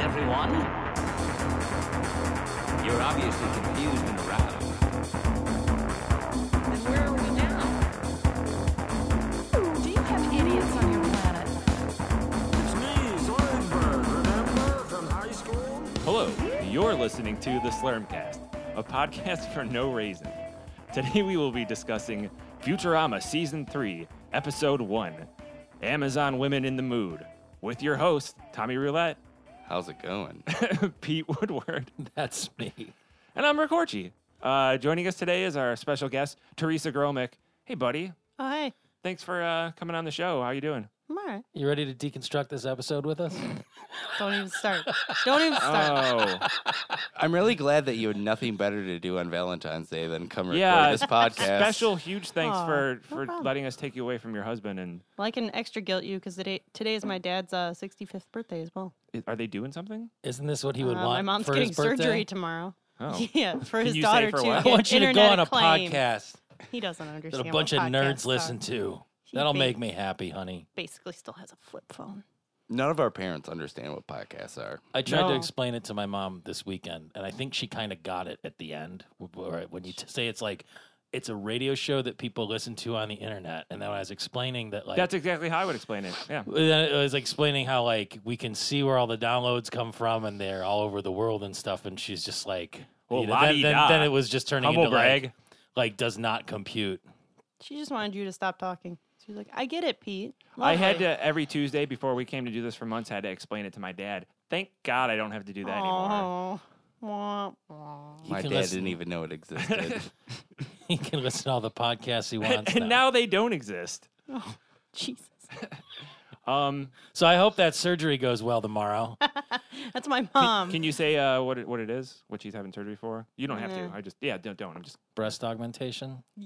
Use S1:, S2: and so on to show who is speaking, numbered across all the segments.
S1: everyone? You're obviously confused and aroused.
S2: Then where are we now? Do you have idiots on your planet?
S3: It's me, Zoidberg, remember from high school?
S4: Hello, you're listening to The Slurmcast, a podcast for no reason. Today we will be discussing Futurama Season 3, Episode 1 Amazon Women in the Mood, with your host, Tommy Roulette,
S5: How's it going?
S4: Pete Woodward,
S6: That's me.
S4: and I'm Rick Horchy. Uh, joining us today is our special guest, Teresa Gromick. Hey, buddy.
S6: Oh, hey.
S4: Thanks for uh, coming on the show. How you doing?
S7: I'm all right.
S6: You ready to deconstruct this episode with us?
S7: Don't even start. Don't even
S6: Uh.
S7: start.
S4: Oh,
S5: I'm really glad that you had nothing better to do on Valentine's Day than come record
S4: Yeah,
S5: this podcast.
S4: special huge thanks
S7: Aw,
S4: for,
S7: no
S4: for
S7: problem.
S4: letting us take you away from your husband. And
S7: Well, I can extra guilt you because today, today is my dad's uh, 65th birthday as well.
S4: are they doing something?
S6: Isn't this what he would
S7: Uh,
S6: want
S7: my mom's
S6: for
S7: getting
S6: his birthday?
S7: surgery tomorrow.
S4: Oh.
S7: Yeah, for his
S4: you say
S7: daughter
S4: for
S7: to
S4: what? I
S6: I
S7: get
S6: want you to go
S7: internet
S6: on a
S7: acclaim.
S6: podcast
S7: He doesn't understand.
S6: that a
S7: what
S6: bunch of nerds
S7: podcasts are.
S6: listen to.
S7: He'd
S6: That'll
S7: be-
S6: make me happy, honey.
S7: Basically, still has a flip phone.
S5: None of our parents understand what podcasts are.
S6: I tried to
S4: No.
S6: explain it to my mom this weekend, and I think she kind of got it at the end. wh- where- When you t- say it's like, it's a radio show that people listen to on the internet, and then I was explaining that like
S4: That's exactly how I would explain it. Yeah.
S6: Then it was explaining how like we can see where all the downloads come from and they're all over the world and stuff and she's just like
S4: Well,
S6: you know, then, then,
S4: la-di-da.
S6: then it was just turning
S4: Humble
S6: into
S4: brag.
S6: like, like does not compute
S7: She just wanted you to stop talking. She's like, I get it, Pete.
S4: I had
S7: Lovely."
S4: to every Tuesday before we came to do this for months. Had to explain it to my dad. Thank God I don't have to do that anymore.
S7: Aw. Wah, wah.
S5: My
S6: can
S5: dad
S6: listen.
S5: didn't e- even know it existed.
S6: he can listen to all the podcasts he wants
S4: And
S6: now.
S4: now they don't exist.
S7: Jesus.
S4: Um,
S6: so I hope that surgery goes well tomorrow
S7: That's my
S4: can,
S7: mom.
S4: can you say uh, what it, what it is? What she's having surgery for? You don't have
S7: Yeah.
S4: to. I just yeah, don't don't. I'm just
S6: breast augmentation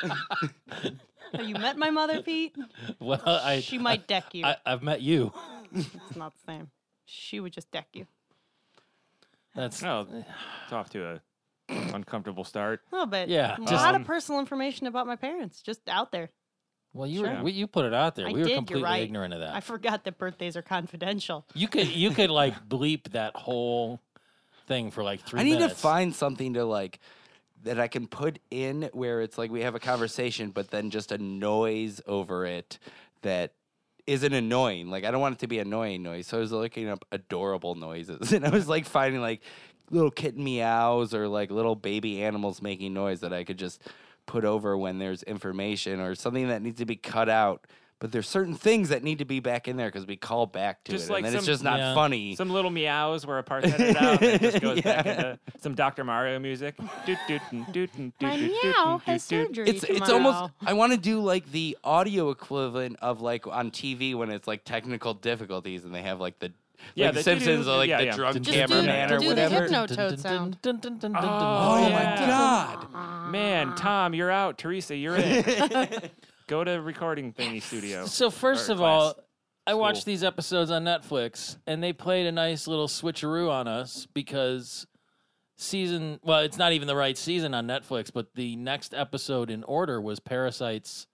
S7: have you met my mother, Pete?
S6: well Uh, I
S7: she might deck you.
S6: I, I've met you
S7: it's not the same. She would just deck you.
S6: that's
S4: no. oh, It's off to a uncomfortable start.
S7: A little bit.
S6: Yeah,
S7: A
S6: just-
S7: lot
S4: Um,
S7: of personal information about my parents just out there.
S6: well you
S4: Sure.
S6: were we, you put it out there
S7: I
S6: we were
S7: did, you're
S6: completely
S7: right.
S6: ignorant of that
S5: Uh.
S7: I forgot that birthdays are confidential.
S6: you could you could like bleep that whole thing for like three
S5: I need to
S6: minutes.
S5: find something to like that I can put in where it's like we have a conversation, but then just a noise over it that isn't annoying. Like I don't want it to be annoying noise. So I was looking up adorable noises, and I was like finding like little kitten meows or like little baby animals making noise that I could just put over when there's information or something that needs to be cut out. But there's certain things that need to be back in there because we call back to
S4: Just
S5: it,
S4: like
S5: and then it's
S4: some-
S5: just not
S6: Yeah.
S5: funny.
S4: Some little meows where a part's headed out. And it just goes back into some Dr. Mario music. Doot, doot, doot, doot, doot,
S7: My
S4: doot, doot,
S7: meow
S4: doot,
S7: has
S4: doot, doot.
S7: surgery
S5: it's
S7: tomorrow.
S5: it's almost I want to do like the audio equivalent of like on TV when it's like technical difficulties and they have like the
S4: Yeah,
S5: like
S4: the
S5: Simpsons
S4: doo-doo,
S5: or like
S4: yeah,
S5: the
S4: yeah.
S5: drunk
S6: Just
S7: do-
S5: cameraman or
S7: do the
S5: whatever.
S7: hypno- Hypnotoad sound.
S4: Oh,
S5: oh
S4: yeah.
S5: my god.
S4: Man, Tom, you're out. Teresa, you're in. Go to recording thingy studio.
S6: So first
S4: or
S6: of all,
S4: class.
S6: I watched
S4: School.
S6: these episodes on Netflix, and they played a nice little switcheroo on us because season. Well, it's not even the right season on Netflix, but the next episode in order was Parasites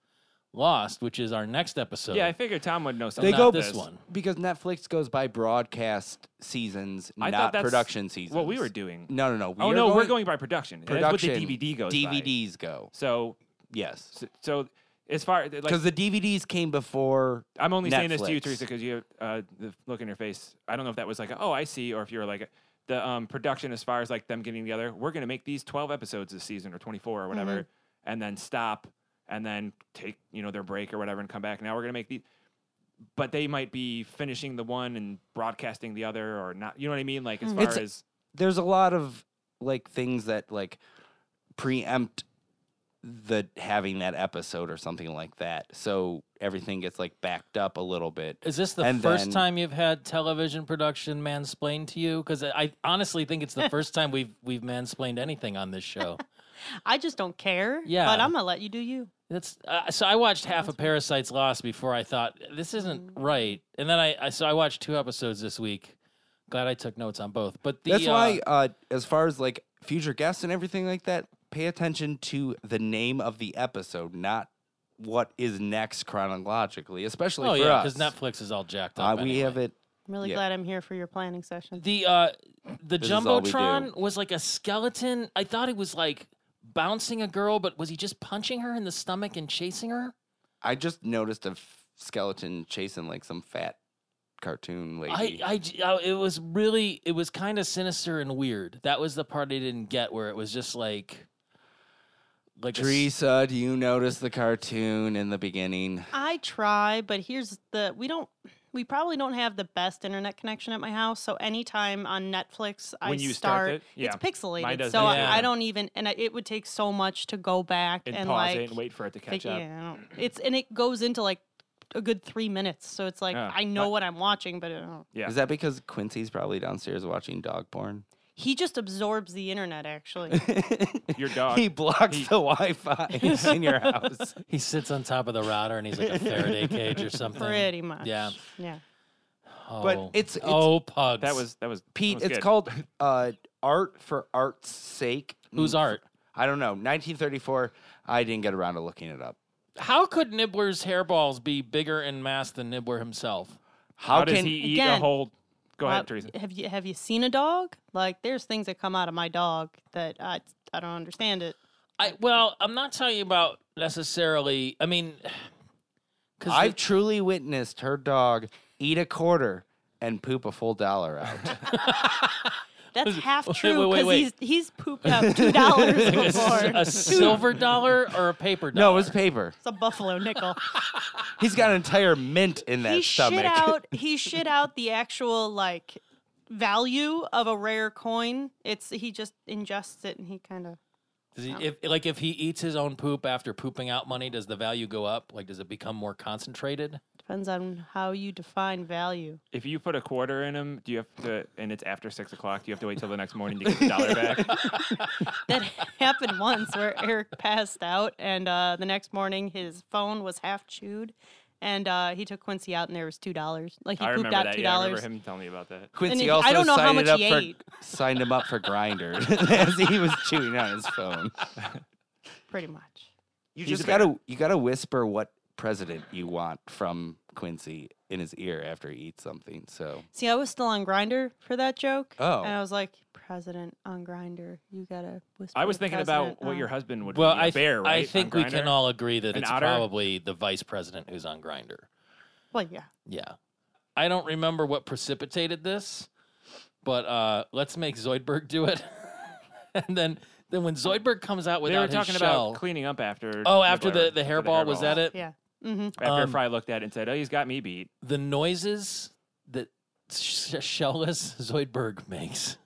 S6: Lost, which is our next episode.
S4: Yeah, I figured Tom would know
S6: they
S4: something.
S5: They
S6: go
S5: go-
S4: about
S6: this one.
S5: Because Netflix goes by broadcast seasons,
S4: I thought
S5: not
S4: that's
S5: production seasons.
S4: What we were doing.
S5: No, no, no. We
S4: oh
S5: are
S4: no, we're going by production.
S5: production.
S4: That's what the DVD goes. by.
S5: DVDs go.
S4: So,
S5: Yes.
S4: so as far like,
S5: Because the DVDs came before
S4: I'm only saying this to you,
S5: Netflix.
S4: Teresa, because you uh, the look in your face. I don't know if that was like, oh, I see, or if you were like the um, production as far as like them getting together. We're gonna make these 12 episodes this season or 24 or whatever,
S5: Mm-hmm.
S4: and then stop and then take you know their break or whatever and come back. Now we're gonna make these. But they might be finishing the one and broadcasting the other, or not. You know what I mean? Like as far
S5: Mm. It's-
S4: as
S5: there's a lot of like things that like preempt the having that episode or something like that. So everything gets like backed up a little bit.
S6: Is this the
S5: And
S6: first
S5: then-
S6: time you've had television production mansplained to you? Because I, I honestly think it's the first time we've we've mansplained anything on this show.
S7: I just don't care.
S6: Yeah.
S7: But I'm gonna let you do you.
S6: That's uh, so. I watched half of Parasite's Lost before I thought this isn't right, and then I, I so I watched two episodes this week. Glad I took notes on both. But the,
S5: That's
S6: uh,
S5: why uh as far as like future guests and everything like that, pay attention to the name of the episode, not what is next chronologically, especially
S6: oh
S5: for
S6: yeah,
S5: us.
S6: because Netflix is all jacked
S5: Uh,
S6: up.
S5: we have
S6: anyway.
S5: it
S7: I'm really
S5: Yeah.
S7: glad I'm here for your planning session.
S6: The uh the
S5: This is all we do.
S6: jumbotron was like a skeleton. I thought it was like bouncing a girl, but was he just punching her in the stomach and chasing her?
S5: I just noticed a f- skeleton chasing like some fat cartoon
S6: I,
S5: lady.
S6: I, j- uh, it was really, it was kind of sinister and weird. That was the part I didn't get, where it was just like, like a s-
S5: Teresa, do you notice the cartoon in the beginning?
S7: I try, but here's the we don't we probably don't have the best internet connection at my house. So anytime on Netflix, I
S4: When you start
S7: start,
S4: it? Yeah.
S7: it's pixelated,
S4: Mine does
S7: so
S4: that
S7: I,
S6: too.
S7: I don't even and I, it would take so much to go back
S4: and,
S7: and,
S4: pause
S7: like
S4: it and wait for it to catch
S7: fig-
S4: up.
S7: yeah, I don't- it's and it goes into like a good three minutes. So it's like
S4: Yeah.
S7: I know
S4: But-
S7: what I'm watching, but uh, I don't.
S4: Yeah.
S5: Is that because Quincy's probably downstairs watching dog porn?
S7: he just absorbs the internet. Actually,
S4: Your dog.
S5: he blocks
S4: he-
S5: the Wi-Fi in your house.
S6: He sits on top of the router and he's like a Faraday cage or something.
S7: pretty much.
S6: Yeah.
S7: yeah.
S6: Oh.
S5: But it's- it's-
S6: oh pugs.
S4: That was that was that
S5: Pete,
S4: was
S5: it's
S4: good.
S5: called uh, Art for Art's Sake.
S6: whose
S5: Mm,
S6: art?
S5: I don't know. 1934. I didn't get around to looking it up.
S6: How could Nibbler's hairballs be bigger in mass than Nibbler himself?
S4: How,
S5: How,
S4: does
S5: can
S4: he eat a
S7: Again.
S4: whole? Go
S7: Well,
S4: ahead, Teresa.
S7: Have you have you seen a dog? Like there's things that come out of my dog that I I don't understand it.
S6: I well, I'm not talking about necessarily. I mean, because
S5: I've truly witnessed her dog eat a quarter and poop a full dollar out.
S7: That's half
S6: wait,
S7: true
S6: wait,
S7: because
S6: wait.
S7: he's he's pooped out two dollars
S6: a,
S7: before.
S6: s- a silver dollar or a paper dollar.
S5: no, it was paper.
S7: It's a buffalo nickel.
S5: He's got an entire mint in that
S7: he
S5: stomach.
S7: shit out. He shit out the actual like value of a rare coin. It's he just ingests it and he kind of.
S6: Does he, if like if he eats his own poop after pooping out money, does the value go up? Like, does it become more concentrated?
S7: Depends on how you define value.
S4: If you put a quarter in him, do you have to? And it's after six o'clock. Do you have to wait till the next morning to get the dollar back?
S7: That happened once where Eric passed out, and uh, the next morning his phone was half chewed, and uh, he took Quincy out, and there was two dollars. Like he
S4: I
S7: pooped
S4: remember
S7: out
S4: that.
S7: two
S4: Yeah, I remember
S7: dollars.
S4: him telling me about that.
S5: Quincy
S7: he- I
S5: also
S7: don't know how
S5: signed,
S7: much
S5: it up
S7: he
S5: for,
S7: ate.
S5: signed him up for Grinder as he was chewing on his phone.
S7: pretty much.
S5: You
S4: He's
S5: just
S4: a bear.
S5: gotta you gotta whisper what president you want from Quincy in his ear after he eats something. So
S7: See, I was still on Grinder for that joke.
S5: Oh.
S7: and I was like, President on Grinder, you gotta whisper.
S4: I was
S7: to
S4: thinking
S7: President uh,
S4: about what
S7: on-"
S4: your husband would.
S6: well,
S4: be, a
S6: I th-
S4: bear, right?
S6: I
S4: on
S6: think we can
S4: Grindr?
S6: all agree that
S4: An
S6: it's
S4: otter?
S6: probably the vice president who's on Grinder.
S7: Well, yeah,
S6: Yeah, I don't remember what precipitated this, but uh, let's make Zoidberg do it, and then then when Zoidberg comes out
S4: They were
S6: without
S4: talking
S6: his shell.
S4: about cleaning up after.
S6: Oh, after
S4: Nibbler,
S6: the, the
S4: after
S6: hairball, was that it?
S7: yeah. Mm-hmm.
S4: After
S6: Um,
S4: Fry looked at it and said, "Oh, he's got me beat."
S6: The noises that sh- shellless Zoidberg makes.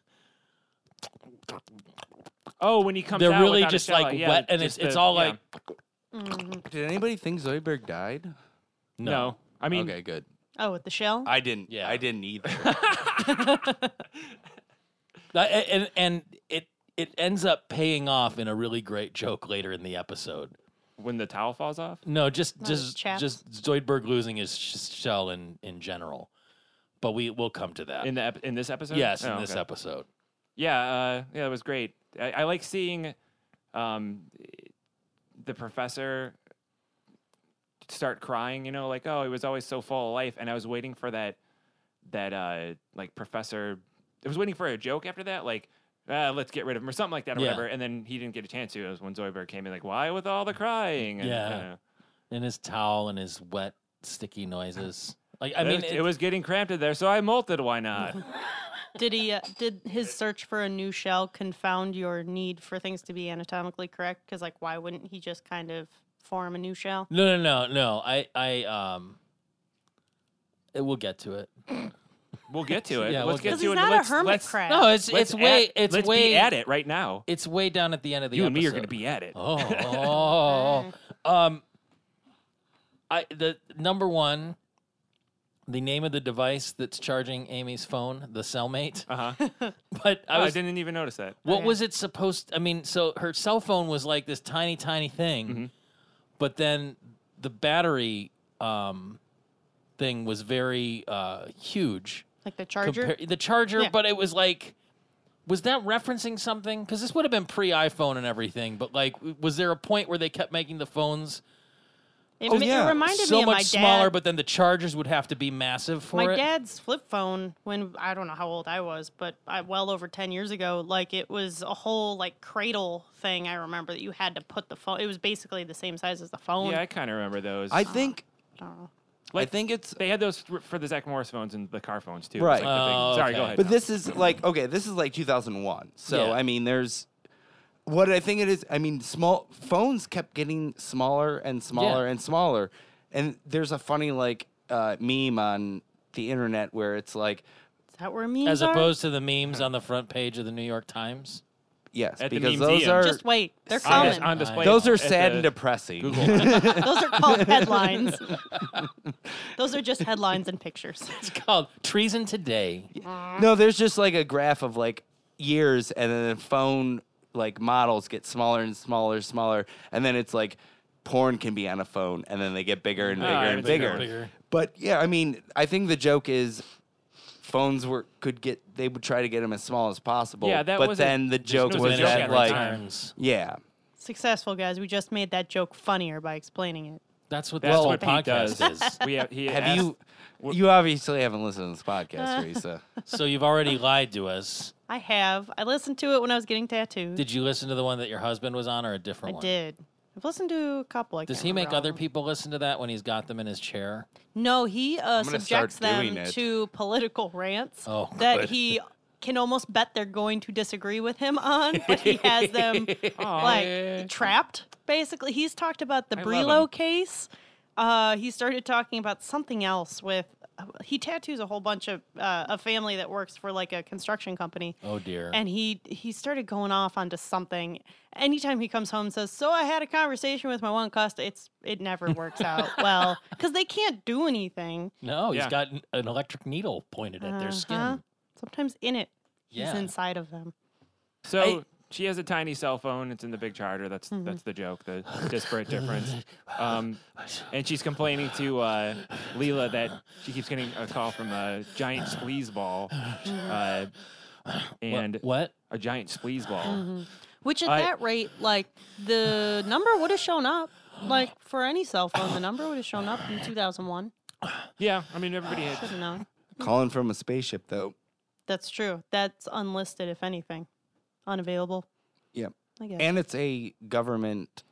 S4: Oh, when he comes
S6: They're
S4: out,
S6: really
S4: without a
S6: just
S4: shell,
S6: like
S4: yeah,
S6: wet and
S4: just
S6: it's, it's
S4: the-
S6: all
S4: yeah.
S6: like
S7: hmm
S5: did anybody think Zoidberg died?
S4: no. I mean,
S5: okay, good.
S7: Oh, with the shell.
S5: I didn't.
S6: Yeah.
S5: I didn't either.
S6: That- a- and and it it ends up paying off in a really great joke later in the episode.
S4: when the towel falls off,
S6: No, just
S7: No,
S6: just
S7: chaps.
S6: just Zoidberg losing his sh- shell in in general. But we will come to that.
S4: in the ep- in this episode,
S6: yes,
S4: Oh,
S6: in this
S4: okay.
S6: episode.
S4: Yeah, uh, yeah, it was great. I, I like seeing um, the professor start crying. You know, like oh, he was always so full of life, and I was waiting for that that uh, like professor. I was waiting for a joke after that, like. Uh, let's get rid of him or something like that, or
S6: Yeah.
S4: whatever. And then he didn't get a chance to. It was when Zoidberg came in, like, why with all the crying? And, uh, I
S6: Mm. Yeah.
S4: don't know.
S6: And his towel and his wet sticky noises. Like I
S4: It
S6: mean,
S4: was-
S6: it-
S4: it, was getting cramped in there, so I molted. Why not?
S7: Did he? Uh, did his search for a new shell confound your need for things to be anatomically correct? Because like, why wouldn't he just kind of form a new shell?
S6: No, no, no, no. I, I, um, it, we'll get to it.
S4: we'll get to it.
S6: Yeah,
S4: let's
S6: we'll
S4: get
S6: get
S7: Because
S4: to
S7: he's
S4: it.
S7: not
S4: let's,
S7: a hermit
S4: let's,
S7: crab.
S6: No, it's
S4: let's
S6: it's way
S4: at,
S6: it's
S4: let's
S6: way
S4: be at it right now.
S6: It's way down at the end of the.
S4: you
S6: episode.
S4: and me are going to be at it.
S6: Oh, oh, oh. um, I the number one, the name of the device that's charging Amy's phone, the cellmate.
S4: Uh huh.
S6: But I
S4: I
S6: was
S4: didn't even notice that.
S6: What
S7: Okay.
S6: was it supposed? I mean, so her cell phone was like this tiny, tiny thing, but then the battery um, thing was very uh, huge.
S7: Like the charger.
S6: compar- the charger,
S7: Yeah.
S6: but it was like, was that referencing something? Because this would have been pre iPhone and everything. But like, w- was there a point where they kept making the phones
S7: It,
S5: Oh,
S7: ma-
S5: yeah.
S7: it reminded
S6: so
S7: me of
S6: much
S7: my
S6: smaller,
S7: dad.
S6: but then the chargers would have to be massive for
S7: my
S6: it.
S7: dad's flip phone when I don't know how old I was, but I, well over 10 years ago, like it was a whole like cradle thing I remember that you had to put the phone. It was basically the same size as the phone.
S4: Yeah, I kind of remember those.
S5: I think I
S4: Like,
S5: think it's
S4: they had those th- for the Zach Morris phones and the car phones too. It
S5: Right.
S4: was, like, the big-
S6: Oh,
S4: Sorry,
S6: okay.
S4: go ahead.
S5: But this is like okay, this is like 2001. So
S6: Yeah.
S5: I mean, there's what I think it is. I mean, small phones kept getting smaller and smaller and smaller, and there's a funny like uh, meme on the internet where it's like
S7: Is that where memes
S6: As
S7: are?
S6: opposed to the memes on the front page of the New York Times.
S5: yes,
S4: At the
S5: because
S4: meme
S5: those
S4: DM.
S5: are
S7: Just wait. They're
S4: on,
S7: common.
S4: dis- on display.
S5: those are
S4: at
S5: sad
S4: the
S5: and depressing.
S4: Google.
S7: Those are called headlines. Those are just headlines and pictures.
S6: It's called Treason Today.
S5: no, there's just like a graph of like years, and then the phone like models get smaller and smaller, smaller, and then it's like porn can be on a phone, and then they get bigger and bigger
S4: Ah, I haven't
S5: and
S4: seen that
S5: bigger.
S4: one.
S6: Bigger.
S5: But yeah, I mean, I think the joke is phones were could get they would try to get them as small as possible.
S4: Yeah, that
S5: But
S4: wasn't-
S5: then the
S4: no
S5: joke
S4: joke
S5: was
S4: at
S5: that
S4: the
S5: like
S4: time.
S5: yeah.
S7: Successful, guys. We just made that joke funnier by explaining it.
S6: That's what this
S4: That's
S6: whole
S4: what Pete
S6: podcast
S4: does.
S6: is.
S4: we have, he
S5: Have
S4: asked-
S5: you? You obviously haven't listened to this podcast, Teresa.
S6: So you've already lied to us.
S7: I have. I listened to it when I was getting tattooed.
S6: Did you listen to the one that your husband was on, or a
S7: I
S6: different one?
S7: did. I've listened to a couple. I
S6: Does
S7: can't
S6: he make
S7: remember all
S6: other
S7: of them.
S6: people listen to that when he's got them in his chair?
S7: No, he uh,
S5: gonna
S7: subjects
S5: start doing
S7: them
S5: it.
S7: to political rants
S6: Oh,
S7: that
S6: good.
S7: he can almost bet they're going to disagree with him on, but he has them like trapped. Basically, he's talked about the
S4: love
S7: Brelo
S4: him.
S7: case. Uh, he started talking about something else with. He tattoos a whole bunch of uh, a family that works for like a construction company.
S6: Oh dear.
S7: And he he started going off onto something. Anytime he comes home and says, "So I had a conversation with my one customer," it's it never works out well because they can't do anything.
S6: no, he's
S4: Yeah.
S6: got an- an electric needle pointed at their
S7: Uh-huh.
S6: skin.
S7: Sometimes in it,
S6: Yeah.
S7: he's inside of them.
S4: So
S6: I-
S4: she has a tiny cell phone. It's in the big charger. That's
S5: Mm-hmm.
S4: that's the joke. The disparate difference. Um, and she's complaining to uh, Leela that she keeps getting a call from a giant squeeze ball, uh,
S6: Wha-
S4: and
S6: what?
S4: a giant squeeze ball.
S7: Which at
S4: I-
S7: that rate, like the number would have shown up. Like for any cell phone, the number would have shown up in 2001.
S4: yeah, I mean everybody had.
S7: Should have known.
S5: Calling from a spaceship, though.
S7: That's true. That's unlisted, if anything, unavailable.
S5: Yeah,
S7: I guess.
S5: and it's a government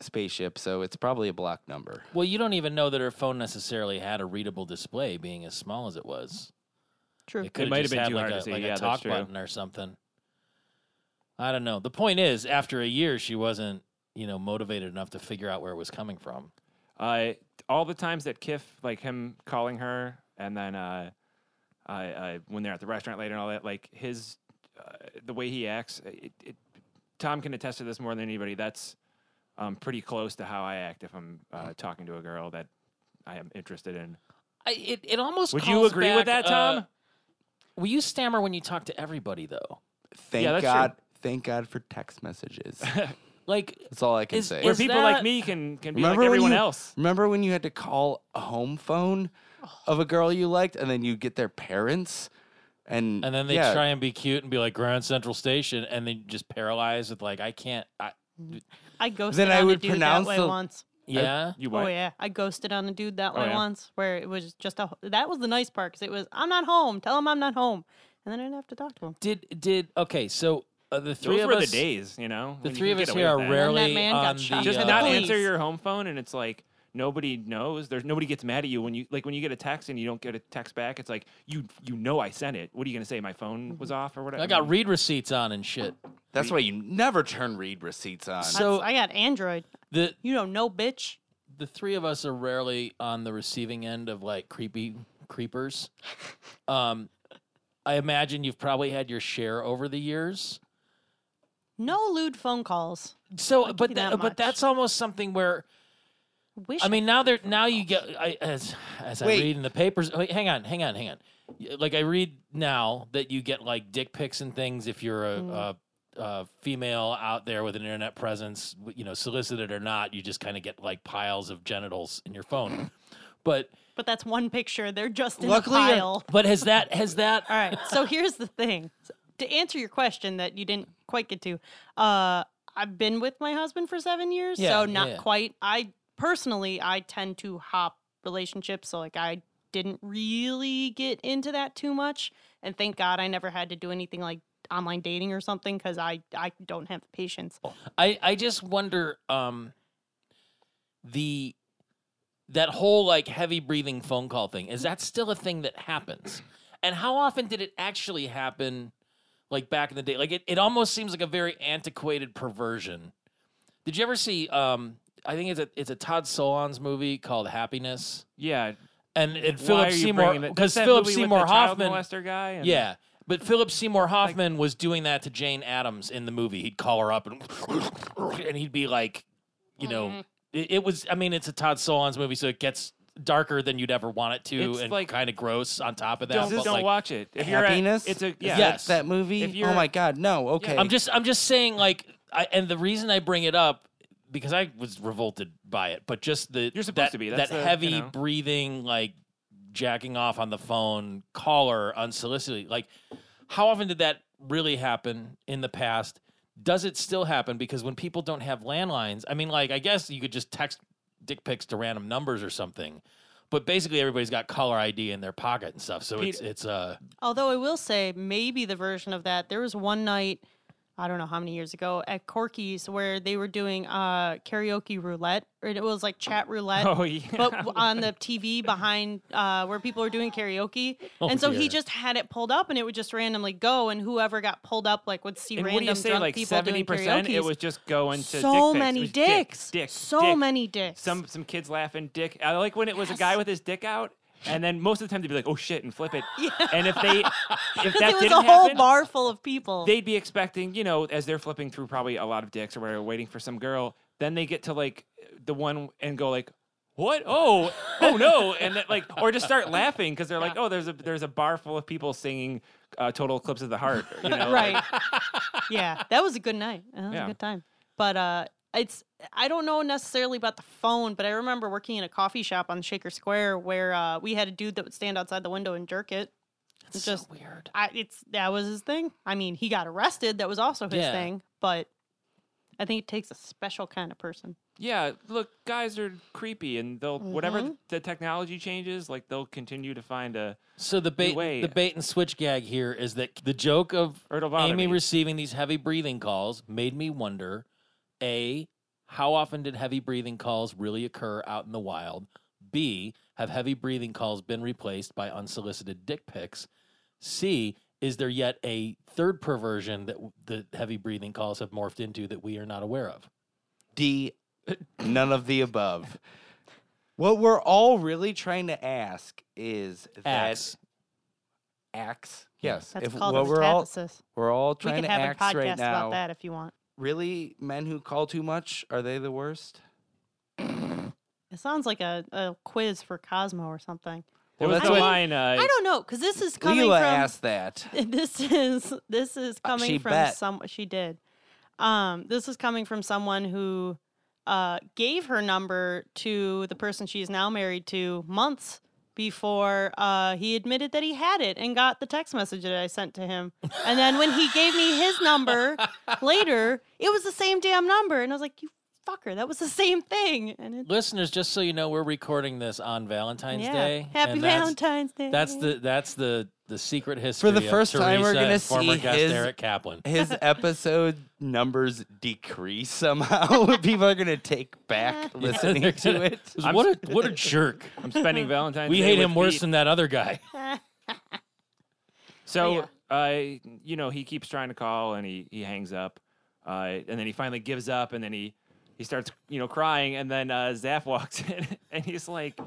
S5: spaceship, so it's probably a block number.
S6: Well, you don't even know that her phone necessarily had a readable display, being as small as it was.
S7: true.
S6: It could
S4: might have
S6: have just
S4: been
S6: had
S4: too
S6: like,
S4: hard
S6: a,
S4: to see.
S6: like
S4: Yeah,
S6: a
S4: that's
S6: talk
S4: true.
S6: button or something. I don't know. The point is, after a year, she wasn't, you know, motivated enough to figure out where it was coming from.
S4: Uh, all the times that Kiff, like him calling her, and then uh, I, I, when they're at the restaurant later and all that, like his, uh, the way he acts, it, it, Tom can attest to this more than anybody. That's um, pretty close to how I act if I'm
S6: Mm-hmm.
S4: uh, talking to a girl that I am interested in.
S6: I, it, it almost
S4: Would you
S6: calls
S4: agree with
S6: back,
S4: that, Tom?
S6: uh, Well, you stammer when you talk to everybody, though.
S5: Thank
S4: that's true.
S5: God. Thank God for text messages.
S6: Like,
S5: That's all I can
S6: Is-
S5: say.
S4: Where
S6: is
S4: people
S6: that-
S4: like me can can be like everyone
S5: you,
S4: else.
S5: Remember when you had to call a home phone of a girl you liked, and then you get their parents, and
S6: and then they
S5: yeah,
S6: try and be cute and be like Grand Central Station, and they just paralyze with like, I can't. I,
S7: I ghosted
S5: Then I
S7: on
S5: would
S7: a dude
S5: pronounce
S7: that way
S5: the-
S7: once.
S6: yeah.
S4: You what?
S7: Oh yeah, I ghosted on a dude
S6: Oh,
S7: that way
S4: yeah.
S7: once, where it was just a. That was the nice part because it was I'm not home. Tell him I'm not home, and then I didn't have to talk to him.
S6: did did okay? So uh, the three
S4: Those
S6: of
S4: were
S6: us,
S4: the days, you know.
S6: the
S4: when you
S6: three
S4: could
S6: of
S4: get
S6: us
S4: away
S6: here are
S4: with that.
S6: rarely
S7: man got
S6: on the uh,
S7: shot.
S4: just
S7: Yeah.
S4: not
S7: Please.
S4: answer your home phone and it's like nobody knows there's nobody gets mad at you when you like when you get a text and you don't get a text back it's like you you know i sent it what are you going to say my phone was off or whatever
S6: I got read receipts on and shit.
S5: That's why you never turn read receipts on.
S6: So-
S7: So I got Android.
S6: The
S7: You don't know, bitch.
S6: the three of us are rarely on the receiving end of like creepy creepers. Um, I imagine you've probably had your share over the years.
S7: No lewd phone calls.
S6: So,
S7: give
S6: but
S7: you that
S6: tha- but
S7: much.
S6: that's almost something where
S7: Wish
S6: I mean, now they're now you get I, as as I
S5: Wait.
S6: read in the papers. Wait, hang on, hang on, hang on. Y- Like I read now that you get like dick pics and things if you're
S7: Mm.
S6: a, a, a female out there with an internet presence, w- you know, solicited or not. You just kind of get like piles of genitals in your phone. but
S7: But that's one picture. They're just in
S5: Luckily,
S7: a
S5: I-
S7: pile.
S6: but has that has that
S7: All right. So here's the thing. So to answer your question that you didn't quite get to, uh, I've been with my husband for seven years,
S6: Yeah,
S7: so
S6: yeah,
S7: not
S6: yeah.
S7: quite. I personally, I tend to hop relationships. So, like, I didn't really get into that too much. And thank God I never had to do anything like online dating or something because I, I don't have the patience.
S6: I I just wonder um the that whole like heavy breathing phone call thing is that still a thing that happens? And how often did it actually happen like back in the day? Like it, it almost seems like a very antiquated perversion. Did you ever see um I think it's a it's a Todd Solondz movie called Happiness
S4: Yeah.
S6: and and
S4: why
S6: Philip
S4: are you
S6: Seymour
S4: bringing that-
S6: because
S4: that's that
S6: Philip
S4: movie with
S6: Seymour
S4: the child
S6: Hoffman
S4: molester guy. and-
S6: yeah. But Philip Seymour Hoffman was doing that to Jane Addams in the movie. He'd call her up and and he'd be like, you
S4: Mm-hmm.
S6: know, it, it was. I mean, it's a Todd Solondz movie, so it gets darker than you'd ever want it to,
S4: It's
S6: and
S4: like-
S6: kind of gross on top of that.
S4: Don't,
S6: but
S4: don't
S6: like,
S4: watch it. If you're at-
S5: Happiness?
S4: it's a
S5: Is
S4: yeah.
S5: that-
S6: Yes.
S5: That
S4: If
S5: movie?
S4: you're-
S5: Oh my God, no. Okay.
S6: I'm just I'm just saying like I and the reason I bring it up because I was revolted by it, but just the
S4: You're supposed
S6: that,
S4: to be.
S6: that
S4: That's the- you
S6: heavy
S4: know.
S6: breathing like jacking off on the phone caller unsolicited like how often did that really happen in the past does it still happen because when people don't have landlines i mean like i guess you could just text dick pics to random numbers or something but basically everybody's got caller id in their pocket and stuff so it's
S4: Pete-
S6: it's uh
S7: Although I will say, maybe the version of that. There was one night, I don't know how many years ago, at Corky's where they were doing uh, karaoke roulette, or it was like chat roulette.
S4: Oh yeah.
S7: But w- on the TV behind uh, where people were doing karaoke,
S6: Oh,
S7: and so he
S6: dear.
S7: just had it pulled up, and it would just randomly go, and whoever got pulled up like would see
S4: and
S7: random
S4: what do you say?
S7: drunk
S4: Like
S7: people
S4: seventy
S7: doing
S4: percent,
S7: karaoke.
S4: it was just going to
S7: so
S4: dick pics. It
S7: many
S4: was
S7: dicks,
S4: dick,
S7: so
S4: dick.
S7: many dicks.
S4: Some some kids laughing dick. I like when it was a guy with his dick out, and then most of the time they'd be like, "Oh shit," and flip it. And if they if that
S7: because it was a
S4: didn't
S7: whole
S4: happen,
S7: bar full of people.
S4: they'd be expecting, you know, as they're flipping through probably a lot of dicks or whatever, waiting for some girl. Then they get to like the one and go like, "What? Oh, oh no!" And then, like, or just start laughing because they're like, "Oh, there's a there's a bar full of people singing uh, Total Eclipse of the Heart." You know, like-
S7: right. yeah, that was a good night. That was
S4: Yeah.
S7: a good time. But uh, it's I don't know necessarily about the phone, but I remember working in a coffee shop on Shaker Square where uh, we had a dude that would stand outside the window and jerk it. It's just weird. I, it's that was his thing. I mean, he got arrested. That was also his
S6: Yeah.
S7: thing. But I think it takes a special kind of person.
S4: Yeah, look, guys are creepy, and they'll whatever
S7: Mm-hmm.
S4: th- the technology changes, like they'll continue to find a.
S6: So the bait,
S4: way.
S6: the bait and switch gag here is that the joke of
S4: Or it'll bother
S6: Amy
S4: me.
S6: receiving these heavy breathing calls made me wonder: a, how often did heavy breathing calls really occur out in the wild? B, have heavy breathing calls been replaced by unsolicited dick pics? C, is there yet a third perversion that w- the heavy breathing calls have morphed into that we are not aware of?
S5: D, none of the above. What we're all really trying to ask is that
S6: Axe.
S5: axe. Yes.
S7: That's
S5: if
S7: called
S5: what
S7: a
S5: we're all
S7: metathesis.
S5: we're all
S7: We
S5: trying
S7: could
S5: to
S7: have a
S5: axe
S7: podcast
S5: right now.
S7: about that if you want.
S5: Really, men who call too much are they the worst?
S7: It sounds like a, a quiz for Cosmo or something.
S4: There
S5: Well,
S4: was
S5: that's
S4: the
S5: what-
S4: line. Uh,
S7: I don't know because this is coming
S5: Leela
S7: from
S5: asked that.
S7: this is this is
S5: Uh,
S7: coming
S5: she
S7: from
S5: bet.
S7: some she did. Um, this is coming from someone who uh, gave her number to the person she's now married to months before uh, he admitted that he had it and got the text message that I sent to him. And then when he gave me his number later, it was the same damn number, and I was like, "You fucker, that was the same thing." And it,
S6: Listeners, just so you know, we're recording this on Valentine's
S7: yeah,
S6: Day.
S7: happy
S6: and that's-
S7: Valentine's Day.
S6: That's the that's the the secret history. of
S5: first time, we're
S6: Teresa
S5: gonna
S6: and former
S5: see
S6: guest
S5: his-
S6: Eric Kaplan.
S5: His episode numbers decrease somehow. People are gonna take back listening to it.
S6: what a what a jerk.
S4: I'm spending Valentine's.
S6: We
S4: Day
S6: hate
S4: with
S6: him worse
S4: Pete.
S6: than that other guy.
S4: So, uh, you know, he keeps trying to call, and he he hangs up, uh, and then he finally gives up, and then he he starts, you know, crying, and then uh, Zaf walks in, and he's like,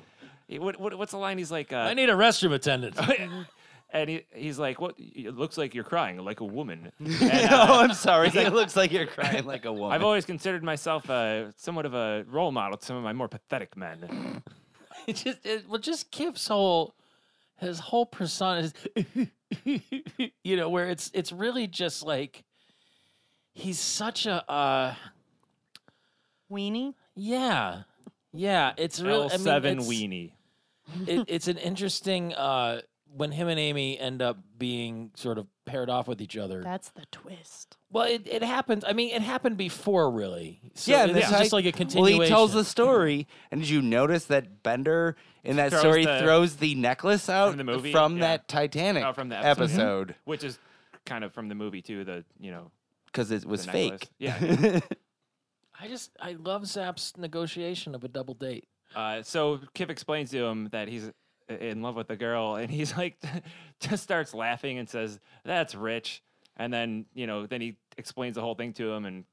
S4: he- "What what what's the line?" He's like, uh,
S6: I need a restroom attendant.
S4: and he, he's like, "What? It looks like you're crying, like a woman." And, uh,
S5: oh, I'm sorry. it looks like you're crying like a
S6: Oh.
S5: woman.
S4: I've always considered myself uh, somewhat of a role model to some of my more pathetic men.
S6: it just it, well, just Kip's whole his whole persona is, you know, where it's it's really just like he's such a uh
S7: weenie.
S6: yeah. Yeah, it's really I mean,
S4: L7
S6: it's-
S4: weenie.
S6: it, it's an interesting uh when him and Amy end up being sort of paired off with each other.
S7: That's the twist.
S6: well, it, it happens. I mean, it happened before, really. So
S5: yeah,
S6: it's
S5: that's
S6: just like a continuation.
S5: Well, he tells the story, and did you notice that Bender in that
S4: Throws
S5: story
S4: the-
S5: throws the necklace out
S4: From the movie,
S5: from
S4: yeah.
S5: that Titanic
S4: Oh, from the
S5: episode
S4: episode. which is kind of from the movie too. The you know
S5: because it was
S4: the
S5: fake.
S4: necklace. Yeah.
S6: I just I love Zap's negotiation of a double date.
S4: Uh, so Kip explains to him that he's i- in love with the girl, and he's like, just starts laughing and says, "That's rich." And then you know, then he explains the whole thing to him, and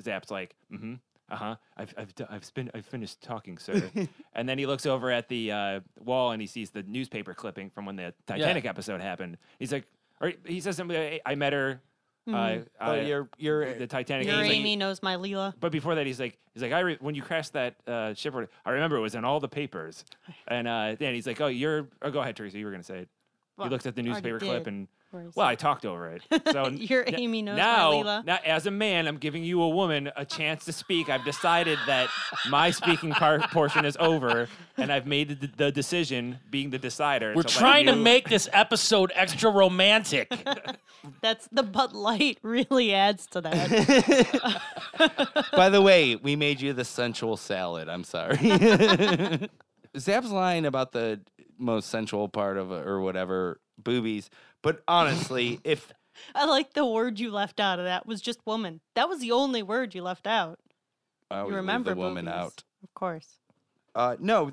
S4: Zap's like, "Mm-hmm, uh-huh. I've I've d- I've been I've finished talking, sir." and then he looks over at the uh, wall and he sees the newspaper clipping from when the Titanic episode happened. He's like, or he says something, "I- "I met her." Uh,
S5: Oh,
S4: uh,
S5: you're you're
S4: the Titanic.
S7: Your
S4: and he's like-
S7: Amy knows my Leela.
S4: but before that, he's like, he's like, I re- when you crashed that uh, ship, or- I remember it was in all the papers, and uh, then he's like, oh, you're, oh, go ahead, Teresa, you were gonna say it.
S7: Well,
S4: he looks at the
S7: I already
S4: newspaper clip
S7: did.
S4: and,
S7: Whereas-
S4: well, I talked over it. So n-
S7: Your
S4: n-
S7: Amy knows my
S4: now,
S7: Leela.
S4: now, as a man, I'm giving you a woman a chance to speak. I've decided that my speaking part portion is over, and I've made the, the decision, being the decider.
S6: We're
S4: let
S6: trying to
S4: you-
S6: make this episode extra romantic.
S7: That's the Bud Light really adds to that.
S5: By the way, we made you the sensual salad. I'm sorry. Zap's line about the most sensual part of or whatever boobies, but honestly, if
S7: I like the word you left out of that was just woman. That was the only word you left out.
S5: I
S7: You
S5: always leave
S7: remember
S5: the woman
S7: boobies,
S5: out,
S7: Of course.
S5: uh, no,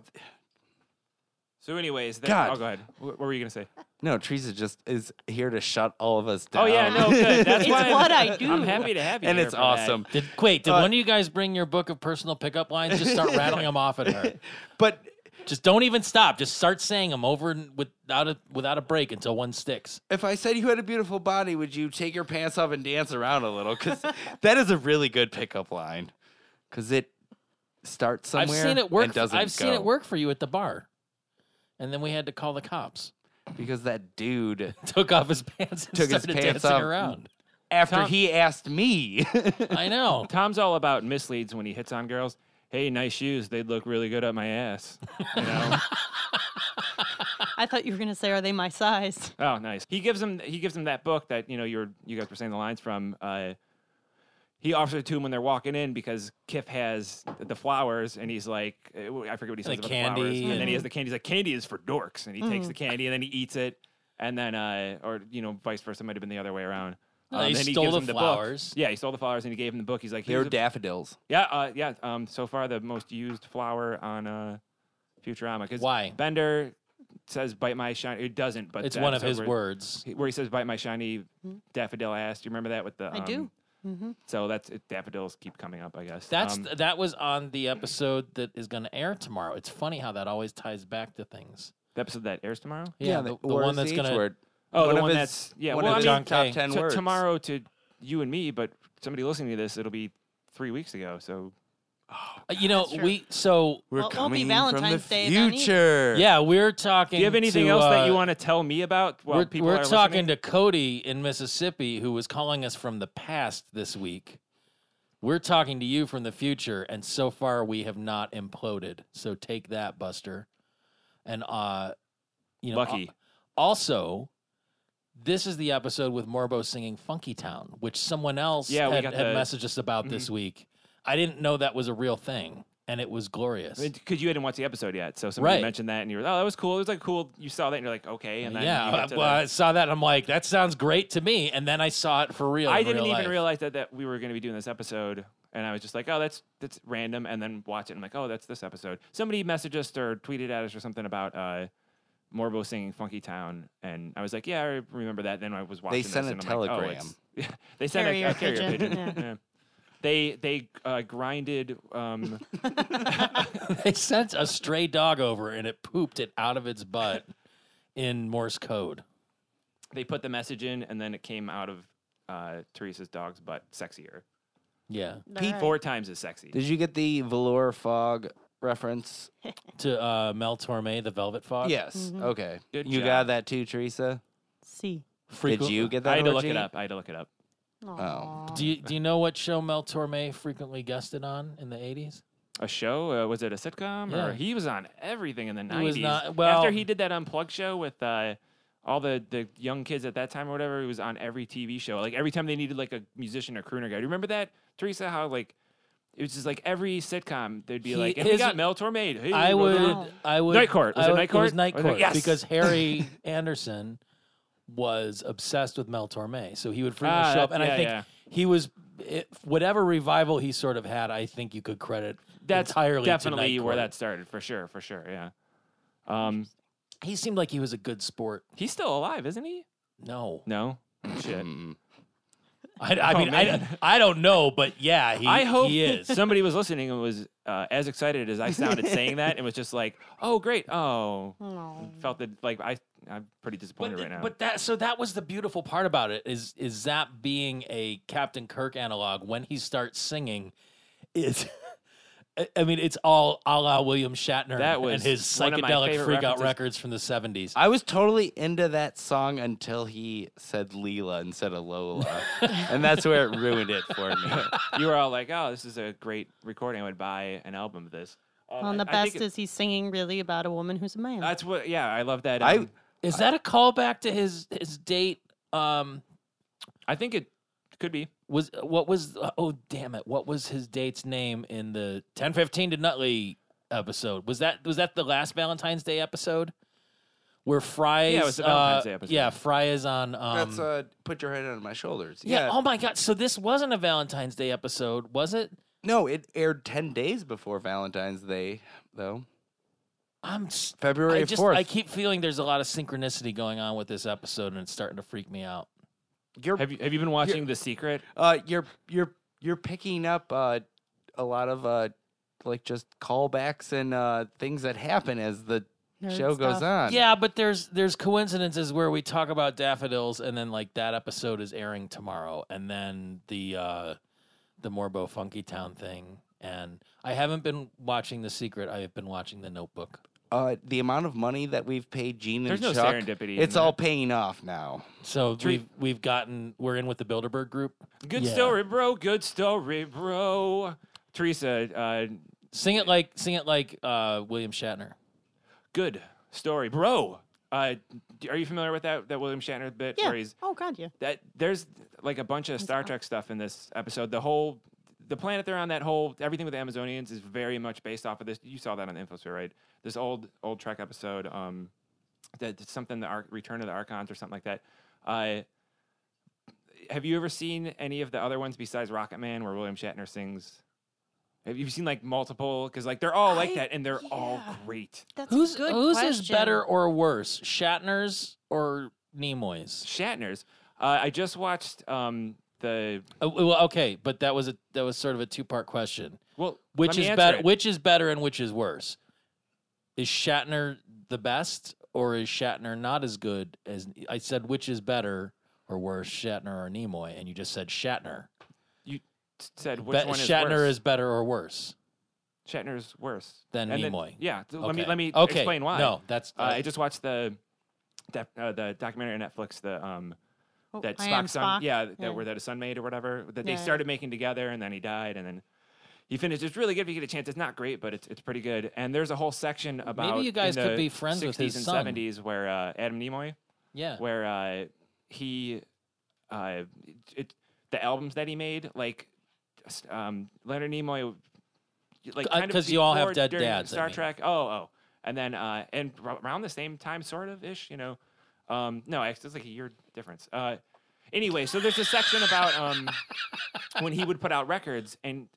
S4: So, anyways, then,
S5: God.
S4: oh, go ahead. Wh- What were you gonna say?
S5: no, Teresa just is here to shut all of us down.
S4: Oh yeah, no, good. That's
S7: It's
S4: why I'm-
S7: what I
S4: I'm
S7: do.
S4: happy to have you,
S5: and
S4: here
S5: it's
S4: for that.
S5: awesome.
S6: Did, wait, did
S5: Uh,
S6: one of you guys bring your book of personal pickup lines? Just start rattling them off at her.
S5: But
S6: Just don't even stop. Just start saying them over and without a without a break until one sticks.
S5: if I said you had a beautiful body, would you take your pants off and dance around a little? Because that is a really good pickup line. Because it starts somewhere.
S6: I've seen it work.
S5: And doesn't
S6: I've seen
S5: go.
S6: it work for you at the bar, and then we had to call the cops.
S5: because that dude
S6: Took off his pants. And
S5: Took his
S6: started
S5: pants
S6: dancing
S5: off.
S6: around.
S5: after
S4: Tom-
S5: he asked me.
S6: I know.
S4: Tom's all about misleads when he hits on girls. Hey, nice shoes. They'd look really good up my ass. You know?
S7: I thought you were gonna say, "Are they my size?"
S4: oh, nice. He gives him he gives him that book that you know you were you guys were saying the lines from. Uh, he offers it to him when they're walking in because Kiff has the flowers and he's like, uh, I forget what he says
S6: The
S4: about
S6: candy
S4: the flowers. And, then
S6: and- Mm.
S4: he has the candy. He's like, candy is for dorks, and he takes the candy and then he eats it, and then uh, or you know vice versa might have been the other way around. Um,
S6: No, he
S4: then
S6: stole
S4: gives
S6: the
S4: him book.
S6: flowers.
S4: Yeah, he stole the flowers and he gave him the book. He's like,
S5: They're
S4: "Here's a-
S5: daffodils.
S4: Yeah, uh, yeah. Um, so far the most used flower on uh, Futurama. 'cause
S6: Why?
S4: Bender says "bite my shiny." It doesn't, but
S6: It's
S4: that
S6: one of
S4: episode
S6: his
S4: where-
S6: words.
S4: he- Where he says "bite my shiny daffodil ass." Do you remember that with the?
S7: Hmm? I do.
S4: um,
S7: Mm-hmm.
S4: So that's it, daffodils keep coming up, I guess.
S6: That's
S4: Um,
S6: th- that was on the episode that is going to air tomorrow. It's funny how that always ties back to things.
S4: the episode that airs tomorrow.
S6: Yeah, the, the one that's going to.
S5: Word.
S4: Oh, the
S5: of
S4: one
S5: his-
S4: that's yeah.
S5: one
S4: well,
S5: of
S4: I
S5: his
S4: mean,
S6: John
S5: top
S6: Kay.
S5: ten
S4: to-
S5: words.
S4: tomorrow to you and me, but somebody listening to this, it'll be three weeks ago. So
S6: Uh, You know,
S7: That's true.
S6: we so
S5: We're
S7: Well, it won't be
S5: coming from
S7: Valentine's
S5: the
S7: Day then either.
S5: future.
S6: yeah, we're talking.
S4: do you have anything
S6: to,
S4: else that
S6: uh,
S4: you want to tell me about? While
S6: we're
S4: people
S6: we're
S4: are
S6: talking
S4: listening?
S6: to Cody in Mississippi, who was calling us from the past this week. We're talking to you from the future, and so far we have not imploded. So take that, Buster. And uh, you know,
S4: Lucky.
S6: Also, this is the episode with Morbo singing Funky Town, which someone else
S4: Yeah, we
S6: had,
S4: got
S6: had
S4: the- mm-hmm.
S6: messaged us about this week. I didn't know that was a real thing, and it was glorious.
S4: Because you hadn't watched the episode yet, so somebody
S6: Right.
S4: mentioned that, and you were, oh, that was cool. It was like cool. You saw that, and you're like, okay. And then
S6: yeah,
S4: you
S6: I-
S4: get to
S6: well,
S4: the-
S6: I saw that and I'm like, that sounds great to me. And then I saw it for real.
S4: I
S6: in
S4: didn't
S6: real
S4: even
S6: life.
S4: realize that that we were going to be doing this episode, and I was just like, oh, that's that's random, and then watch it. And I'm like, oh, that's this episode. Somebody messaged us or tweeted at us or something about uh, Morbo singing "Funky Town," and I was like, yeah, I remember that. Then I was watching. this,
S5: sent a
S4: and I'm like, oh, it's- they sent
S7: Carrier
S4: a, a carrier
S7: pigeon,
S4: pigeon. yeah. They they uh, grinded. Um,
S6: they sent a stray dog over and it pooped it out of its butt in Morse code.
S4: they put the message in, and then it came out of uh, Teresa's dog's butt, sexier.
S6: Yeah.
S7: Alright.
S4: Four times as sexy.
S5: Did you get the velour fog reference?
S6: To uh, Mel Torme, the Velvet Fog.
S5: Yes.
S4: Mm-hmm.
S5: Okay.
S4: Good
S5: you
S4: job.
S5: got that too, Teresa.
S7: C.
S5: Did you get that?
S4: I had to look
S5: Orgy?
S4: it up. I had to look it up.
S7: Aw.
S6: Oh. Do you, do you know what show Mel Torme frequently guested on in the 80s?
S4: A show? Uh, was it a sitcom?
S6: Yeah.
S4: Or he was on everything in the nineties.
S6: was not- well-
S4: after he did that unplugged show with uh, all the the young kids at that time or whatever. It was on every TV show. Like every time they needed like a musician or crooner guy. Do you remember that Teresa? How like it was just like every sitcom they'd be
S6: He-
S4: like, and we
S6: his-
S4: got Mel Torme. Hey,
S6: I
S4: we'll
S6: would,
S4: do-
S7: Wow.
S6: I would.
S4: Night Court. Was
S6: I
S4: it
S6: would-
S4: Night Court?
S6: was Night
S4: Was it-
S6: Court
S4: yes.
S6: because Harry Anderson was obsessed with Mel Torme, so he would frequently
S4: Ah,
S6: show up, and
S4: yeah,
S6: I think
S4: yeah.
S6: he was it, whatever revival he sort of had. I think you could credit
S4: That's
S6: entirely to
S4: definitely
S6: Night
S4: where
S6: Court.
S4: that started for sure, for sure. Yeah. Um,
S6: He seemed like he was a good sport.
S4: he's still alive, isn't he?
S6: No,
S4: No. Shit.
S6: I, I
S4: Oh,
S6: mean, I,
S4: man.
S6: I don't know, but yeah, he,
S4: I hope
S6: he is.
S4: somebody was listening and was uh, as excited as I sounded saying that and was just like, "Oh, great! Oh,
S7: Aw.
S4: felt that like I I'm pretty disappointed
S6: But,
S4: right now."
S6: but that so that was the beautiful part about it is is that being a Captain Kirk analog when he starts singing is I- I mean it's all a la William Shatner
S4: That was
S6: and his
S4: one of my
S6: psychedelic
S4: favorite
S6: freakout
S4: references.
S6: records from the 70s.
S5: I was totally into that song until he said Leela instead of Lola. and that's where it ruined it for me.
S4: you were all like, "Oh, this is a great recording. I would buy an album of this." Um,
S7: Well, and the
S4: I- I think
S7: best
S4: it-
S7: is he's singing really about a woman who's a man.
S4: that's what. Yeah, I love that.
S5: I
S4: um,
S6: Is that a callback to his his date um
S4: I think it could be.
S6: was what was oh damn it what was his date's name in the 1015 to Nutley episode was that was that the last Valentine's Day episode where Fry
S4: Yeah, it was the Valentine's
S6: uh,
S4: Day episode.
S6: yeah Fry is on um,
S5: that's uh, put your head on my shoulders.
S6: yeah, oh my god so this wasn't a Valentine's Day episode was it
S5: No, it aired 10 days before Valentine's Day, though.
S6: I'm s-
S5: February
S6: I just
S5: 4th.
S6: I keep feeling there's a lot of synchronicity going on with this episode and it's starting to freak me out
S5: You're,
S4: Have you Have you been watching The Secret?
S5: uh, you're, you're, you're picking up uh, a lot of uh, like just callbacks and uh, things that happen as the
S7: Nerd
S5: show goes
S7: stuff.
S5: on.
S6: yeah but there's there's coincidences where we talk about daffodils and then like that episode is airing tomorrow and then the uh the morbo funky town thing and i haven't been watching the secret i have been watching the notebook
S5: Uh, the amount of money that we've paid Gene
S4: There's no
S5: and Chuck,
S4: serendipity in
S5: it's all
S4: that.
S5: paying off now.
S6: so
S4: Tre-
S6: we've we've gotten we're in with the bilderberg group
S4: Good
S6: Yeah.
S4: story, bro. Good story, bro. Teresa, uh,
S6: sing it like sing it like uh william shatner
S4: good story, bro. Uh, d- are you familiar with that that William Shatner bit
S7: Yeah.
S4: where he's
S7: Oh God, yeah.
S4: that there's like a bunch of Star Trek stuff in this episode. The whole the planet they're on, that whole everything with the Amazonians is very much based off of this. You saw that on the Infosphere, right? This old old Trek episode, um, that that's something the Ar- Return of the Archons or something like that. Uh, have you ever seen any of the other ones besides Rocket Man where William Shatner sings? Have you seen like multiple? Because like they're all like
S7: I-
S4: that, and they're all
S7: yeah.
S4: great.
S7: That's a
S6: who's
S7: good
S6: whose is
S7: question.
S6: better or worse shatner's or nimoy's
S4: Shatner's. Uh, I just watched um, the
S6: Uh, well, okay, but that was a that was sort of a two part question.
S4: well, let
S6: Which
S4: me
S6: is
S4: answer
S6: better?
S4: it.
S6: Which is better and which is worse? Is Shatner the best, or is Shatner not as good as I said? Which is better or worse, Shatner or Nimoy? And you just said Shatner.
S4: s- said which
S6: But
S4: one is
S6: Shatner
S4: worse.
S6: is better or worse
S4: Shatner's worse
S6: than
S4: And then-
S6: Nimoy.
S4: yeah, th- let me
S6: Okay.
S4: let me
S6: okay.
S4: explain why.
S6: No, that's
S4: uh, I just watched the def- uh, the documentary on Netflix, the um
S7: Oh,
S4: that
S7: I am
S4: Spock's son,
S7: Spock.
S4: yeah, that
S7: Yeah.
S4: where that his son made or whatever that they
S7: Yeah.
S4: started making together, and then he died, and then he finished. It's really good if you get a chance. It's not great, but it's it's pretty good. And there's a whole section about
S6: you guys
S4: in
S6: could
S4: the
S6: be friends with
S4: 60s
S6: his
S4: and
S6: son.
S4: 70s where uh, Adam Nimoy
S6: yeah.
S4: where uh, he uh, it, it- the albums that he made like s- um, Leonard Nimoy like
S6: Uh,
S4: kind of
S6: 'cause you all have
S4: before,
S6: dead
S4: during
S6: dads, I
S4: Star
S6: mean.
S4: Trek oh oh and then uh, and r- around the same time sort of ish you know um, no actually it's like a year difference uh, anyway so there's a section about um, when he would put out records and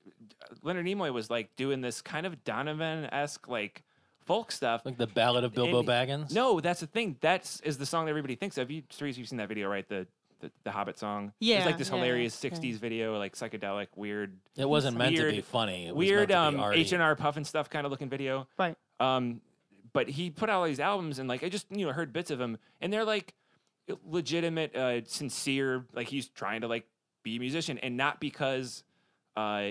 S4: uh, Leonard Nimoy was like doing this kind of Donovan esque like folk stuff
S6: Like the Ballad of Bilbo
S4: and-
S6: Baggins.
S4: no, that's the thing. That's is the song that everybody thinks of. You, Therese, you've seen that video, right? The the, the Hobbit song. It's
S7: Yeah,
S4: like this
S7: yeah, yeah,
S4: hilarious
S7: yeah.
S4: '60s video, like psychedelic, weird,
S6: it wasn't meant to be
S4: Weird-
S6: funny. It was
S4: weird
S6: meant to
S4: um
S6: be arty.
S4: H and R Puffin stuff kind of looking video.
S7: Right.
S4: Um, but he put out all these albums, and like I just you know heard bits of them, and they're like legitimate, uh, sincere. Like he's trying to like be a musician, and not because. Uh,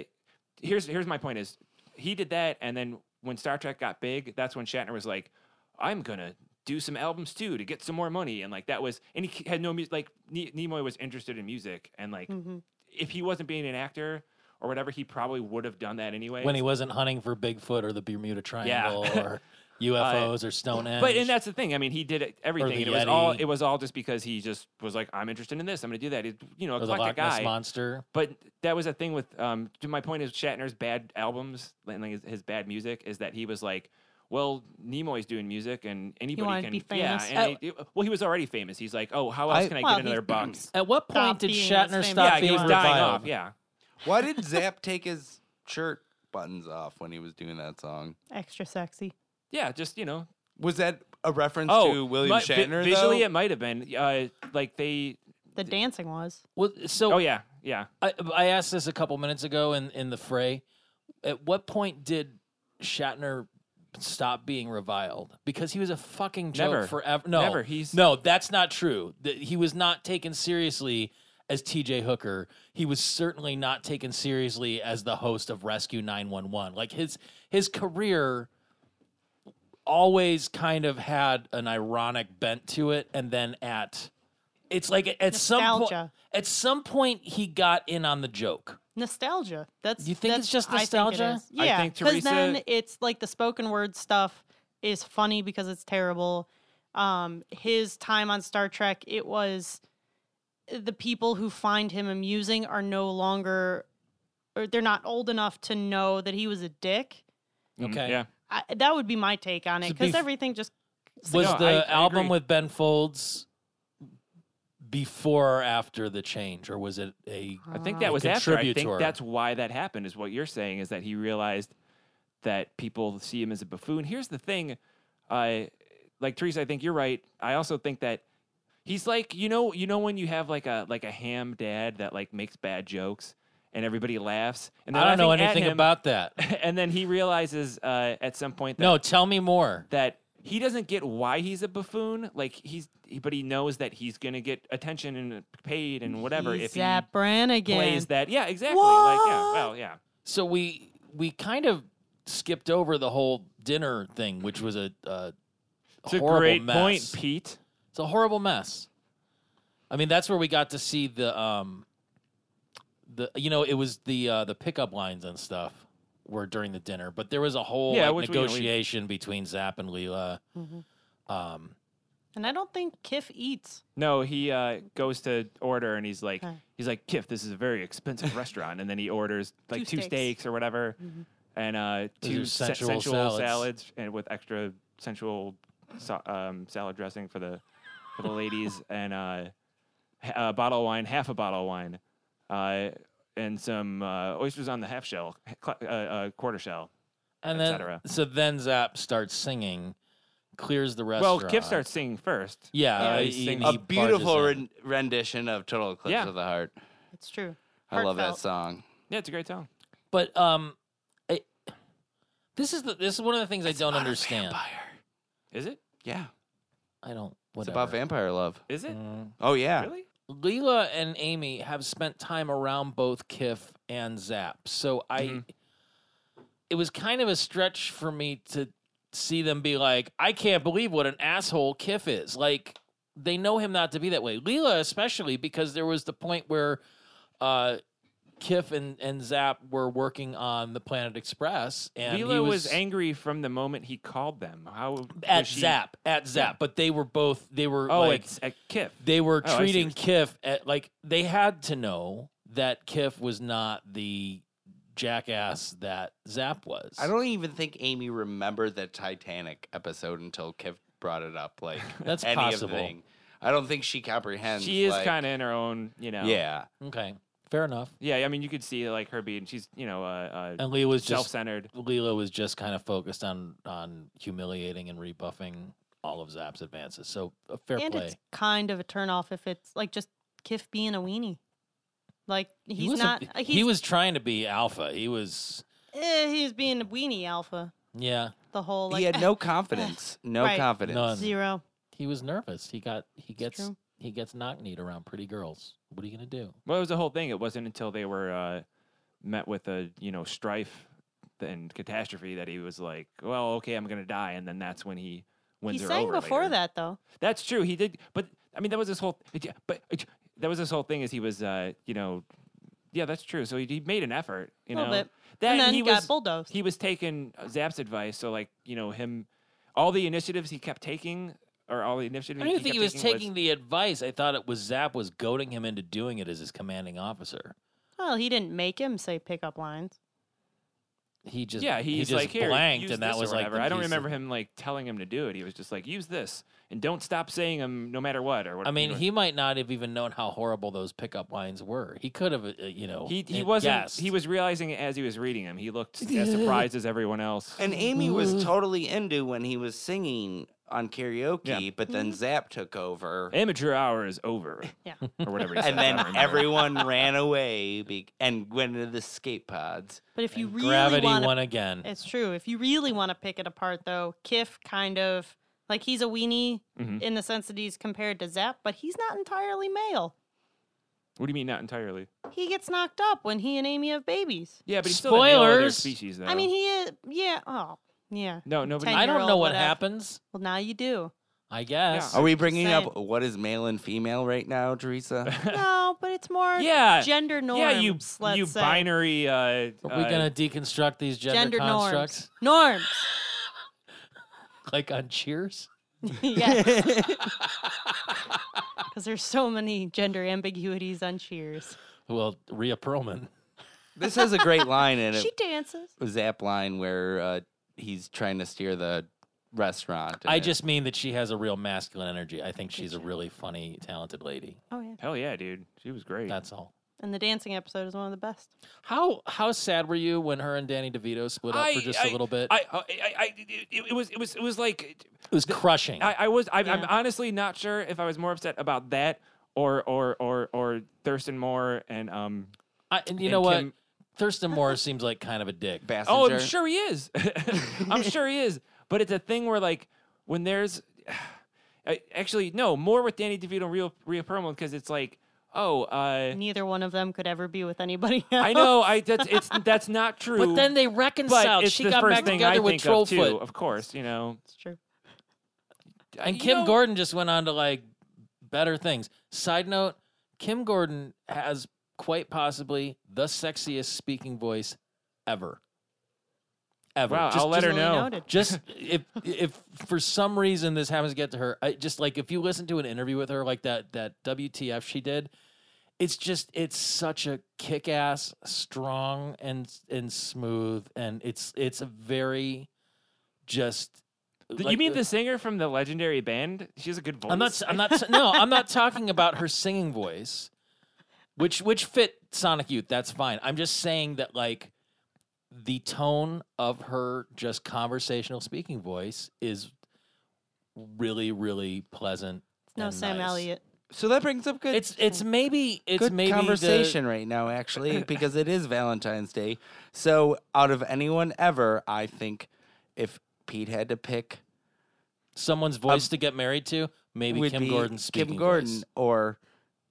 S4: here's here's my point: is he did that, and then when Star Trek got big, that's when Shatner was like, "I'm gonna." Do some albums too to get some more money, and like that was, and he had no music. Like Ni- Nimoy was interested in music, and like
S7: Mhm.
S4: if he wasn't being an actor or whatever, he probably would have done that anyway.
S6: when he wasn't hunting for Bigfoot or the Bermuda Triangle or UFOs or Stonehenge.
S4: Uh, But and that's the thing. I mean, he did it- everything.
S6: the
S4: And it was all
S6: Yeti.
S4: it was all just because he just was like, I'm interested in this. I'm going to do that. He's you know,
S6: or
S4: a
S6: the Loch
S4: eclectic
S6: Ness
S4: guy.
S6: monster.
S4: But that was a thing with um. To my point is Shatner's bad albums, like like his, his bad music, is that he was like, well, Nimoy's doing music, and anybody
S7: wanted
S4: can
S7: to be famous. Oh.
S4: yeah. And he- well, he was already famous. He's like, oh, how else
S5: I-
S4: can I
S7: Well,
S4: get another
S7: he's-
S4: buck?
S6: At what point
S7: Stop
S6: did
S7: being
S6: Shatner
S7: as famous.
S6: stop
S4: yeah,
S6: being
S4: he was
S6: reviled?
S4: dying off. Yeah,
S5: Why did Zapp take his shirt buttons off when he was doing that song?
S7: Extra sexy.
S4: yeah, just you know.
S5: Was that a reference to William
S4: mi- Oh, vi-
S5: Shatner?
S4: visually,
S5: though?
S4: it might have been uh, like they.
S7: The dancing was.
S6: Well, so
S4: Oh yeah, yeah.
S6: I, I asked this a couple minutes ago in, in the fray. At what point did Shatner stop being reviled? Because he was a fucking joke
S4: Never.
S6: forever. No,
S4: Never. He's-
S6: no, that's not true. That he was not taken seriously as T.J. Hooker. He was certainly not taken seriously as the host of Rescue Nine One One. Like his his career always kind of had an ironic bent to it, and then at it's like at some point
S7: Nostalgia.
S6: at some point he got in on the joke.
S7: Nostalgia. That's
S6: You think
S7: that's-
S6: it's just
S7: I think it
S6: nostalgia?
S7: is.
S4: I
S7: Yeah,
S4: think
S7: because then
S4: Teresa-
S7: it's like the spoken word stuff is funny because it's terrible. Um, his time on Star Trek, it was the people who find him amusing are no longer, or they're not old enough to know that he was a dick.
S4: Mm,
S6: Okay.
S4: Yeah.
S7: I, that would be my take on it
S6: So
S7: because
S6: bef-
S7: everything just
S6: was
S4: No,
S6: the
S4: oh, I- I
S6: album
S4: agree.
S6: with Ben Folds before or after the change, or was it a?
S7: Ah.
S4: I think that
S6: a
S4: was after. I think
S6: contributor.
S4: that's why that happened. Is what you're saying is that he realized that people see him as a buffoon. Here's the thing, I like Teresa. I think you're right. I also think that he's like you know you know when you have like a like a ham dad that like makes bad jokes and everybody laughs and they're
S6: I don't know
S4: laughing at
S6: anything
S4: him,
S6: about that.
S4: And then he realizes uh, at some point that
S6: No, tell me more.
S4: that he doesn't get why he's a buffoon. Like he's, he- but he knows that he's gonna get attention and paid and whatever
S7: He's
S4: if he
S7: Zap Brannigan.
S4: plays that. Yeah, exactly. Like yeah, well, yeah.
S6: So we we kind of skipped over the whole dinner thing, which was a, a
S4: It's a
S6: horrible
S4: great
S6: mess.
S4: point, Pete.
S6: It's a horrible mess. I mean, that's where we got to see the um the you know, it was the uh the pickup lines and stuff were during the dinner, but there was a whole
S4: Yeah,
S6: like,
S4: which we- we-
S6: negotiation between Zap and Leela.
S4: Mm-hmm.
S6: Um
S7: and I don't think Kiff eats.
S4: No, he uh, goes to order and he's like,
S7: Huh.
S4: he's like, Kif, this is a very expensive restaurant, and then he orders like two,
S7: Two steaks. Mm-hmm.
S4: steaks. or whatever, and uh,
S6: Those are
S4: two se-
S6: sensual
S4: sensual
S6: salads.
S4: salads. and with extra sensual so- um, salad dressing for the for the ladies, and uh, h- a bottle of wine, half a bottle of wine, uh, and some uh, oysters on the half shell, cl- uh, uh, quarter shell.
S6: and
S4: Et
S6: then
S4: cetera.
S6: so then Zap starts singing, clears the
S4: Well,
S6: restaurant.
S4: Kif starts singing first.
S6: Yeah,
S4: Uh,
S6: uh,
S4: he's
S6: he-
S4: singing-
S6: he
S5: a
S6: barges
S5: beautiful
S6: in.
S5: ren- rendition of Total Eclipse
S4: Yeah.
S5: of the Heart.
S7: It's true.
S5: I love that
S7: Heartfelt.
S5: song.
S4: yeah, it's a great song.
S6: But um I, this is the this is one of the things I don't understand.
S4: Is it?
S5: Yeah,
S6: I don't
S5: it's
S6: whatever.
S5: about vampire love.
S4: Is it?
S6: Mm.
S5: Oh yeah,
S4: Really?
S6: Leela and Amy have spent time around both Kiff and Zap. So I
S4: Mhm.
S6: it was kind of a stretch for me to see them be like, I can't believe what an asshole Kiff is. Like they know him not to be that way. Leela especially because there was the point where uh Kiff and, and Zap were working on the Planet Express and he
S4: Leela was,
S6: was
S4: angry from the moment he called them. How
S6: at
S4: was she-
S6: Zap. At Zap. But they were both they were
S4: Oh,
S6: like
S4: it's at Kif.
S6: they were
S4: Oh, I see what
S6: treating
S4: you're
S6: Kiff at, like they had to know that Kiff was not the jackass that Zap was.
S5: I don't even think Amy remembered that Titanic episode until Kev brought it up. Like
S6: That's
S5: any
S6: possible.
S5: Anything. I don't think she comprehends.
S4: She is
S5: like-
S4: kind of in her own, you know.
S5: Yeah,
S6: Okay, fair enough.
S4: Yeah, I mean, you could see like her being she's, you know, uh, uh
S6: And Leela was just
S4: self-centered.
S6: Leela was just kind of focused on on humiliating and rebuffing all of Zap's advances. So a fair
S7: and
S6: play.
S7: it's kind of a turnoff if it's like just Kiff being a weenie. Like he's
S6: was a-
S7: not. uh, he's,
S6: he was trying to be alpha. He was.
S7: eh, he's being a weenie alpha.
S6: Yeah,
S7: The whole like
S5: he had no confidence. No
S7: Right.
S5: confidence.
S6: None.
S7: zero.
S6: he was nervous. He got he gets
S7: true.
S6: he gets knock kneed around pretty girls. What are you gonna do?
S4: Well, it was the whole thing. It wasn't until they were uh, met with a, you know, strife and catastrophe that he was like, "Well, okay, I'm going to die." And then that's when he wins
S7: He
S4: her
S7: sang
S4: over
S7: before
S4: later.
S7: that though.
S4: That's true. He did, but I mean, that was this whole. it- yeah, But it- that was this whole thing. Is he was, uh, you know, yeah, that's true. So he, he made an effort. You
S7: Little
S4: know,
S7: bit. And then
S4: he
S7: got
S4: was
S7: bulldozed.
S4: He was taking Zap's advice. So like, you know, him. all the initiatives he kept taking, or all the initiatives
S6: I don't even
S4: he
S6: think
S4: kept
S6: he was
S4: taking
S6: taking the advice. I thought it was Zap was goading him into doing it as his commanding officer.
S7: Well, he didn't make him say pickup lines.
S6: He just
S4: yeah, he's
S6: he just
S4: like here,
S6: blanked,
S4: use
S6: and that
S4: this or
S6: was like
S4: whatever.
S6: the
S4: I don't
S6: piece of-
S4: remember him like telling him to do it. He was just like use this and don't stop saying them no matter what or what.
S6: I mean,
S4: you know,
S6: he might not have even known how horrible those pickup lines were. He could have, uh, you know,
S4: he he
S6: uh,
S4: wasn't.
S6: guessed.
S4: He was realizing it as he was reading him. He looked as surprised as everyone else.
S5: And Amy was totally into when he was singing on karaoke,
S4: Yeah.
S5: but
S7: Mm-hmm.
S5: then Zap took over.
S4: Amateur hour is over.
S7: Yeah.
S4: or whatever. He said.
S5: And
S4: I don't
S5: then
S4: remember.
S5: everyone ran away be- and went into the skate pods.
S7: But if you really
S6: Gravity
S7: want
S6: won again.
S7: It's true. If you really want to pick it apart, though, Kiff kind of like he's a weenie
S4: Mhm.
S7: in the sense that he's compared to Zap, but he's not entirely male.
S4: What do you mean not entirely?
S7: He gets knocked up when he and Amy have babies.
S4: Yeah, but he's still the male of their
S6: Spoilers!
S4: species though.
S7: I mean, he is. Yeah. Oh, yeah.
S4: no, nobody.
S7: ten-
S6: I don't know
S7: year-old
S6: what
S7: whatever.
S6: happens.
S7: Well, now you do.
S6: I guess.
S5: Are we bringing
S7: Same.
S5: up what is male and female right now, Teresa?
S7: No, but it's more
S4: Yeah.
S7: gender norms.
S4: yeah, you
S7: let's
S4: you
S7: say.
S4: binary. Uh,
S6: Are we
S4: uh,
S6: gonna deconstruct these gender,
S7: gender
S6: constructs
S7: norms. Norms.
S6: like on Cheers?
S7: yes. Because there's so many gender ambiguities on Cheers.
S6: Well, Rhea Perlman.
S5: this has a great line in it.
S7: She dances.
S5: Zap line where uh, he's trying to steer the restaurant. and
S6: I
S5: it-
S6: just mean that she has a real masculine energy. I think she's a really funny, talented lady.
S7: Oh yeah.
S4: Hell yeah, dude. She was great.
S6: That's all.
S7: And the dancing episode is one of the best.
S6: How how sad were you when her and Danny DeVito split up for
S4: I-
S6: just a
S4: I-
S6: little bit?
S4: I, I, I, I it, it was, it was, it was like,
S6: it was crushing.
S4: I, I was, I, I'm
S7: Yeah.
S4: honestly not sure if I was more upset about that or, or, or, or Thurston Moore and um.
S6: I- and you
S4: and
S6: know what?
S4: Kim-
S6: Thurston Moore seems like kind of a dick.
S4: Oh,
S5: Bassinger.
S4: I'm sure he is. I'm sure he is. But it's a thing where like when there's, I, actually no more with Danny DeVito and Rhea, Rhea Perlman because it's like, oh, uh,
S7: Neither one of them could ever be with anybody else.
S4: I know, I that's it's that's not true.
S6: But then they
S4: but
S6: reconciled.
S4: it's
S6: She
S4: the
S6: got
S4: first
S6: back
S4: thing
S6: together
S4: I
S6: with
S4: think of too.
S6: Trollfoot.
S4: Of course, you know.
S7: It's true.
S6: And
S4: You
S6: Kim
S4: know-
S6: Gordon just went on to like better things. Side note, Kim Gordon has quite possibly the sexiest speaking voice ever. Ever.
S4: Wow,
S6: just,
S4: I'll let her
S7: really
S4: know.
S7: noted.
S6: just if if for some reason this happens to get to her, I just like if you listen to an interview with her like that that WTF she did, it's just it's such a kick ass, strong and and smooth, and it's it's a very just.
S4: Th- you
S6: like,
S4: mean
S6: uh,
S4: the singer from the legendary band? She has a good voice.
S6: I'm not. s- I'm not. s- No, I'm not talking about her singing voice, which which fit Sonic Youth. That's fine. I'm just saying that like the tone of her just conversational speaking voice is really really pleasant.
S7: It's no
S6: and
S7: Sam
S6: nice.
S7: Elliott.
S5: So that brings up good.
S6: It's it's maybe it's
S5: good
S6: maybe the-
S5: conversation right now, actually, because it is Valentine's Day. So, out of anyone ever, I think if Pete had to pick,
S6: someone's voice to get married to. Maybe
S5: would
S6: Kim
S5: be
S6: Gordon's speaking
S5: Kim Gordon,
S6: voice.
S5: or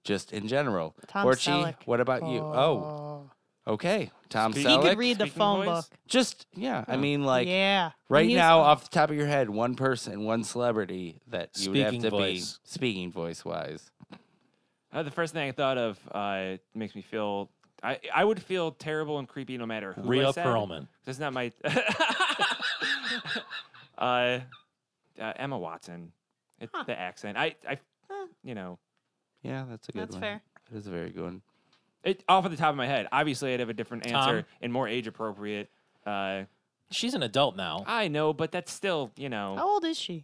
S5: just in general.
S7: Tom
S5: Orchie,
S7: Selleck.
S5: what about you? Oh, okay, Tom
S4: Speaking-
S7: He
S5: Selleck.
S7: could read the
S4: Speaking
S7: phone
S4: voice?
S7: book.
S5: Just yeah, I mean, like
S7: yeah.
S5: right
S7: He was-
S5: now, off the top of your head, one person, one celebrity that you would have
S6: Speaking
S5: to be
S6: voice.
S5: speaking voice wise.
S4: Uh, the first thing I thought of uh, makes me feel. I, I would feel terrible and creepy no matter who. I
S6: Rhea
S4: said.
S6: Perlman.
S4: That's not my. uh, uh, Emma Watson. It,
S7: Huh.
S4: The accent. I, I
S7: Huh.
S4: you know,
S5: Yeah, that's a good
S7: That's
S5: one.
S7: fair.
S5: That is a very good one.
S4: it, off of the top of my head. Obviously, I'd have a different answer
S6: Tom?
S4: and more age appropriate. Uh,
S6: She's an adult now.
S4: I know, but that's still, you know,
S7: How old is she?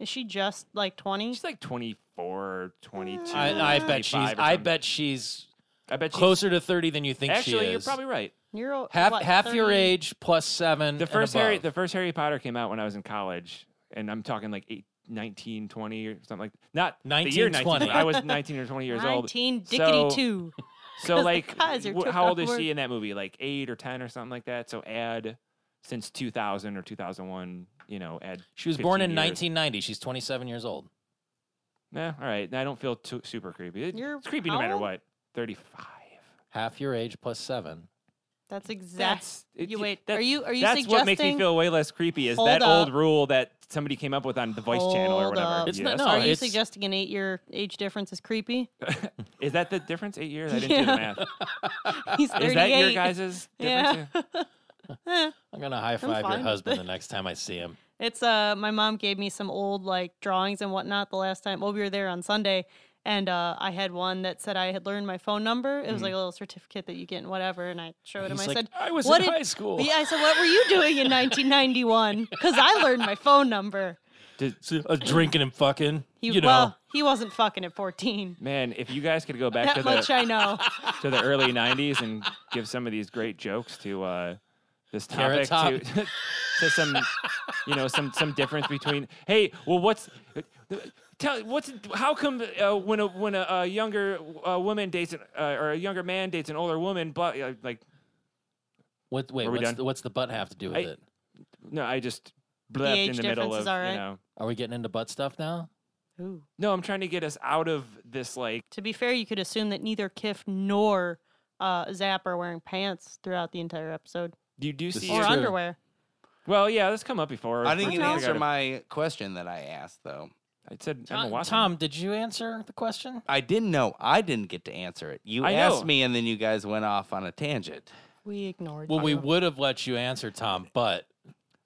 S7: Is she just like 20?
S4: uh, she's like 24, 22.
S6: Uh, I, I bet she's.
S4: 25 or
S6: I
S4: something.
S6: bet she's
S4: I bet she's
S6: closer to thirty than you think she
S4: Actually,
S6: is.
S4: you're probably right.
S7: You're o-
S6: half
S7: what,
S6: half your
S7: 30?
S6: age plus seven.
S4: The
S6: Mm, and
S4: first Harry,
S6: above.
S4: the first Harry Potter came out when I was in college, and I'm talking like eight, 19, 20 or something like not the year
S6: 1920.
S4: 19, I was 19 or 20 years old.
S7: 19
S4: So-
S7: dickety two.
S4: So
S7: 'cause the
S4: like,
S7: Kaiser
S4: wh-
S7: took
S4: how old is
S7: over.
S4: she in that movie? Like eight or 10 or something like that. So add since 2000 or 2001, you know, add.
S6: she was born in
S4: 15 years.
S6: 1990. She's 27 years old.
S4: Nah, all right. I don't feel too super creepy. It-
S7: You're
S4: it's creepy no matter
S7: how old?
S4: what. 35.
S6: Half your age plus seven.
S7: That's exact.
S4: That's it-
S7: You
S4: it-
S7: wait.
S4: that-
S7: are you are you
S4: That's
S7: suggesting?
S4: what makes me feel way less creepy is
S7: Hold
S4: that
S7: up.
S4: old rule that somebody came up with on the Voice Channel or
S7: Hold
S4: whatever.
S7: up.
S6: It's not-
S4: Yes.
S6: no,
S7: are you
S6: it's-
S7: suggesting an eight-year age difference is creepy?
S4: Is that the difference? Eight years? I didn't do the math.
S7: He's 38.
S4: Is that your guys' difference?
S7: Yeah.
S6: I'm gonna high five
S7: fine
S6: your
S7: with
S6: husband
S7: it.
S6: the next time I see him.
S7: It's uh my mom gave me some old like drawings and whatnot the last time. Well, we were there on Sunday and uh, I had one that said I had learned my phone number. It was
S4: Mm-hmm.
S7: like a little certificate that you get and whatever. And I showed him.
S6: He's
S7: I
S6: like,
S7: said,
S6: "I was
S7: "What
S6: in
S7: did-
S6: high school."
S7: Yeah, I said, "What were you doing in 1991?" Because I learned my phone number.
S6: So, uh, drinking and fucking.
S7: He
S6: you know,
S7: well, he wasn't fucking at 14.
S4: Man, if you guys could go back to
S7: That much
S4: the
S7: I know.
S4: to the early '90s and give some of these great jokes to uh, this
S6: Carrot
S4: topic to to some, you know, some some difference between. Hey, well, what's tell what's how come uh, when a when a, uh younger uh, woman dates an, uh, or a younger man dates an older woman, but uh, like
S6: what, wait,
S4: Are we
S6: what's
S4: done?
S6: the, what's the butt have to do with
S4: I-
S6: it?
S4: no, I just blepped
S7: age
S4: in the middle
S7: difference
S4: of
S7: is all right.
S4: you know.
S6: Are we getting into butt stuff now?
S7: Ooh.
S4: No, I'm trying to get us out of this like
S7: To be fair, you could assume that neither Kiff nor uh, Zap are wearing pants throughout the entire episode
S4: you do see.
S7: or
S4: it-
S6: true.
S7: underwear.
S4: Well, yeah, that's come up before.
S5: I didn't
S4: We're
S5: even
S4: trying to
S5: answer
S4: figure out
S5: my question that I asked though.
S4: if- I said Emma
S6: Tom,
S4: Watson.
S6: Tom, did you answer the question?
S5: I didn't know. I didn't get to answer it. You
S4: I
S5: asked
S4: know.
S5: me, and then you guys went off on a tangent.
S7: We ignored.
S6: Well, we
S7: you.
S6: would have let you answer, Tom, but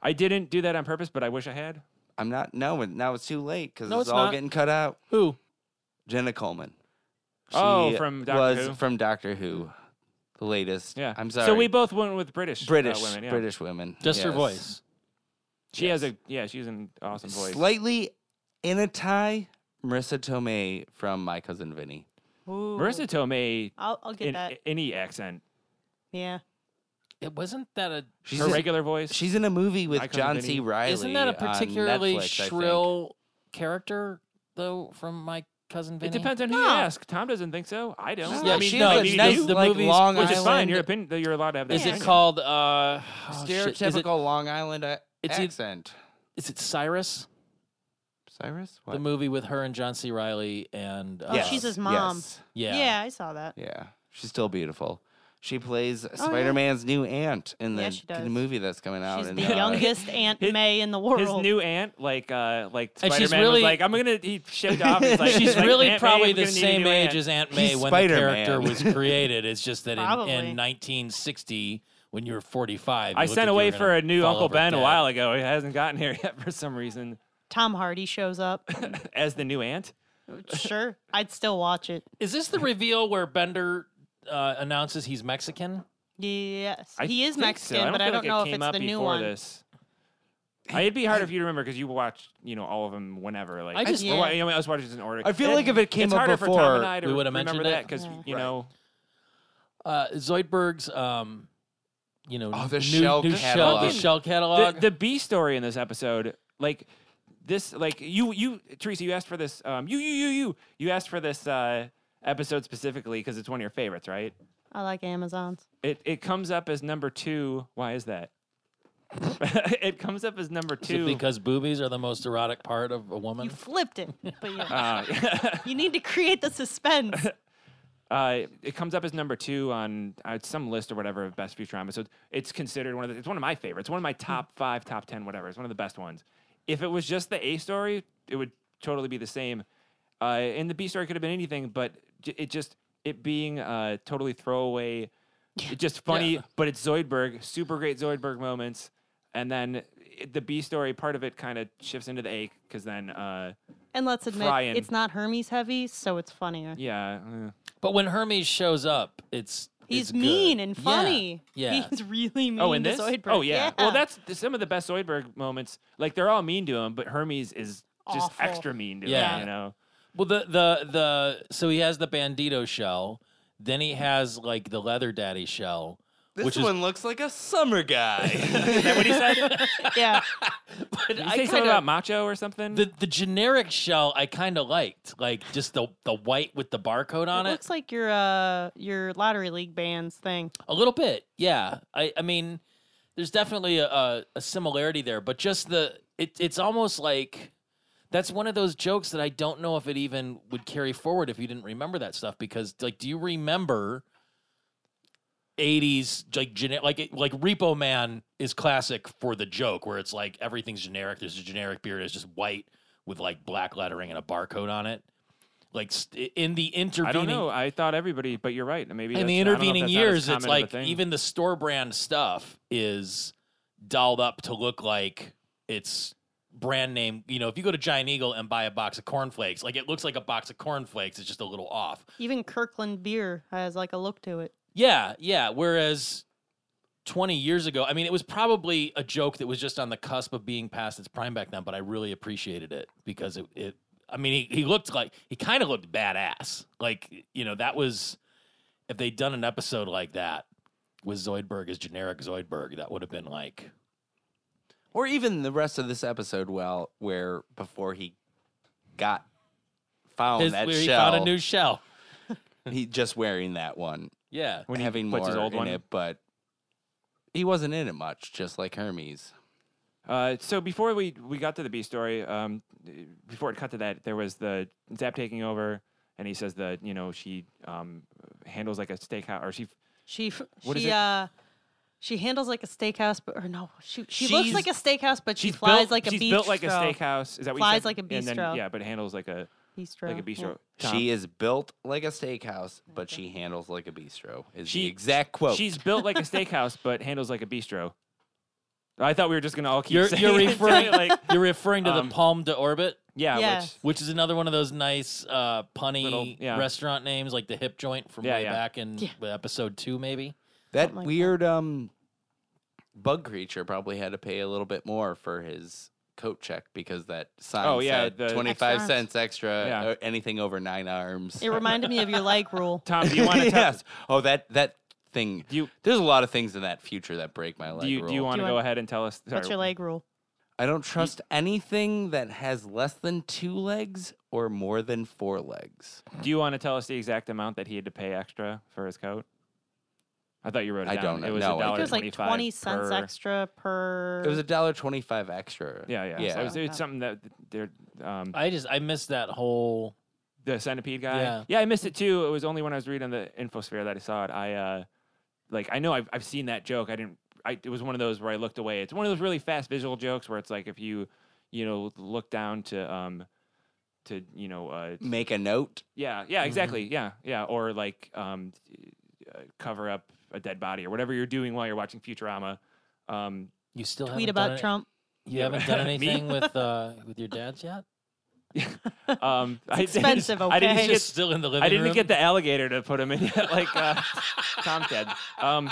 S4: I didn't do that on purpose, but I wish I had.
S5: I'm not. No, and now it's too late because
S6: No,
S5: it's,
S6: it's
S5: all
S6: not.
S5: getting cut out.
S6: who?
S5: Jenna Coleman.
S4: Oh,
S5: She
S4: from Doctor
S5: was
S4: Who?
S5: from Doctor Who, the latest.
S4: Yeah.
S5: I'm sorry.
S4: So we both went with British uh,
S5: British
S4: women. Yeah.
S5: British women.
S6: Just her
S5: yes.
S6: voice.
S4: She has a yeah. She's an awesome voice.
S5: Slightly in a tie, Marissa Tomei from My Cousin Vinny.
S7: Ooh.
S4: Marissa Tomei
S7: I'll, I'll get
S4: in
S7: that.
S4: a- any accent,
S7: yeah.
S6: It wasn't that a
S5: She's
S4: her
S5: in,
S4: regular voice.
S5: she's in a movie with
S4: My Cousin
S5: John C.
S4: Vinny.
S5: Riley.
S6: isn't that a
S5: on
S6: particularly
S5: Netflix, I think.
S6: shrill character though from my cousin
S4: it
S6: Vinny?
S4: depends on who you
S7: No.
S4: ask. Tom doesn't think so. I don't.
S6: Yeah,
S4: I mean,
S5: she
S6: no,
S5: has
S6: maybe
S5: a
S4: you
S5: nice,
S4: do,
S6: the
S5: like,
S6: movies-
S5: Long
S4: which is fine.
S5: Island,
S4: Your opinion, you're allowed to have that.
S6: Is it
S4: opinion.
S6: called uh oh, shit,
S5: stereotypical
S6: Is it,
S5: Long Island uh,
S6: It's either-
S5: accent.
S6: is it Cyrus?
S5: Cyrus,
S6: The
S5: what?
S6: movie with her and John C. Riley and uh,
S7: Oh, she's his mom.
S5: yes,
S6: yeah.
S7: Yeah, I saw that.
S5: Yeah, she's still beautiful. She plays Spider-Man's new aunt in the,
S7: Oh, Yeah, she
S5: the
S7: does.
S5: movie that's coming out.
S7: She's
S5: in,
S7: the
S5: uh,
S7: youngest Aunt
S4: his-
S7: May in the
S4: His
S7: world.
S4: new aunt, like uh, like
S6: And
S4: Spider
S6: she's
S4: Man,
S6: really-
S4: was like, "I'm gonna." He shipped off. He's like,
S6: She's
S4: like,
S6: really
S4: "Aunt May,
S6: probably
S4: I'm
S6: the
S4: gonna need a
S6: same
S4: new aunt."
S6: age as Aunt May
S5: He's
S6: when
S5: Spider-Man.
S6: the character was created. It's just that in, in
S7: Probably.
S6: 1960, when you were 45,
S4: I sent away for a new Uncle Ben a while
S6: ago.
S4: ago. He hasn't gotten here yet for some reason.
S7: Tom Hardy shows up.
S4: As the new aunt,
S7: sure, I'd still watch it.
S6: Is this the reveal where Bender uh, announces he's Mexican?
S7: Yes,
S4: I
S7: he is
S4: think
S7: Mexican,
S4: so. I
S7: but
S4: feel
S7: I don't
S4: like it
S7: know if
S4: came
S7: it's
S4: up
S7: the new
S4: before
S7: one.
S4: This. I- it'd be harder for you to remember because you watched, you know, all of them whenever. Like
S6: I just-
S4: Or why- you know, I was watching this in order.
S5: I feel like if it came
S4: it's
S5: up
S4: harder for Tom
S5: before,
S4: and I to
S6: we would've
S4: remember
S6: mentioned it.
S4: that because
S7: Yeah.
S4: you know
S6: Uh, Zoidberg's, um, you know,
S5: Oh, the
S6: new,
S5: shell
S6: new shell, the
S5: catalog.
S6: shell
S4: the,
S6: catalog.
S4: the B story in this episode, like this, like you, you, Teresa, you asked for this. Um, you, you, you, you, you asked for this uh, episode specifically because it's one of your favorites, right?
S7: I like Amazons.
S4: It it comes up as number two. Why is that? it comes up as number
S6: Is it
S4: two.
S6: because boobies are the most erotic part of a woman.
S7: You flipped it, but yeah.
S4: uh,
S7: you need to create the suspense.
S4: Uh, it comes up as number two on uh, some list or whatever of best future episodes. It's considered one of the, it's one of my favorites, one of my top five, top ten, whatever. It's one of the best ones. If it was just the A story, it would totally be the same. Uh, and the B story could have been anything, but j- it just it being uh, totally throwaway, it's just funny. But it's Zoidberg, super great Zoidberg moments, and then it, the B story part of it kind of shifts into the A because then uh,
S7: And let's admit,
S4: Frying.
S7: it's not Hermes heavy, so it's funnier.
S4: yeah, uh,
S6: But when Hermes shows up, it's
S7: He's
S6: it's
S7: mean
S6: good.
S7: and
S6: Yeah,
S7: funny.
S6: Yeah,
S7: he's really mean.
S4: Oh, in
S7: to
S4: this?
S7: Zoidberg.
S4: Oh, yeah. Well, that's th- some of the best Zoidberg moments. Like they're all mean to him, but Hermes is just
S7: Awful.
S4: extra mean to
S6: Yeah.
S4: him. You know,
S6: Well, the the the so he has the bandito shell. Then he has like the leather daddy shell,
S5: This
S6: which
S5: one looks like a summer guy.
S4: is that what he said?
S7: yeah.
S6: is.
S4: Did he
S6: I
S4: say something
S6: kinda-
S4: about macho or something?
S6: the the generic shell I kind of liked, like just the the white with the barcode on
S7: it
S6: it,
S7: looks like your uh your lottery league bands thing.
S6: a little bit. Yeah, I I mean, there's definitely a, a, a similarity there, but just the it it's almost like that's one of those jokes that I don't know if it even would carry forward if you didn't remember that stuff because like do you remember 80s like generic like it- like Repo Man is classic for the joke where it's like everything's generic there's a generic beard it's just white with like black lettering and a barcode on it like st- in the intervening
S4: I don't know. I thought everybody, but you're right. Maybe
S6: in
S4: that's-
S6: the
S4: I don't know if
S6: intervening
S4: that's not as
S6: years,
S4: common
S6: it's
S4: of a
S6: like
S4: thing.
S6: even the store brand stuff is dolled up to look like it's brand name. You know, if you go to Giant Eagle and buy a box of cornflakes, like it looks like a box of cornflakes. It's just a little off.
S7: Even Kirkland beer has like a look to it.
S6: Yeah, yeah. Whereas 20 years ago, I mean, it was probably a joke that was just on the cusp of being past its prime back then, but I really appreciated it because it, it I mean, he, he looked like, he kind of looked badass. Like, you know, that was, if they'd done an episode like that with Zoidberg as generic Zoidberg, that would have been like,
S5: or even the rest of this episode. Well, where before he got found
S6: his,
S5: that
S6: where he
S5: shell,
S6: found a new shell.
S5: he just wearing that one,
S6: Yeah.
S4: When he
S5: having more
S4: puts his old
S5: in
S4: one
S5: it, but he wasn't in it much, just like Hermes.
S4: Uh, so before we, we got to the B story, um, before it cut to that, there was the Zap taking over, and he says that you know she um, handles like a steakhouse, or she
S7: She f
S4: What is
S7: she
S4: it?
S7: uh she handles like a steakhouse, but or no, she she looks
S4: She's-
S7: like a steakhouse, but she
S4: she's
S7: flies
S4: built,
S7: like a
S4: she's
S7: bistro.
S4: built like a steakhouse. Is that what you
S7: Flies
S4: said?
S7: like a
S4: And then,
S7: bistro.
S4: yeah, but handles like a
S7: Bistro.
S4: like a
S7: yeah.
S4: bistro.
S5: She is built like a steakhouse, but she handles like a bistro. Is
S4: She-
S5: the exact quote?
S4: She's built like a steakhouse, but handles like a bistro. I thought we were just gonna all keep
S6: You're,
S4: saying
S6: you're
S4: it,
S6: referring,
S4: like
S6: you're referring to
S4: Um,
S6: the Palm de Orbit,
S4: yeah,
S7: Yes.
S6: which is another one of those nice uh, punny
S4: Little- yeah.
S6: restaurant names, like the Hip Joint from
S4: Yeah,
S6: way
S4: yeah.
S6: back in
S7: Yeah.
S6: with episode two, maybe.
S5: that
S7: something like that.
S5: weird um bug creature probably had to pay a little bit more for his coat check because that sign
S4: Oh, yeah,
S5: said
S4: the-
S5: twenty
S7: Extra
S5: five
S7: arms.
S5: cents extra.
S4: Yeah.
S5: uh, anything over nine arms.
S7: It reminded me of your leg rule.
S4: Tom, do you want to tell?
S5: yes. Oh, that that thing.
S4: Do you
S5: There's a lot of things in that future that break my leg
S4: do you,
S5: rule.
S4: do you want to
S7: Do you
S4: go
S7: want-
S4: ahead and tell us?
S7: What's
S4: sorry,
S7: your leg rule?
S5: I don't trust anything that has less than two legs or more than four legs.
S4: Do you want to tell us the exact amount that he had to pay extra for his coat? I thought you wrote it
S5: I
S4: down.
S5: don't know.
S4: It was
S5: No,
S4: a
S5: I
S7: I
S4: dollar
S7: think it was like
S4: twenty-five
S7: 20 cents
S4: per-
S7: extra per.
S5: It was a dollar twenty five extra.
S4: Yeah, yeah.
S5: Yeah.
S4: So it was, it was
S7: Okay.
S4: something that they're um,
S6: I just, I missed that whole.
S4: the centipede guy.
S6: Yeah.
S4: I missed it too. It was only when I was reading the infosphere that I saw it. I uh, like I know I've I've seen that joke. I didn't. I it was one of those where I looked away. It's one of those really fast visual jokes where it's like if you you know look down to um to you know uh
S5: Make a note.
S4: yeah yeah exactly yeah yeah or like um uh, cover up a dead body or whatever you're doing while you're watching Futurama. Um,
S6: You still
S7: tweet
S6: haven't done
S7: about
S6: it-
S7: Trump.
S6: You
S4: Yeah,
S6: haven't done
S4: me?
S6: anything with uh, with your dad's yet.
S4: um, I didn't-
S7: expensive,
S4: I didn't
S7: okay?
S6: He's
S4: get
S6: just still in the living
S4: I didn't
S6: room.
S4: get the alligator to put him in yet, like uh, Tom did. Um,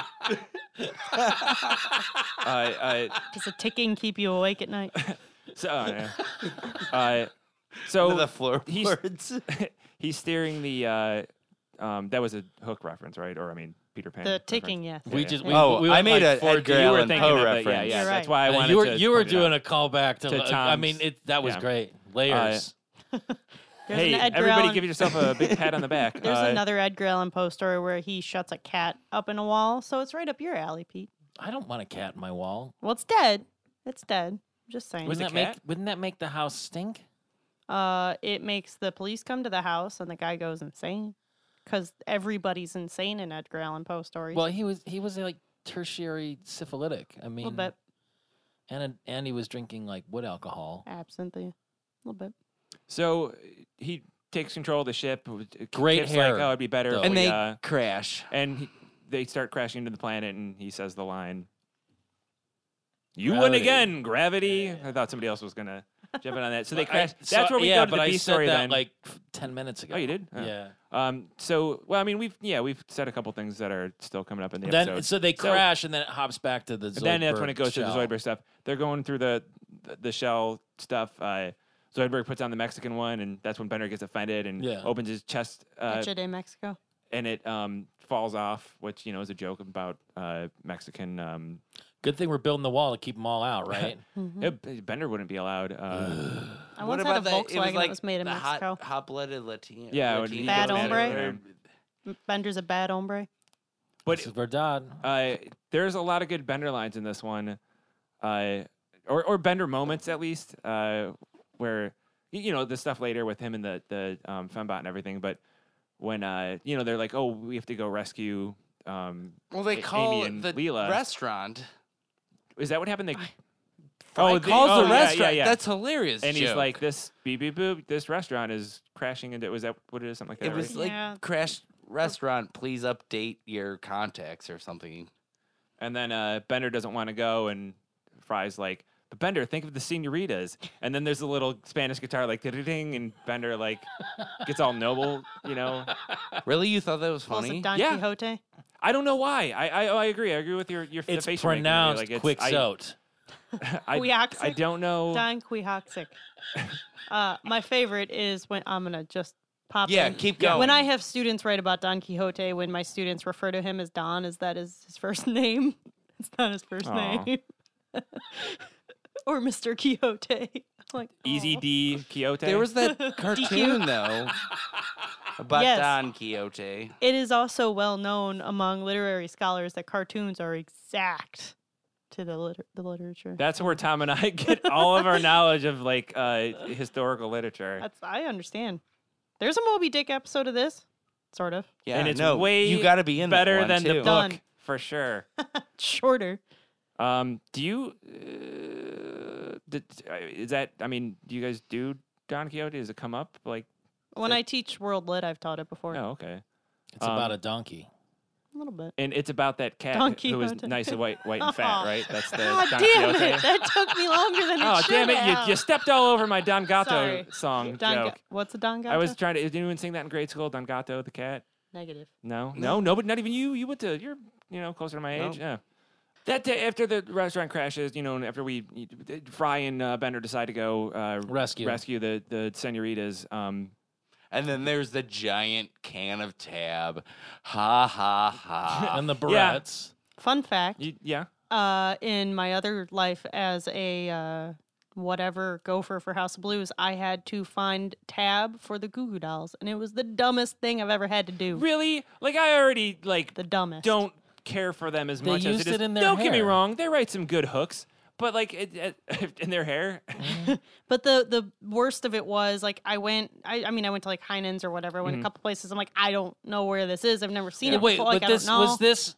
S4: I- I-
S7: Does a ticking keep you awake at night?
S4: so, oh, yeah. Uh,
S5: Oh,
S4: so
S5: the floorboards.
S4: he's steering the. Uh, um, that was a hook reference, right? Or I mean, Peter Pan.
S7: The
S4: reference.
S7: ticking, yes.
S6: We
S4: yeah.
S6: just we,
S5: Oh,
S6: we
S5: I
S6: went
S5: made
S6: like
S5: a
S6: four
S5: Edgar
S6: deep.
S4: You were
S5: Allen
S4: thinking
S5: Poe
S4: of it, yeah,
S5: reference.
S4: yeah.
S7: You're
S4: That's
S7: right.
S4: why I
S6: Uh,
S4: wanted
S6: you were
S4: to.
S6: you were
S4: point it out.
S6: doing a callback to,
S4: To
S6: like- I
S4: Tom's-
S6: mean, it that was
S4: yeah.
S6: great layers.
S7: There's
S4: hey,
S7: an Edgar
S4: everybody,
S7: Allan-
S4: give yourself a big pat on the back.
S7: There's
S4: Uh,
S7: another Edgar Allan Poe story where he shuts a cat up in a wall. So it's right up your alley, Pete.
S6: I don't want a cat in my wall.
S7: Well, it's dead. It's dead. I'm just saying.
S4: Was
S6: Wouldn't
S4: a
S6: that make
S4: cat?
S6: Wouldn't that make the house stink?
S7: Uh, it makes the police come to the house, and the guy goes insane because everybody's insane in Edgar Allan Poe stories.
S6: Well, he was he was like tertiary syphilitic. I
S7: a
S6: mean,
S7: little bit
S6: and and he was drinking like wood alcohol.
S7: absinthe, a little bit.
S4: So uh, he takes control of the ship. uh,
S6: Great
S4: Kip's
S6: hair,
S4: Like, oh, it'd be better.
S6: though.
S4: if
S5: and
S4: we,
S5: they
S4: uh,
S5: crash.
S4: and he, they start crashing into the planet, and he says the line, "You win
S6: Gravity.
S4: again, gravity." I thought somebody else was gonna jump in on that, so they
S6: I-
S4: crash.
S6: so-
S4: That's where we
S6: yeah,
S4: go to
S6: but
S4: the
S6: I
S4: B
S6: said
S4: story.
S6: that
S4: then,
S6: like f- ten minutes ago.
S4: oh, you did, Oh.
S6: Yeah.
S4: Um. So, well, I mean, we've yeah, we've said a couple things that are still coming up in the
S6: Then
S4: episode.
S6: so they
S4: So-
S6: crash and then it hops back to the. Zoidberg
S4: And then that's when it goes
S6: shell.
S4: to the Zoidberg stuff. They're going through the the, the shell stuff. Uh, Zoidberg puts on the Mexican one, and that's when Bender gets offended and
S6: Yeah.
S4: opens his chest uh,
S7: Hatchet in Mexico.
S4: and it um, falls off, which you know is a joke about uh, Mexican. Um,
S6: Good thing we're building the wall to keep them all out, right?
S4: yeah,
S5: Mm-hmm.
S4: B- Bender wouldn't be allowed. Uh,
S7: Mm-hmm. I once had a Volkswagen that was made in
S5: the
S7: Mexico.
S5: Hot, hot-blooded Latino.
S4: Yeah, when
S5: Latino
S4: he
S7: Bad
S4: goes at
S7: hombre?
S4: it there.
S7: M- Bender's a bad hombre.
S4: But
S6: this is Verdad.
S4: uh, there's a lot of good Bender lines in this one, uh, or or Bender moments at least, uh, where y- you know the stuff later with him and the the um, fembot and everything. But when uh, you know they're like, oh, we have to go rescue. Um,
S5: Well, they
S4: A-
S5: call
S4: Amy and
S5: the
S4: Leela.
S5: restaurant.
S4: is that what happened? They
S5: Oh,
S4: the-
S5: calls
S4: oh,
S5: the
S4: yeah, yeah,
S5: restaurant.
S4: yeah.
S5: That's hilarious.
S4: and he's
S5: joke.
S4: like, this beep beep boop. This restaurant is crashing into. Was that what it is? Something like that.
S5: it
S4: right?
S5: was like
S7: Yeah.
S5: crash restaurant. Please update your contacts or something.
S4: and then uh, Bender doesn't want to go, and Fry's like, but Bender, think of the senoritas. And then there's a little Spanish guitar like ding and Bender like gets all noble, you know.
S5: Really, you thought that was
S7: Plus
S5: funny?
S7: a Don
S4: Yeah.
S7: Quixote.
S4: I don't know why. I I, I agree. I agree with your your
S6: It's
S4: the facial making there.
S6: pronounced
S4: like it's, I,
S6: Quixote.
S4: I, I,
S7: Quixotic.
S4: don't know.
S7: Don Quixotic. uh, my favorite is when I'm gonna just pop.
S5: Yeah,
S7: in.
S5: keep
S7: When
S5: going.
S7: I have students write about Don Quixote, when my students refer to him as Don, is that is his first name? It's not his first
S4: Aw.
S7: name. or Mr. Quixote. I'm like "Oh."
S4: Easy
S7: "Aw."
S4: D Quixote.
S5: There was that cartoon though about
S7: Yes.
S5: Don Quixote.
S7: It is also well known among literary scholars that cartoons are exact to the liter- the literature.
S4: That's where Tom and I get all of our knowledge of like uh, historical literature.
S7: That's I understand. There's a Moby Dick episode of this, sort of
S5: Yeah,
S4: it's
S5: no,
S4: way
S5: you got to be in that
S4: Better
S5: one,
S4: than the
S5: too.
S4: book
S7: Done.
S4: for sure.
S7: shorter.
S4: Um, do you? Uh, did, uh, is that? I mean, do you guys do Don Quixote? Does it come up? Like,
S7: When I teach world lit, I've taught it before
S4: oh, okay.
S6: It's about
S4: Um,
S6: a donkey.
S7: a little bit.
S4: And it's about that cat
S7: Don
S4: who was
S7: Quixote.
S4: nice and white, white and fat,
S7: Aw.
S4: right? That's the
S7: God
S4: Don
S7: damn
S4: Quixote.
S7: it! That took me longer than it
S4: Oh
S7: should
S4: damn it!
S7: have.
S4: You, you stepped all over my Don Gato
S7: Sorry.
S4: song
S7: Don Ga-
S4: joke.
S7: What's a Don
S4: I was
S7: Gato?
S4: trying to. Did anyone sing that in grade school? Don Gato, the cat.
S7: negative.
S4: No, no, nobody. Not even you. You went to. You're you know closer to my age. Yeah. That day after the restaurant crashes, you know, and after we Fry and uh, Bender decide to go uh,
S6: Rescue.
S4: rescue the the senoritas. Um,
S5: And then there's the giant can of tab. Ha ha ha.
S6: and the
S4: yeah.
S6: barrettes.
S7: Fun fact:
S4: you, yeah.
S6: Mm-hmm.
S7: uh, in my other life as a uh, whatever gopher for House of Blues, I had to find tab for the Goo Goo Dolls, and it was the dumbest thing I've ever had to do.
S4: Really? Like I already like
S7: The dumbest.
S4: don't care for them as
S6: They
S4: much as
S6: used
S4: it is.
S6: it in their
S4: don't get me
S6: hair.
S4: wrong. They write some good hooks, but like it, it, in their hair.
S7: But the the worst of it was like I went. I, I mean, I went to like Heinen's or whatever. I
S4: Mm-hmm.
S7: went a couple places. I'm like, I don't know where this is. I've never seen it.
S6: Wait,
S7: before. Like,
S6: but
S7: I
S6: this
S7: don't know.
S6: was this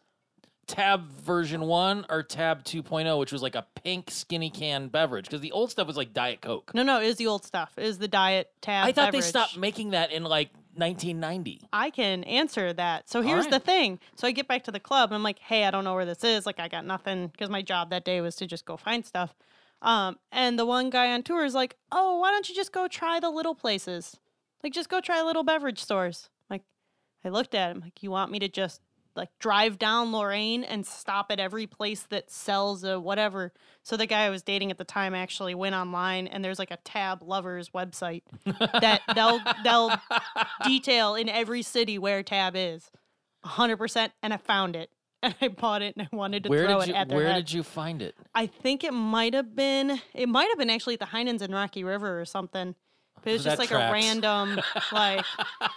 S6: Tab version one or Tab 2.0, which was like a pink skinny can beverage because the old stuff was like Diet Coke.
S7: No, no, it was the old stuff. It was the diet tab.
S6: I thought
S7: beverage.
S6: they stopped making that in like 1990.
S7: I can answer that. So here's
S6: right.
S7: the thing. So I get back to the club. I'm like, hey, I don't know where this is. Like, I got nothing because my job that day was to just go find stuff. Um, and the one guy on tour is like, oh, why don't you just go try the little places? Like, just go try little beverage stores. Like, I looked at him like, you want me to just like drive down Lorraine and stop at every place that sells a whatever. So the guy I was dating at the time actually went online and there's like a tab lovers website that they'll they'll detail in every city where tab is. 100% and I found it. And I bought it and I wanted to
S6: Where
S7: throw
S6: did you
S7: it at their
S6: Where
S7: head.
S6: did you find it?
S7: I think it might have been it might have been actually at the Heinens in Rocky River or something. But it was
S6: That
S7: just like a
S6: tracks.
S7: random like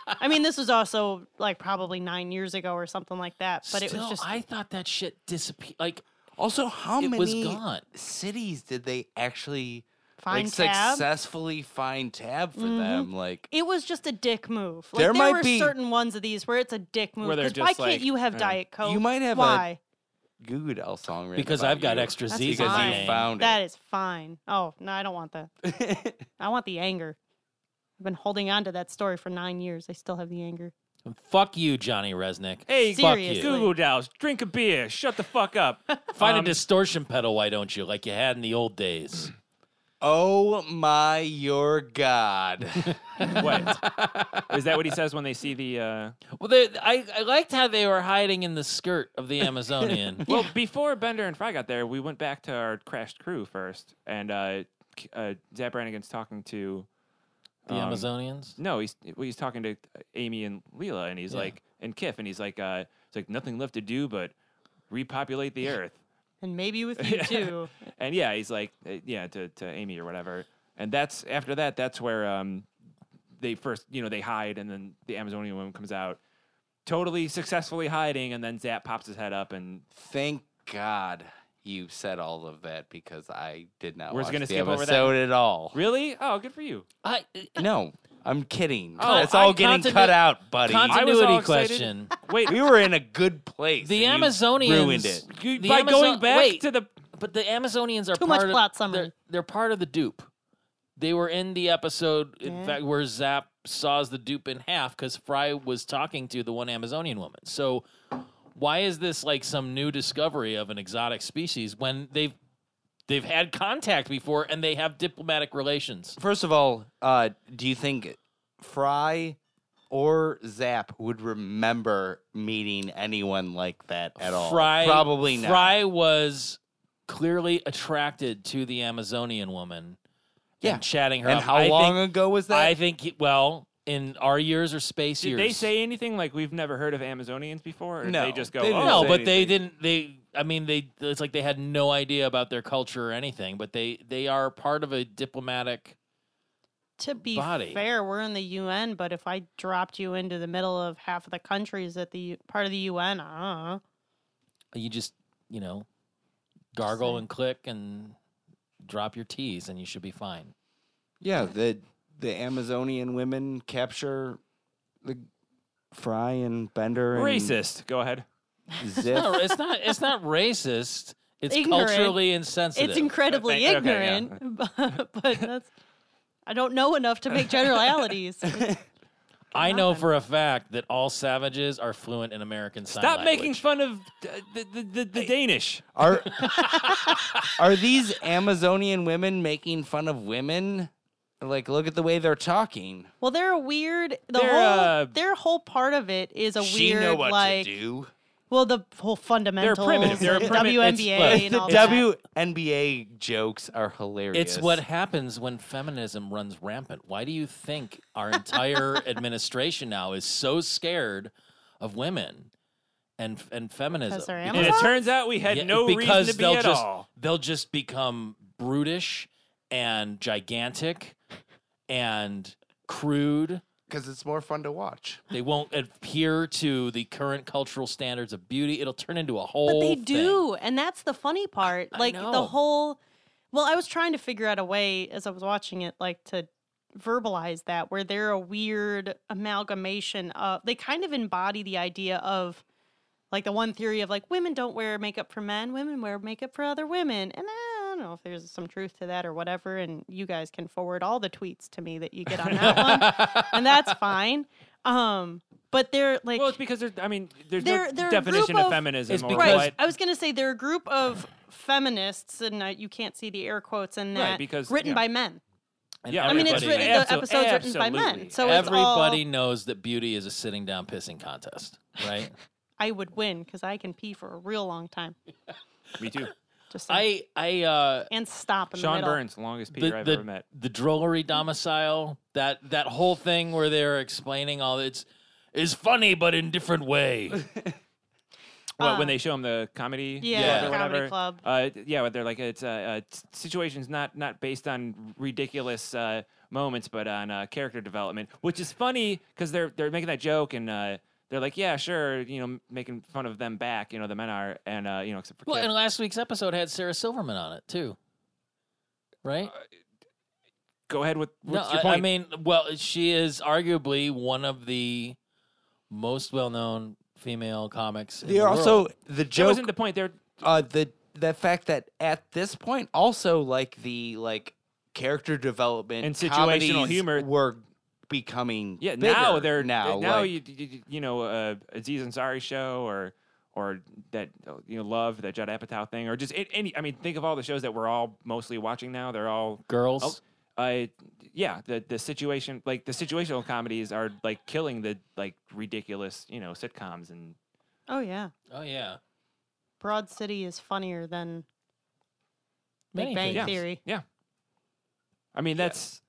S7: I mean this was also like probably 9 years ago or something like that, but it
S6: Still,
S7: was just
S6: I thought that shit disappeared. Like
S5: Also, how
S6: it
S5: many
S6: was gone.
S5: cities did they actually
S7: fine
S5: like
S7: tab. Mm-hmm.
S5: successfully find tab for them? Like
S7: It was just a dick move. Like
S5: There
S7: there,
S5: might
S7: were
S5: be-
S7: certain ones of these where it's a dick move.
S4: Where they're
S7: 'cause why
S4: just
S7: can't
S4: like,
S7: you have
S4: uh,
S7: Diet Coke?
S5: you might have a
S7: why?
S5: Goo Goo Doll song written
S6: Because
S5: about
S6: I've got
S5: you.
S6: extra
S7: That's
S6: Z's in
S5: because
S6: my
S7: fine.
S5: you
S6: name.
S5: found
S7: That
S5: it.
S7: is fine. Oh no, I don't want that. I want the anger. I've been holding on to that story for nine years. I still have the anger.
S6: Fuck you, Johnny Resnick.
S4: Hey,
S6: fuck
S7: Seriously.
S6: you.
S4: Google Dolls, drink a beer, shut the fuck up.
S6: Find
S4: Um,
S6: a distortion pedal, why don't you? Like you had in the old days.
S5: Oh my your god.
S4: what is that? What he says when they see the? Uh...
S6: Well, they, I, I liked how they were hiding in the skirt of the Amazonian.
S4: Well, before Bender and Fry got there, we went back to our crashed crew first, and uh, K- uh, Zap Brannigan's talking to.
S6: the
S4: um,
S6: Amazonians.
S4: No, he's well, he's talking to Amy and Leela, and he's
S6: Yeah.
S4: like, and Kiff, and he's like, uh, it's like nothing left to do but repopulate the earth.
S7: And maybe with you too.
S4: and yeah, he's like, uh, yeah, to, to Amy or whatever. And that's after that, that's where um, they first, you know, they hide, and then the Amazonian woman comes out, totally successfully hiding, and then Zap pops his head up, and
S5: Thank God you said all of that because I did not
S4: We're just
S5: watch
S4: gonna
S5: the
S4: skip
S5: episode
S4: over that.
S5: at all.
S4: really, oh, good for you.
S6: I,
S5: No, I'm kidding.
S4: Oh,
S5: it's all
S6: I-
S5: getting
S6: continu-
S5: cut out, buddy.
S4: I
S6: continuity
S4: was all excited.
S6: question.
S4: Wait,
S5: we were in a good place.
S6: The
S5: and you
S6: Amazonians
S5: ruined it.
S4: you-
S6: the
S4: by
S6: Amazo-
S4: going back
S6: wait.
S4: to the
S6: But the Amazonians are
S7: Too much
S6: part
S7: plot
S6: of,
S7: summary.
S6: They're, they're part of the dupe. They were in the episode, in
S7: Yeah.
S6: fact, where Zap saws the dupe in half because Fry was talking to the one Amazonian woman. So why is this like some new discovery of an exotic species when they've they've had contact before and they have diplomatic relations.
S5: First of all, uh, do you think Fry or Zap would remember meeting anyone like that at all?
S6: Fry
S5: Probably not.
S6: Fry was clearly attracted to the Amazonian woman.
S5: Yeah.
S6: and chatting her.
S5: and
S6: up.
S5: how
S6: I think-
S5: long ago was that?
S6: I think he- well, in our years or space
S4: Did
S6: years.
S4: they say anything like we've never heard of Amazonians before? Or did
S5: No,
S4: they just go.
S5: they
S4: oh,
S5: didn't
S6: no?
S5: say
S6: But they didn't. They. I mean, they. It's like they had no idea about their culture or anything. But they. They are part of a diplomatic.
S7: To be
S6: Body.
S7: fair, we're in the UN, but if I dropped you into the middle of half of the countries at the U- part of the UN, uh,
S6: You just you know, gargle and click and drop your T's and you should be fine.
S5: yeah, the the Amazonian women capture the Fry and Bender and
S4: Racist. Go ahead.
S5: Ziff.
S6: No, it's not. It's not racist. It's
S7: Ignorant.
S6: culturally insensitive.
S7: it's incredibly
S4: Okay, okay, yeah.
S7: ignorant. but, but that's I don't know enough to make generalities.
S6: I know for a fact that all savages are fluent in American sign
S4: Stop making
S6: language.
S4: fun of uh, the, the, the, the Danish.
S5: Are are these Amazonian women making fun of women? Like, look at the way they're talking.
S7: well, they're a weird. The
S4: They're,
S7: whole
S4: uh,
S7: their whole part of it is a weird like.
S5: do.
S7: Well, the whole fundamentals.
S4: primitive. They're
S7: and
S4: primi- it's-
S7: WNBA and
S5: The
S7: all that.
S5: WNBA jokes are hilarious.
S6: It's what happens when feminism runs rampant. Why do you think our entire administration now is so scared of women and and feminism?
S7: Because they're
S6: Because-
S4: And it turns out we had
S6: yeah,
S4: no
S6: because
S4: reason to be
S6: they'll
S4: at
S6: just,
S4: all.
S6: They'll just become brutish and gigantic and crude.
S5: because it's more fun to watch.
S6: They won't adhere to the current cultural standards of beauty. It'll turn into a whole.
S7: But they
S6: thing.
S7: do, and that's the funny part.
S6: I
S7: like the
S6: know.
S7: whole. Well, I was trying to figure out a way as I was watching it, like to verbalize that, where they're a weird amalgamation of. They kind of embody the idea of, like the one theory of like women don't wear makeup for men, women wear makeup for other women, and I don't know if there's some truth to that or whatever. And you guys can forward all the tweets to me that you get on that one, and that's fine. Um, but they're like
S4: Well, it's because there. I mean, there's
S7: They're-
S4: no
S7: they're a
S4: definition
S7: group
S4: of,
S7: of-
S4: feminism.
S6: It's
S4: or
S6: because-
S7: Right.
S4: what-
S7: I was going to say they're a group of feminists, and uh, you can't see the air quotes in
S4: Right,
S7: that.
S4: because,
S7: written
S4: yeah.
S7: by men.
S6: And
S4: Yeah,
S7: I mean, it's
S4: Everybody-
S7: written,
S6: everybody-
S7: the
S4: Absol-
S7: episode's written by men.
S4: absolutely.
S7: So
S6: everybody
S7: It's all,
S6: knows that beauty is a sitting down pissing contest, right?
S7: I would win because I can pee for a real long time.
S4: Me too.
S7: Just saying.
S6: I I uh
S7: and stop in the
S4: Sean
S7: middle.
S4: Burns, longest
S6: the,
S4: Peter I've ever
S6: the,
S4: met.
S6: the drollery domicile, that that whole thing where they're explaining all it's is funny but in different way.
S4: Well,
S7: Uh,
S4: when they show him the comedy,
S7: yeah,
S4: club
S6: the
S4: or
S7: comedy
S4: whatever,
S7: club.
S4: Uh, yeah, but they're like it's uh, uh, s- situations not not based on ridiculous uh, moments, but on uh, character development, which is funny because they're they're making that joke and uh, they're like, yeah, sure, you know, m- making fun of them back, you know, the men are, and uh, you know, except for
S6: well,
S4: Kip.
S6: and last week's episode had Sarah Silverman on it too. Right?
S4: go ahead with Uh,
S6: no,
S4: what's your
S6: I-
S4: point?
S6: I mean, well, she is arguably one of the most well-known female comics. in
S5: They're
S6: the
S5: also
S6: world.
S5: the
S4: that
S5: joke.
S4: wasn't the point. They're
S5: uh, the the fact that at this point, also like the like character development
S4: And situational
S5: comedies
S4: humor.
S5: were becoming
S4: Yeah, now
S5: bigger.
S4: they're
S5: now
S4: now, now
S5: like-
S4: you, you you know uh, Aziz Ansari show or or that uh, you know Love that Judd Apatow thing or just a- any I mean think of all the shows that we're all mostly watching now they're all
S6: girls.
S4: oh, uh, yeah the the situation like the situational comedies are like killing the like ridiculous you know sitcoms and
S7: Oh yeah,
S6: Oh yeah.
S7: Broad City is funnier than
S6: Many
S7: Big Bang
S6: things.
S4: yeah
S7: Theory.
S4: yeah I mean that's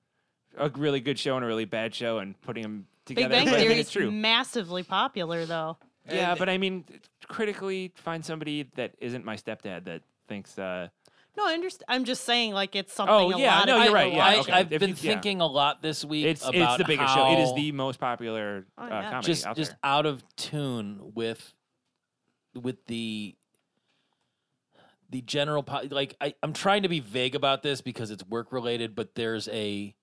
S4: a really good show and a really bad show and putting them together
S7: Big Bang
S4: but I mean,
S7: Theory
S4: it's true
S7: is massively popular though.
S4: Yeah, but I mean, t- critically, find somebody that isn't my stepdad that thinks. Uh,
S7: No, I understand. I'm just saying, like it's something.
S4: Oh,
S7: a
S4: yeah,
S7: lot
S4: no,
S7: of
S4: you're right,
S7: people
S4: yeah,
S6: I,
S7: watch.
S4: okay.
S6: I've
S4: If
S6: been
S4: you- yeah.
S6: thinking a lot this week
S4: it's
S6: about
S4: it's the biggest show. It is
S6: how
S4: the most popular
S7: Oh,
S4: uh,
S7: yeah.
S4: comedy
S6: just
S4: out
S6: just
S4: there.
S6: out of tune with with the the general po- like I, I'm trying to be vague about this because it's work related, but there's a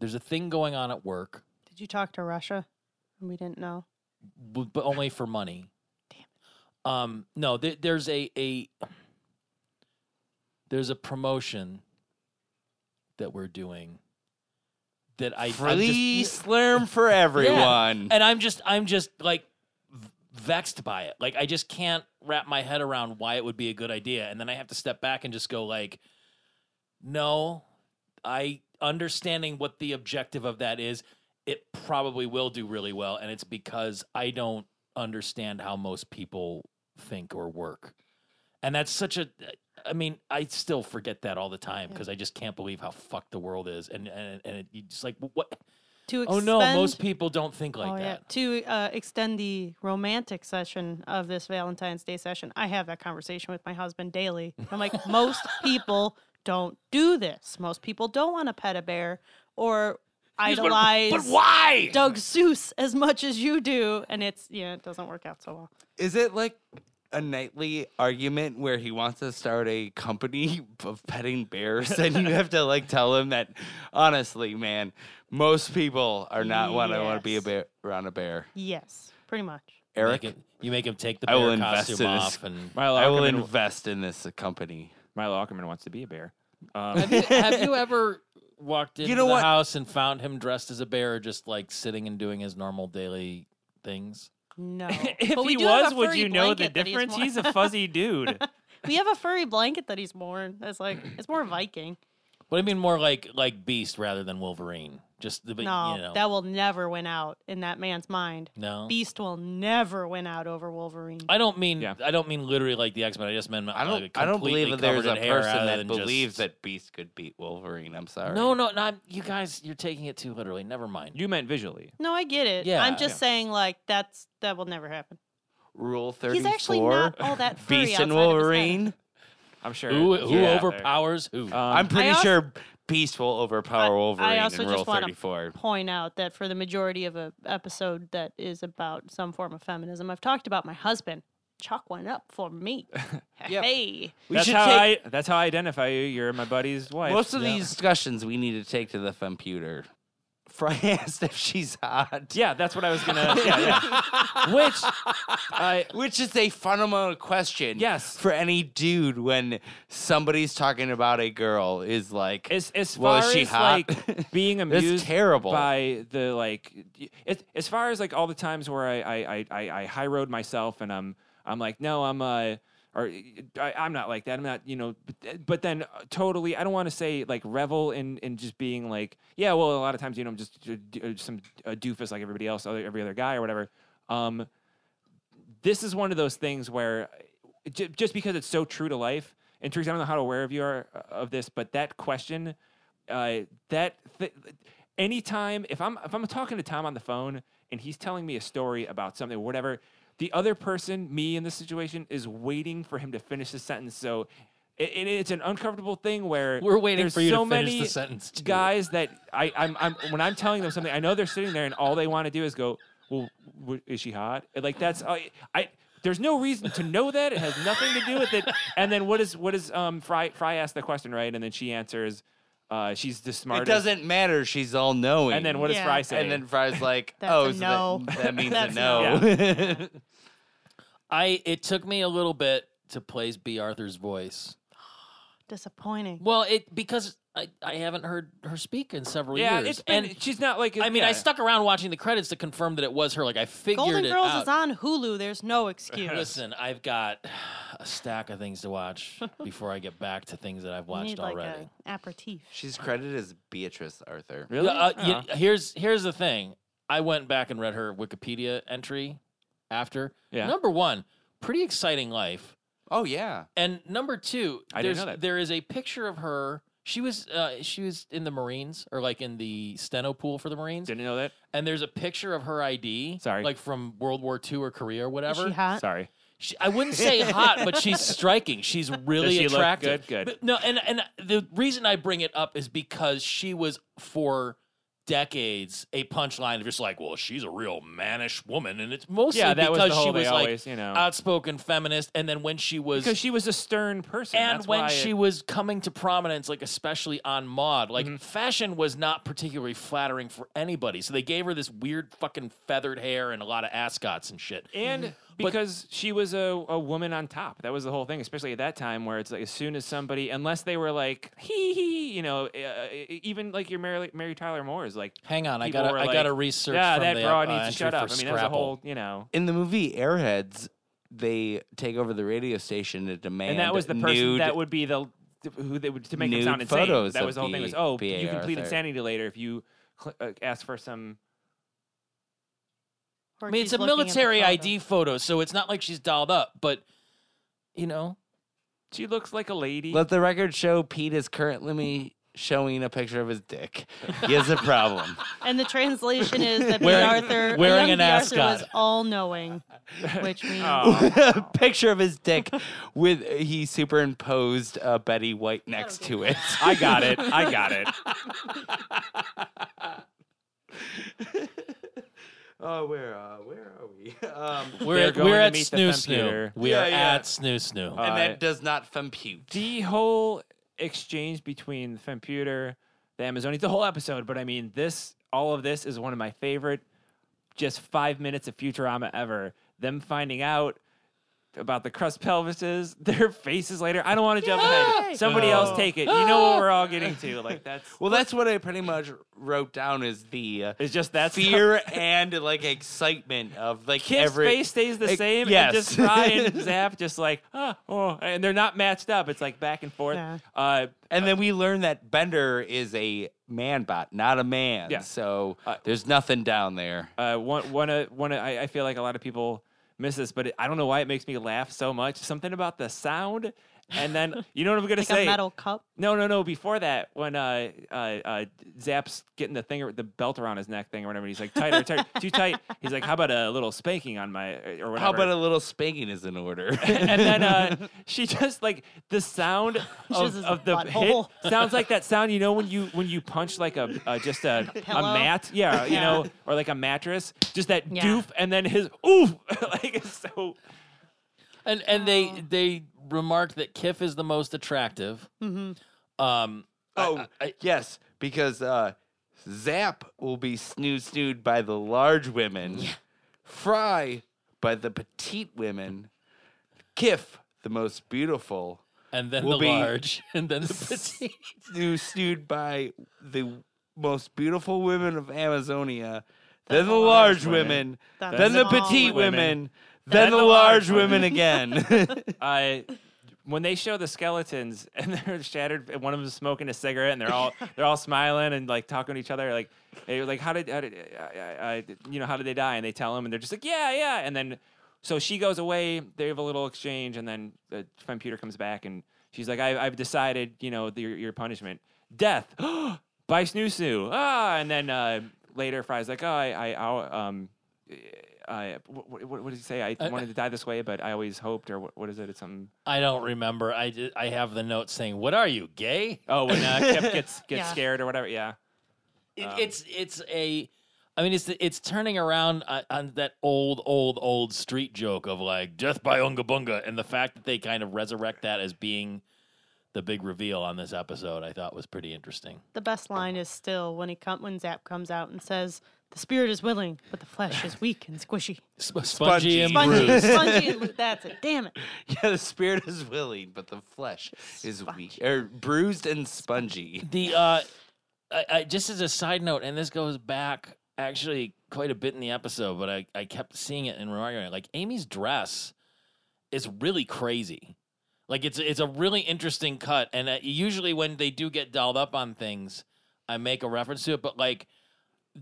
S6: there's a thing going on at work,
S7: Did you talk to Russia? We didn't know.
S6: bu- but only for money.
S7: Damn
S6: Um, no, there, there's a a there's a promotion that we're doing that I I'm just-
S5: free slurm for everyone.
S6: and I'm just I'm just like v- vexed by it. Like I just can't wrap my head around why it would be a good idea. And then I have to step back and just go like, no, I understanding what the objective of that is, it probably will do really well. And it's because I don't understand how most people think or work. And that's such a I mean, I still forget that all the time because I just can't believe how fucked the world is. And and, and it, you just like what
S7: To
S6: Oh no,
S7: expend-
S6: most people don't think like
S7: Oh,
S6: that.
S7: yeah. To uh, extend the romantic session of this Valentine's Day session, I have that conversation with my husband daily. I'm like, most people don't do this. Most people don't want to pet a bear or idolize
S4: But why?
S7: Doug Seuss as much as you do. And it's, yeah, it doesn't work out so well.
S5: Is it like a nightly argument where he wants to start a company of petting bears and you have to like tell him that honestly, man, most people are not want to want to be a
S7: Yes.
S5: bear around a bear.
S7: Yes, pretty much.
S5: Eric,
S6: Make it- you make him take the
S5: I will
S6: bear
S5: invest
S6: costume
S5: in this.
S6: off and
S4: Milo
S5: I will
S4: Ackerman-
S5: invest in this company.
S4: Milo Ackerman wants to be a bear.
S6: have,
S4: Um,
S6: you, have you ever walked into
S5: know
S6: the
S5: what?
S6: house and found him dressed as a bear, just like sitting and doing his normal daily things?
S7: No.
S4: if
S7: But we
S4: he
S7: do have
S4: was,
S7: a
S4: would
S7: furry
S4: you know the
S7: blanket that he's
S4: difference?
S7: worn.
S4: He's a fuzzy dude.
S7: we have a furry blanket that he's worn. That's like, it's more Viking.
S6: What I mean, more like like Beast rather than Wolverine. Just the but,
S7: no,
S6: you know,
S7: that will never win out in that man's mind.
S6: no.
S7: Beast will never win out over Wolverine.
S6: I don't mean
S4: Yeah.
S6: I don't mean literally like the X Men. I just meant
S5: I don't.
S6: Like
S5: I don't
S6: completely
S5: believe that there's
S6: covered
S5: a
S6: in hair
S5: person
S6: rather
S5: that
S6: than
S5: believes
S6: just-
S5: that Beast could beat Wolverine. I'm sorry.
S6: No, no, not you guys. You're taking it too literally. Never mind.
S4: You meant visually.
S7: No, I get it.
S6: Yeah.
S7: I'm just saying, like that's that will never happen.
S5: Rule thirty-four.
S7: He's actually not all that furry
S5: Beast and
S7: outside of his head.
S5: Wolverine.
S4: I'm sure.
S6: who
S4: it's
S6: who
S4: out
S6: overpowers who?
S4: there. Um,
S5: I'm pretty
S7: also-
S5: sure Beast will overpower Wolverine
S7: I also
S5: in Rule
S7: just want to
S5: 34.
S7: point out that for the majority of a episode that is about some form of feminism, I've talked about my husband. Chalk one up for me. Hey,
S5: We
S4: that's
S5: should
S4: how
S5: take
S4: I. That's how I identify you. You're my buddy's wife.
S5: most of these discussions we need to take to the computer. Fry asked if she's hot,
S4: yeah, that's what I was gonna. Yeah, yeah. Which I
S5: which is a fundamental question.
S4: Yes.
S5: for any dude when somebody's talking about a girl is like,
S4: as as
S5: Well,
S4: far
S5: is she
S4: as
S5: hot?
S4: like being
S5: That's
S4: amused
S5: terrible.
S4: by the like y- as, as far as like all the times where I I I I, I high road myself and I'm I'm like no I'm uh or I, I'm not like that I'm not you know but, but then uh, totally I don't want to say like revel in in just being like yeah well a lot of times you know I'm just uh, d- uh, some uh doofus like everybody else other, every other guy or whatever um this is one of those things where j- just because it's so true to life and Teresa, I don't know how aware of you are uh, of this, but that question, uh, that th- anytime if I'm if I'm talking to Tom on the phone and he's telling me a story about something or whatever, the other person, me in this situation, is waiting for him to finish the sentence. So. It, it- it's an uncomfortable thing where
S6: We're waiting
S4: there's
S6: for you to
S4: so
S6: finish
S4: many
S6: the sentence, too.
S4: guys that I, I'm, I'm when I'm telling them something, I know they're sitting there and all they want to do is go, "Well, w- is she hot?" And, Like that's I, I. There's no reason to know that. It has nothing to do with it. And then what is what is um Fry Fry asked the question right, and then she answers, uh, "She's the
S5: it
S4: smartest."
S5: doesn't matter. She's all knowing.
S4: And then what does
S7: Yeah.
S4: Fry say?
S5: And then Fry's like,
S7: That's
S5: oh,
S7: a
S5: so
S7: no.
S5: that, that means a
S7: That's
S5: no.
S6: I it took me a little bit to place B. Arthur's voice.
S7: disappointing.
S6: Well, it because I, I haven't heard her speak in several
S4: yeah,
S6: years.
S4: it's been,
S6: and
S4: she's not like.
S6: I mean,
S4: yeah.
S6: I stuck around watching the credits to confirm that it was her. Like I figured
S7: Golden
S6: it
S7: Girls
S6: out.
S7: is on Hulu. There's no excuse.
S6: Listen, I've got a stack of things to watch before I get back to things that I've
S7: You
S6: watched
S7: need like
S6: already.
S7: an aperitif.
S5: She's credited as Beatrice Arthur.
S7: Oh,
S4: Really?
S6: Yeah, uh,
S4: Uh-huh.
S6: yeah, here's here's the thing. I went back and read her Wikipedia entry after.
S4: Yeah.
S6: Number one, pretty exciting life.
S5: Oh, yeah.
S6: And number two,
S4: I didn't
S6: there's,
S4: know that.
S6: there is a picture of her. She was uh, she was in the Marines or like in the steno pool for the Marines.
S4: Didn't know that.
S6: And there's a picture of her ID.
S4: Sorry.
S6: Like from World War II or Korea or
S7: Is
S6: whatever.
S7: she hot?
S4: Sorry.
S6: She- I wouldn't say hot, but she's striking. She's really
S4: she look good?
S6: attractive.
S4: Good.
S6: But no, and and the reason I bring it up is because she was for decades a punchline of just like, well, she's a real mannish woman, and it's mostly
S4: Yeah, that was the
S6: because she
S4: whole they
S6: was like
S4: always, you know.
S6: outspoken feminist, and then when she was.
S4: Because she was a stern person.
S6: and
S4: that's
S6: when
S4: why
S6: she
S4: it-
S6: was coming to prominence, like especially on Maud,
S4: Mm-hmm.
S6: like fashion was not particularly flattering for anybody. So they gave her this weird fucking feathered hair and a lot of ascots and shit.
S4: and because she was a, a woman on top. That was the whole thing, especially at that time where it's like as soon as somebody, unless they were like hee hee, you know, uh, e- e- even like your Mary, Mary Tyler Moore is like,
S6: Hang on, I
S4: people
S6: gotta,
S4: were
S6: I
S4: like,
S6: gotta research.
S4: Yeah,
S6: from
S4: that
S6: the,
S4: broad
S6: uh,
S4: needs to
S6: entry
S4: shut
S6: for
S4: up. I mean, that's a
S6: Scrabble.
S4: whole, you know.
S5: In the movie Airheads, they take over the radio station to demand
S4: and that was the person
S5: nude
S4: that would be the who they would to make it
S5: nude
S4: sound insane.
S5: photos
S4: That
S5: of
S4: was the whole thing. Was
S5: P-
S4: oh,
S5: PA
S4: you can plead
S5: Arthur.
S4: insanity later if you cl- uh, ask for some.
S6: I mean, it's
S7: Ortiz
S6: a
S7: looking at the
S6: military
S7: photo.
S6: ID photo, so it's not like she's dolled up, but you know,
S4: She looks like a lady.
S5: Let the record show Pete is currently showing a picture of his dick. He has a problem.
S7: And the translation is that
S6: Wearing-
S7: B. Arthur,
S6: wearing
S7: young
S6: an
S7: B. Arthur was
S6: ascot.
S7: all knowing, which means
S4: Aw.
S5: picture of his dick with he superimposed uh, Betty White next to it.
S4: I got it. I got it.
S5: Oh, where uh, where are we? Um,
S6: we're
S4: They're
S6: at,
S4: going
S6: we're
S4: to
S6: at
S4: meet the
S6: snoo
S4: computer.
S6: snoo. We
S5: Yeah,
S6: are
S5: yeah.
S6: at snoo snoo.
S4: Uh,
S5: and that does not compute.
S4: the whole exchange between the computer, the Amazonians, the whole episode. But I mean, this, all of this is one of my favorite, just five minutes of Futurama ever. Them finding out about the crust pelvises, their faces later. I don't want to jump ahead. Somebody else take it. You know what we're all getting to. Like that's.
S5: Well, that's what I pretty much wrote down is the uh,
S4: It's just that's
S5: fear and like excitement of like
S4: Kid's
S5: every
S4: face stays the
S5: Ex-
S4: same.
S5: yes.
S4: And just Fry and Zap just like, oh, oh, and they're not matched up. It's like back and forth.
S7: Yeah.
S4: Uh,
S5: And then we learn that Bender is a man bot, not a man.
S4: Yeah.
S5: So
S4: Uh,
S5: there's nothing down there.
S4: uh, one, one, uh, one. uh, I, I feel like a lot of people miss this, but it, I don't know why it makes me laugh so much. Something about the sound, and then you know what I'm gonna
S7: like
S4: say.
S7: a metal cup.
S4: No, no, no. Before that, when uh, uh, uh, Zap's getting the thing, the belt around his neck thing or whatever, and he's like tighter, tighter, too tight. He's like, how about a little spanking on my or whatever.
S5: How about a little spanking is in order?
S4: and then uh, she just like the sound of,
S7: Jizzes
S4: of the hit
S7: butthole.
S4: sounds like that sound you know when you when you punch like a uh, just a, a
S7: pillow?
S4: mat yeah you
S7: Yeah.
S4: know or like a mattress just that
S7: Yeah.
S4: doof and then his oof like it's so
S6: and and
S7: Oh.
S6: they they remarked that Kiff is the most attractive.
S7: Mm-hmm.
S6: Um,
S5: oh, yes, because uh, Zap will be snood snood by the large women, Fry by the petite women, Kiff, the most beautiful,
S6: and then
S5: Will
S6: the
S5: be-
S6: large, and then the petite.
S5: snood snood by the most beautiful women of Amazonia, then the large
S4: women,
S5: women,
S7: Then
S5: then
S7: the
S5: the
S7: small
S5: petite
S4: women,
S5: women.
S4: then
S5: Then the
S4: the
S5: large
S4: large
S5: women again.
S4: I when they show the skeletons and they're shattered, and one of them's smoking a cigarette, and they're all they're all smiling and like talking to each other, like they were like how did how did I, I, I, you know how did they die? And they tell him, and they're just like yeah yeah, and then so she goes away. They have a little exchange, and then the computer comes back, and she's like I, I've decided you know the, your, your punishment, death by snoo snoo ah, and then uh, later Fry's like oh I I I'll, um. I, what, what, what did he say? I
S6: Uh,
S4: wanted to die this way, but I always hoped, or what, what is it? It's something.
S6: I don't remember. I ju- I have the note saying, "What are you gay?"
S4: Oh, when uh, Kip gets gets
S7: Yeah.
S4: scared or whatever. Yeah.
S6: It, it's it's a. I mean, it's it's turning around on, on that old, old, old street joke of like death by unga bunga, and the fact that they kind of resurrect that as being the big reveal on this episode, I thought was pretty interesting.
S7: The best line is still when he com- when Zap comes out and says, "The spirit is willing, but the flesh is weak and squishy."
S6: Sp-
S5: Spongy.
S6: spongy and
S5: Spongy.
S6: bruised.
S7: spongy and loo- That's it. Damn it.
S5: Yeah, the spirit is willing, but the flesh is weak. Or bruised and spongy.
S6: The uh, I, I, just as a side note, and this goes back actually quite a bit in the episode, but I, I kept seeing it and remarking on it. Like Amy's dress is really crazy. Like it's it's a really interesting cut, and uh, usually when they do get dolled up on things, I make a reference to it. But like,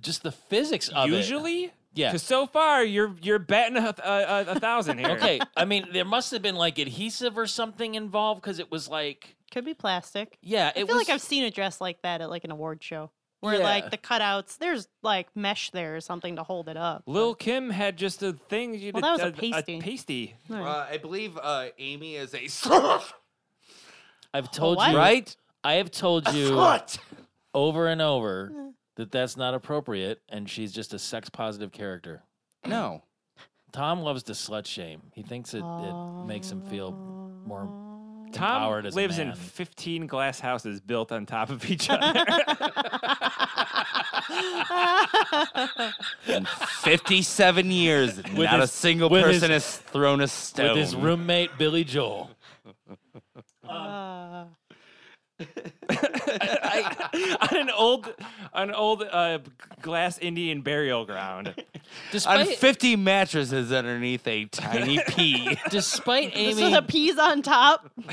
S6: just the physics of it.
S4: Usually,
S6: Yeah.
S4: Because so far you're you're batting a, th- a, a, a thousand here.
S6: Okay, I mean there must have been like adhesive or something involved because it was like
S7: Could be plastic.
S6: yeah, it
S7: I feel
S6: was
S7: like I've seen a dress like that at like an award show where
S6: Yeah.
S7: like the cutouts, there's like mesh there or something to hold it up.
S4: Lil Kim had just a thing. You
S7: Well,
S4: did-
S7: that was a pasty.
S4: pasty.
S7: Right.
S5: Uh, I believe uh, Amy is a
S6: I've told
S7: what?
S6: you
S5: right?
S6: I have told you
S5: Slut!
S6: over and over that that's not appropriate and she's just a sex positive character.
S5: No.
S6: Tom loves to slut shame. He thinks it, it makes him feel more.
S4: Tom
S6: Empowered as a
S4: lives in
S6: man.
S4: 15 glass houses built on top of each other.
S5: In 57 years, not
S6: his-
S5: a single
S6: with
S5: person
S6: his-
S5: has thrown a stone.
S6: with his roommate Billy Joel.
S7: Uh,
S4: on an old, an old uh, g- glass Indian burial ground.
S5: on
S6: Despite
S5: 50 mattresses underneath a tiny pea.
S6: despite
S7: this
S6: aiming
S7: was a peas on top.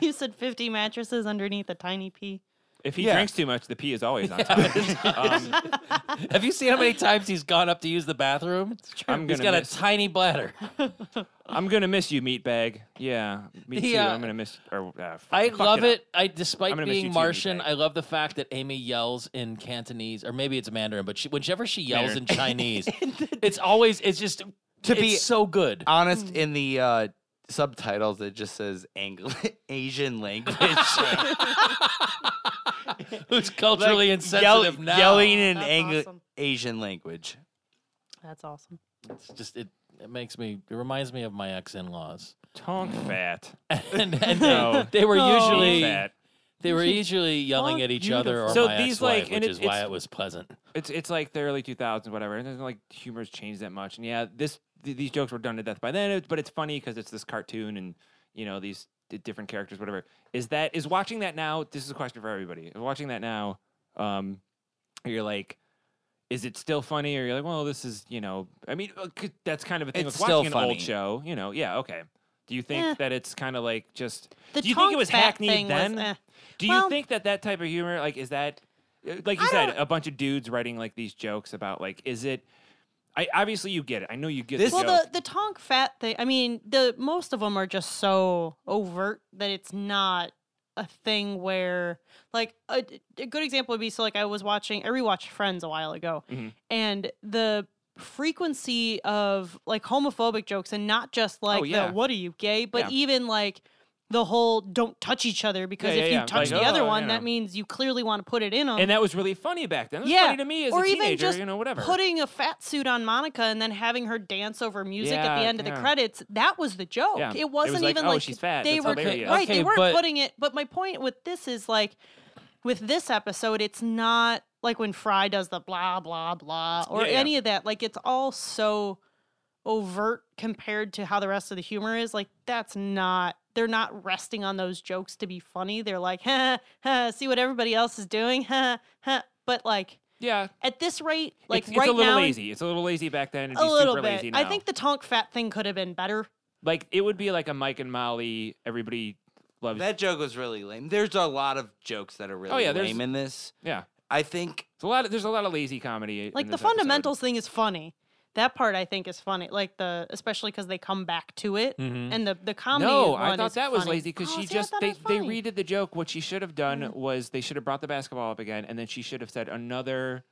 S7: you said 50 mattresses underneath a tiny pea.
S4: If he
S5: Yeah.
S4: drinks too much, the pee is always on top. um,
S6: Have you seen how many times he's gone up to use the bathroom?
S4: I'm
S6: He's
S4: gonna
S6: got
S4: miss-
S6: a tiny bladder.
S4: I'm gonna miss you, meatbag. Yeah, me too.
S6: Yeah.
S4: I'm gonna miss. Or, uh, f-
S6: I
S4: fuck
S6: love
S4: up.
S6: it. I
S4: I'm
S6: despite
S4: gonna miss you
S6: being
S4: too,
S6: Martian,
S4: Meatbag.
S6: I love the fact that Amy yells in Cantonese, or maybe it's Mandarin, but she, whichever she yells
S4: Mandarin.
S6: in Chinese, it's always it's just
S5: To
S6: it's
S5: be-
S6: so good.
S5: Honest, in the uh, subtitles, it just says Angl- Asian language.
S6: It's culturally
S5: Yell-
S6: insensitive now.
S5: Yelling in
S7: That's
S5: Ang-
S7: awesome.
S5: Asian language.
S7: That's awesome.
S6: It's just it, it makes me it reminds me of my ex in laws.
S4: Tonk fat.
S6: And, and
S4: No.
S6: they, they were
S7: Oh.
S6: usually
S4: Fat.
S6: they were usually yelling
S7: Oh,
S6: at each other or
S4: beautiful. So
S6: my
S4: these,
S6: ex wife,
S4: like, and it-
S6: which is why
S4: it's-
S6: it was pleasant.
S4: It's it's like the early 2000s, whatever. And doesn't like humor's changed that much. And yeah, this th- these jokes were done to death by then. it- But it's funny because it's this cartoon and you know these d- different characters, whatever. Is that is watching that now? This is a question for everybody. Watching that now, um, you're like. Is it still funny, or you're like, well, this is, you know, I mean, uh, c- that's kind of a thing.
S5: It's
S4: with
S5: still
S4: watching an
S5: funny.
S4: old show, you know, yeah, okay. Do you think
S7: Eh.
S4: that it's kind of like just?
S7: The
S4: do you think it
S7: tongue
S4: was
S7: fat
S4: hackneyed
S7: thing was,
S4: then?
S7: eh.
S4: Do
S7: Well-
S4: you think that that type of humor, like, is that, uh, like you
S7: I
S4: said,
S7: don't-
S4: a bunch of dudes writing like these jokes about like, is it? I obviously you get it. I know you get
S5: This-
S4: the
S7: Well,
S4: joke.
S7: the the tonk fat thing. I mean, the most of them are just so overt that it's not a thing where, like, a, a good example would be so. Like, I was watching, I rewatched Friends a while ago,
S4: Mhm.
S7: and the frequency of like homophobic jokes, and not just like
S4: Oh, yeah.
S7: the "What are you gay," but
S4: Yeah.
S7: even like the whole "Don't touch each other" because
S4: yeah,
S7: if
S4: yeah.
S7: you touch
S4: Like,
S7: the other
S4: oh, you
S7: one, that
S4: know.
S7: means you clearly want to put it in them.
S4: and that was really funny back then. That was funny to me as
S7: um, or
S4: a
S7: even
S4: teenager,
S7: just
S4: you know, whatever.
S7: putting a fat suit on Monica and then having her dance over music at the
S4: Yeah,
S7: end of the
S4: yeah.
S7: credits. That was the joke.
S4: Yeah. It
S7: It
S4: was
S7: wasn't
S4: like,
S7: even
S4: oh,
S7: like
S4: she's fat,
S7: They
S4: that's
S7: were
S4: hilarious.
S7: right.
S6: Okay,
S7: they weren't
S6: but-
S7: putting it. But my point with this is like, with this episode, it's not like when Fry does the blah blah blah or
S4: Yeah, yeah.
S7: any of that. Like it's all so overt compared to how the rest of the humor is. Like that's not. They're not resting on those jokes to be funny. They're like, ha, ha, see what everybody else is doing, ha, ha. But like,
S4: yeah,
S7: at this rate, like
S4: it's, it's
S7: right
S4: a little
S7: now,
S4: lazy. It's a little lazy back then. It'd
S7: a
S4: be
S7: little
S4: super
S7: bit.
S4: lazy
S7: I
S4: now.
S7: think the tonk fat thing could have been better.
S4: like it would be like a Mike and Molly. Everybody loves.
S5: That joke was really lame. There's a lot of jokes that are really
S4: Oh, yeah, there's-
S5: lame in this.
S4: yeah,
S5: I think
S4: it's a lot. Of, there's a lot of lazy comedy. in
S7: Like the
S4: this episode.
S7: fundamentals thing is funny. That part I think is funny. Like the especially because they come back to it and the the comedy.
S4: Mm-hmm. No,
S7: one
S4: I thought
S7: is
S4: that was
S7: funny.
S4: lazy because
S7: Oh,
S4: she
S7: see, I
S4: just
S7: thought it
S4: they,
S7: was
S4: they
S7: funny. Mm-hmm.
S4: redid the joke. What she should have done was they should have brought the basketball up again, and then she should have said another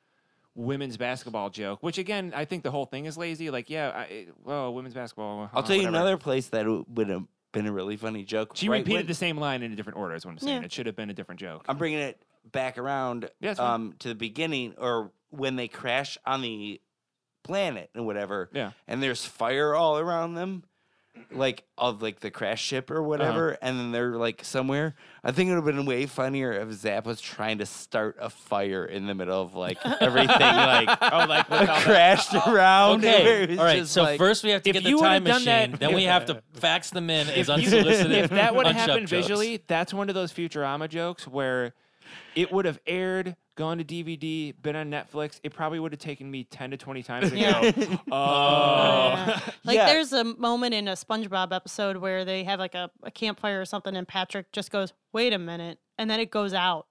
S4: women's basketball joke. Which again, I think the whole thing is lazy. Like, yeah, I, well, women's basketball.
S5: I'll
S4: uh,
S5: tell you
S4: whatever.
S5: another place that w- would have been a really funny joke.
S4: She
S5: right
S4: repeated
S5: when-
S4: the same line in a different order. Is what I'm saying.
S7: Yeah.
S4: It should have been a different joke.
S5: I'm bringing it back around
S4: Yeah, it's fine.
S5: um, to the beginning or when they crash on the planet and whatever.
S4: Yeah.
S5: And there's fire all around them, like of like the crash ship or whatever.
S4: Uh-huh.
S5: And then they're like somewhere. I think it would have been way funnier if Zap was trying to start a fire in the middle of like everything like
S4: oh, like
S5: crashed
S4: Oh,
S5: around. where it
S6: Okay.
S5: was
S6: All right.
S5: just
S6: So
S5: like-
S6: first we have to
S4: If
S6: get the
S4: you would've
S6: time
S4: done
S6: machine.
S4: that-
S6: then we have to fax them in as unsolicited.
S4: if that would have
S6: punch-up
S4: happened
S6: jokes.
S4: visually, that's one of those Futurama jokes where it would have aired, gone to DVD, been on Netflix. It probably would have taken me ten to twenty times to go. Oh,
S6: Uh,
S7: Yeah. Like
S5: Yeah.
S7: there's a moment in a SpongeBob episode where they have like a, a campfire or something, and Patrick just goes, "Wait a minute," and then it goes out,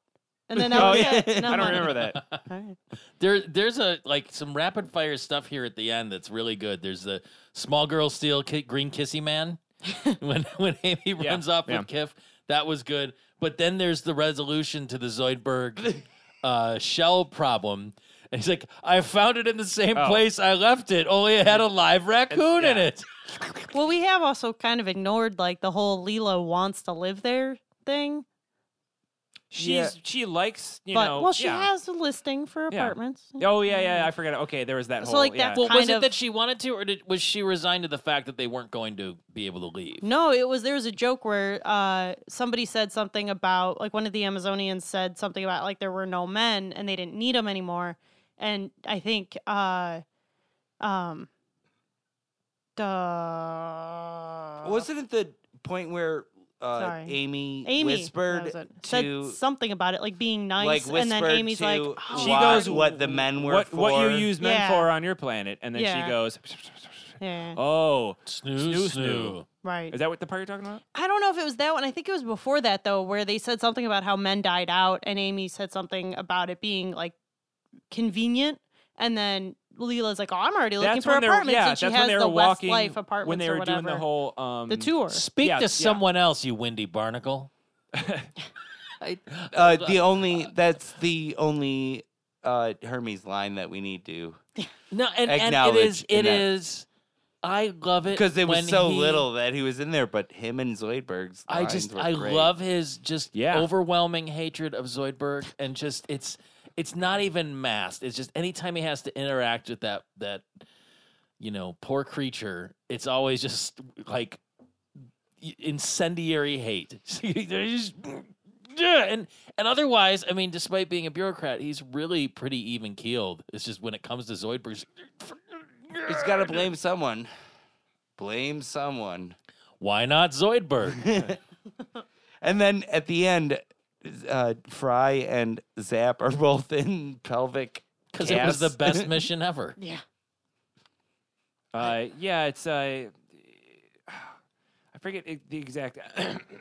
S7: and then that
S4: Oh,
S7: was
S4: yeah.
S7: it. And
S4: I
S7: I'm
S4: don't
S7: like,
S4: remember that.
S7: "All right."
S6: There, there's a like some rapid fire stuff here at the end that's really good. There's the small girl steal ki- green kissy man when when Amy runs off
S4: yeah.
S6: with Kiff. That was good. But then there's the resolution to the Zoidberg uh, shell problem. And he's like, I found it in the same
S4: Oh.
S6: place I left it. Only it had a live raccoon in
S4: yeah.
S6: it.
S7: Well, we have also kind of ignored like the whole Lila wants to live there thing.
S4: She's she likes you
S7: but
S4: know.
S7: well, she
S4: yeah.
S7: has a listing for
S4: Yeah.
S7: apartments.
S4: Oh yeah, yeah. I forgot. Okay, there was that
S7: So,
S4: whole.
S7: like,
S4: yeah.
S7: that
S6: Well,
S7: Kind
S6: was it
S7: of-
S6: that she wanted to, or did, was she resigned to the fact that they weren't going to be able to leave?
S7: No, it was there was a joke where uh, somebody said something about like one of the Amazonians said something about like there were no men and they didn't need them anymore, and I think uh, um, the
S5: Wasn't it the point where uh,
S7: Sorry.
S5: Amy,
S7: Amy that was
S5: whispered
S7: it,
S5: to
S7: said something about it, like being
S5: like
S7: nice,
S5: whispered
S7: and then Amy's
S5: to
S7: like,
S5: she
S7: oh,
S4: She
S7: wow."
S5: goes what the men were
S4: what
S5: for?
S4: what you use men
S7: Yeah.
S4: for on your planet, and then
S7: Yeah.
S4: she goes,
S7: yeah,
S4: oh,
S6: Snoo,
S4: Snoo,
S6: snoo.
S4: snoo.
S7: right.
S4: is that what the part you're talking about?
S7: I don't know if it was that one. I think it was before that though, where they said something about how men died out, and Amy said something about it being like convenient, and then Leela's like, "Oh, I'm already looking
S4: that's
S7: for
S4: when they were-
S7: apartments,"
S4: yeah,
S7: and she
S4: that's
S7: has
S4: when they were
S7: the
S4: walking
S7: Westlife apartments
S4: when they
S7: or
S4: were
S7: whatever.
S4: doing the whole um,
S7: the tour.
S6: Speak
S4: Yeah, yeah.
S6: to someone else, you windy barnacle.
S5: Uh, the only that's the only uh, Hermes line that we need to
S6: No, and, and it is
S5: Acknowledge
S6: it
S5: in that.
S6: is. I love it
S5: because it was
S6: when
S5: so
S6: he-
S5: little that he was in there. But him and Zoidberg's
S6: I
S5: lines
S6: just
S5: were
S6: I
S5: great.
S6: love his just
S4: Yeah.
S6: overwhelming hatred of Zoidberg and just it's it's not even masked. It's just anytime he has to interact with that that you know poor creature, it's always just like y- incendiary hate. They're just- yeah, and and otherwise, I mean, despite being a bureaucrat, he's really pretty even keeled. It's just when it comes to Zoidberg, he's-
S5: He's got to blame someone. Blame someone.
S6: why not Zoidberg?
S5: And then at the end, uh, Fry and Zap are both in pelvic.
S6: Because it was the
S5: Yes.
S6: best mission ever.
S7: Yeah,
S4: Uh, yeah, it's uh, I forget e- the exact.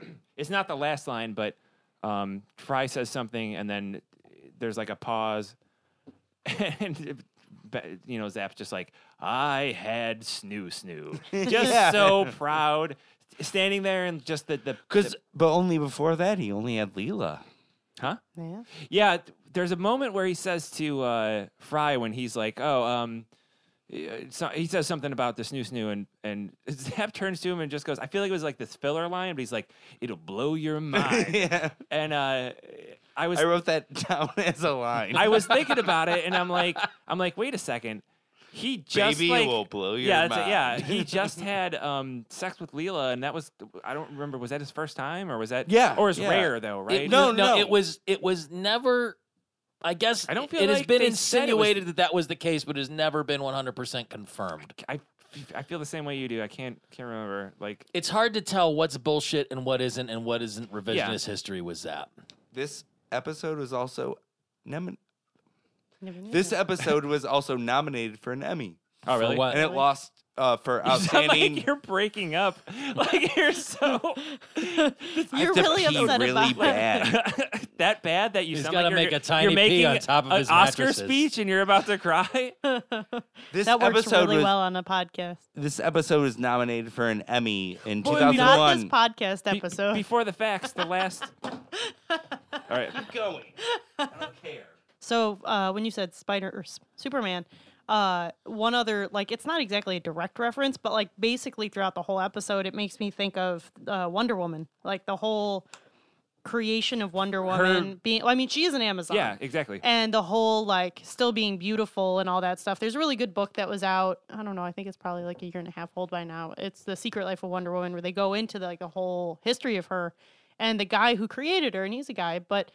S4: it's not the last line, but um, Fry says something, and then there's like a pause, and it- but, you know Zap's just like, "I had snoo snoo," just
S5: Yeah.
S4: so proud, standing there and just the the
S5: Because, but only before that, he only had Leela.
S4: huh.
S7: yeah.
S4: Yeah, th- there's a moment where he says to uh, Fry when he's like, "Oh, um," y- uh, so, he says something about the snoo snoo, and and Zap turns to him and just goes, "I feel like it was like this filler line," but he's like, "It'll blow your mind."
S5: yeah.
S4: and uh, I was
S5: I wrote that down as a line.
S4: I was thinking about it, and I'm like, I'm like, wait a second, he just
S5: Baby
S4: like.
S5: will blow your
S4: yeah, that's
S5: mind.
S4: it, yeah. He just had um, sex with Leela, and that was—I don't remember. Was that his first time, or was that?
S5: Yeah,
S4: or it's
S5: yeah.
S4: rare though, right?
S6: It-
S5: No, no.
S6: It was it was never. I guess
S4: I don't feel
S6: it has
S4: like
S6: been
S4: they said it was-
S6: insinuated that that was the case, but it has never been 100% confirmed.
S4: I I feel the same way you do. I can't can't remember. Like
S6: It's hard to tell what's bullshit and what isn't, and what isn't revisionist history was that.
S4: Oh,
S5: This episode was also nom-
S7: Never knew
S5: This
S7: that.
S5: episode was also nominated for an Emmy,
S4: oh
S6: For
S4: really?
S6: what?
S5: and it lost uh, for
S4: You sound
S5: outstanding.
S4: like you're breaking up. Like you're so
S5: I have
S7: You're
S5: to
S7: really
S5: pee
S7: upset
S5: really
S7: about
S5: bad.
S4: that bad that you
S6: He's
S4: sound
S6: gotta
S4: like you're,
S6: make a
S4: you're
S6: tiny pee
S4: making
S6: on top of
S4: an
S6: his
S4: Oscar
S6: mattresses.
S4: speech and you're about to cry.
S5: This
S7: That works
S5: episode
S7: really
S5: was
S7: well on a podcast.
S5: this episode was nominated for an Emmy in
S4: Well, I mean,
S7: Not this
S5: 2001.
S7: podcast
S4: Be-
S7: episode.
S4: before the facts, the last. All right.
S5: going. I don't care.
S7: So uh, when you said Spider or S- Superman, uh, one other like it's not exactly a direct reference, but like basically throughout the whole episode, it makes me think of uh, Wonder Woman, like the whole creation of Wonder Woman being. I mean, she is an Amazon.
S4: Yeah, exactly.
S7: And the whole like still being beautiful and all that stuff. There's a really good book that was out. I don't know. I think it's probably like a year and a half old by now. It's The Secret Life of Wonder Woman, where they go into the, like the whole history of her and the guy who created her. And he's a guy, but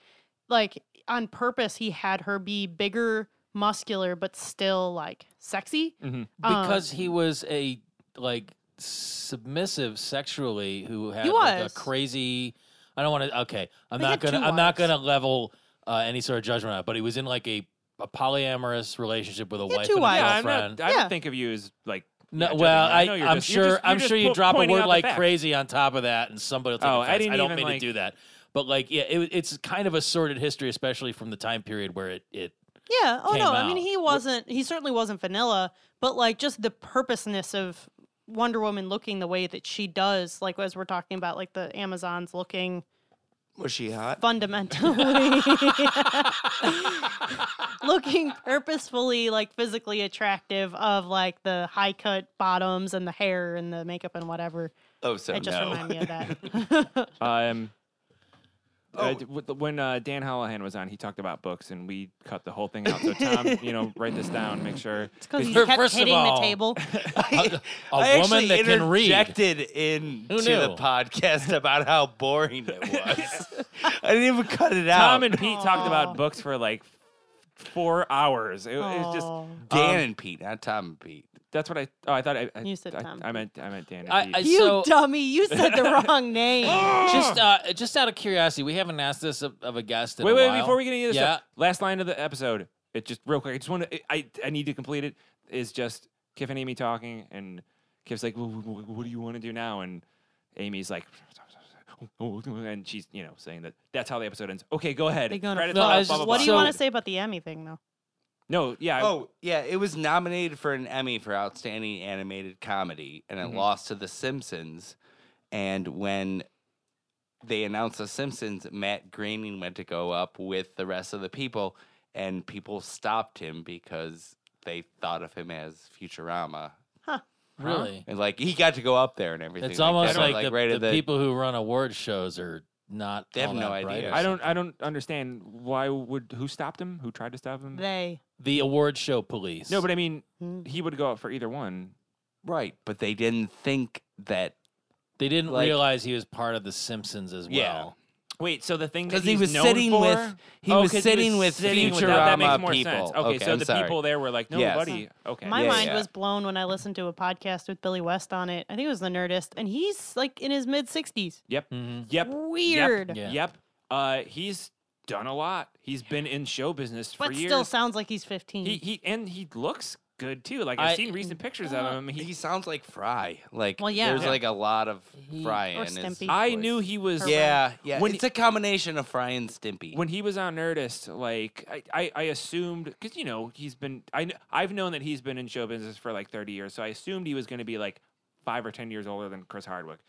S7: like on purpose, he had her be bigger, muscular, but still like sexy. Um,
S6: Mm-hmm. Because he was a like submissive sexually who had
S7: He
S6: like,
S7: was.
S6: a crazy. I don't want to. Okay, I'm
S7: They
S6: not
S7: had
S6: gonna.
S7: two
S6: I'm not
S7: wives.
S6: gonna level uh, any sort of judgment on it. But he was in like a, a polyamorous relationship with a
S7: He had
S6: wife
S7: two
S6: and a
S7: wives.
S4: yeah,
S7: Yeah,
S4: I'm
S6: girlfriend.
S4: not, I
S7: Yeah.
S4: don't think of you as like.
S6: No,
S4: yeah, judging
S6: well,
S4: me.
S6: I,
S4: know you're
S6: I'm
S4: just-
S6: sure
S4: you're just-
S6: I'm
S4: you're
S6: sure
S4: just
S6: you
S4: po-
S6: drop a
S4: pointing out
S6: word
S4: the
S6: like
S4: facts.
S6: crazy on top of that, and somebody will take
S4: Oh, I
S6: offense.
S4: didn't
S6: I don't
S4: even,
S6: mean
S4: like-
S6: to do that, but like, yeah, it, it's kind of a sordid history, especially from the time period where it it.
S7: Yeah. Oh
S6: came
S7: no. I mean,
S6: out.
S7: he wasn't. He certainly wasn't vanilla, but like just the purposeness of Wonder Woman looking the way that she does, like as we're talking about, like the Amazons looking
S5: Was she hot?
S7: fundamentally looking purposefully like physically attractive of like the high cut bottoms and the hair and the makeup and whatever.
S5: Oh, so
S7: it just
S5: no.
S7: reminded me of that.
S4: Um,
S5: Oh,
S4: uh, d- with the- when uh, Dan Hallahan was on, he talked about books, and we cut the whole thing out. So Tom, you know, write this down, make sure.
S7: Because he
S6: Fir-
S7: kept
S6: first of
S7: hitting
S6: all-
S7: the table.
S6: A, a
S5: I
S6: woman
S5: actually
S6: that can read.
S5: interjected into
S6: Who
S5: the
S6: knew?
S5: podcast about how boring it was. I didn't even cut it out.
S4: Tom and Pete talked
S7: Aw.
S4: about books for like four hours. It, it was
S7: Oh.
S4: just
S5: Dan and Pete, not Tom and Pete.
S4: that's what I. Oh, I thought I. I
S7: You said
S4: I,
S7: Tom.
S4: I meant I meant Dan. And
S6: I-
S4: Pete.
S6: I-
S7: You
S6: So-
S7: dummy, you said the wrong name.
S6: just uh, just out of curiosity, we haven't asked this of, of a guest in
S4: wait,
S6: a
S4: wait,
S6: while.
S4: before we get into this,
S6: yeah.
S4: stuff, last line of the episode. It just real quick. I just want to. I I need to complete it. Is just Kiff and Amy talking, and Kiff's like, well, wh- wh- "What do you want to do now?" And Amy's like, and she's you know saying that that's how the episode ends. Okay, go ahead.
S7: They go to
S4: Credits
S6: No,
S4: roll,
S6: I was
S4: blah,
S6: just-
S4: blah,
S7: What do you
S4: blah.
S6: So-
S7: want to say about the Emmy thing, though?
S4: No, yeah. Oh,
S5: Oh, yeah, it was nominated for an Emmy for Outstanding Animated Comedy, and it
S4: Mm-hmm.
S5: lost to The Simpsons. And when they announced The Simpsons, Matt Groening went to go up with the rest of the people, and people stopped him because they thought of him as Futurama.
S6: Really?
S5: And like he got to go up there and everything.
S6: It's almost
S5: that.
S6: like,
S5: Like,
S6: the,
S5: right
S6: the,
S5: at the-
S6: people who run award shows are not.
S5: They have
S6: all
S5: no
S6: that
S5: idea.
S6: bright.
S4: I don't. I don't understand why would who stopped him? Who tried to stop him?
S7: They.
S6: The award show police.
S4: No, but I mean,
S7: Hmm.
S4: he would go up for either one.
S5: right, but they didn't think that
S6: they didn't
S5: like-
S6: realize he was part of the Simpsons as well.
S5: Yeah.
S4: Wait, so the thing that
S5: because he
S4: he's
S5: was
S4: known
S5: sitting
S4: for?
S5: with he
S4: Oh,
S5: was
S4: 'cause he
S5: sitting with
S4: sitting with-
S5: Futurama
S4: that- that makes more
S5: people.
S4: sense. Okay, so
S5: I'm
S4: the
S5: sorry.
S4: people there were like, "No,
S5: Yes.
S4: buddy." Okay,
S7: My
S5: Yeah,
S7: mind
S5: yeah.
S7: was blown when I listened to a podcast with Billy West on it. I think it was The Nerdist, and he's like in his mid 60s.
S4: Yep.
S6: Mm-hmm.
S4: Yep.
S7: Weird.
S4: Yep.
S6: Yeah.
S4: yep. Uh, he's done a lot. He's been in show business for
S7: But
S4: years.
S7: still sounds like he's 15.
S4: he he and he looks good too. Like I've
S6: I-
S4: seen recent pictures of him. He,
S5: He sounds like Fry. Like
S7: Well, yeah.
S5: there's
S7: Yeah.
S5: like a lot of Fry
S7: Or
S5: in his
S7: Stimpy.
S4: I
S5: voice.
S4: knew he was.
S5: Yeah, yeah.
S4: When
S5: it's a combination of Fry and Stimpy.
S4: When he was on Nerdist, like I, I, I assumed because you know he's been I kn- I've known that he's been in show business for like thirty years, so I assumed he was going to be like five or ten years older than Chris Hardwick,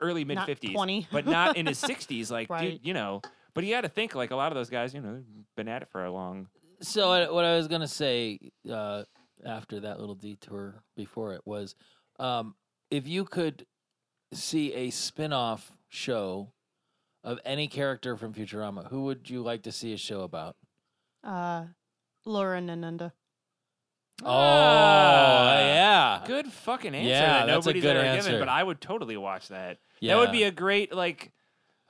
S4: early mid
S7: Not
S4: fifties,
S7: 20.
S4: but not in his sixties. Like
S7: Right.
S4: dude, you know, but you got to think like a lot of those guys, you know, they've been at it for a long.
S6: So what what I was gonna say uh, after that little detour before it was, um, if you could see a spin-off show of any character from Futurama, who would you like to see a show about?
S7: uh, Laura Nanunda.
S4: Ah,
S6: oh yeah,
S4: Good fucking answer.
S6: Yeah,
S4: that
S6: that's a
S4: nobody's
S6: good
S4: ever
S6: answer.
S4: given, but I would totally watch that.
S6: Yeah.
S4: That would be a great like.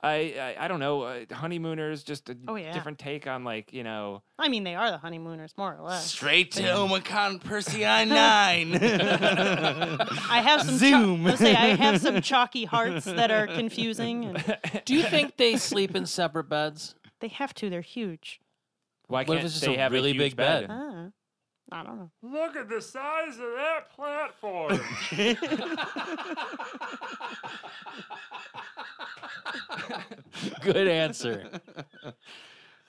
S4: I, I, I don't know uh, honeymooners just a
S7: Oh, yeah.
S4: different take on like you know
S7: I mean, they are the honeymooners, more or less.
S5: Straight to Omicron Percy I nine.
S7: I have some cho-
S5: Zoom.
S7: let's say I have some chalky hearts that are confusing. And
S6: Do you think they sleep in separate beds?
S7: they have to. They're huge.
S4: why
S6: What if
S4: can't
S6: it's just
S4: they
S6: a
S4: have
S6: really
S4: a huge
S6: big bed?
S7: Ah, I don't know.
S3: Look at the size of that platform.
S6: Good answer.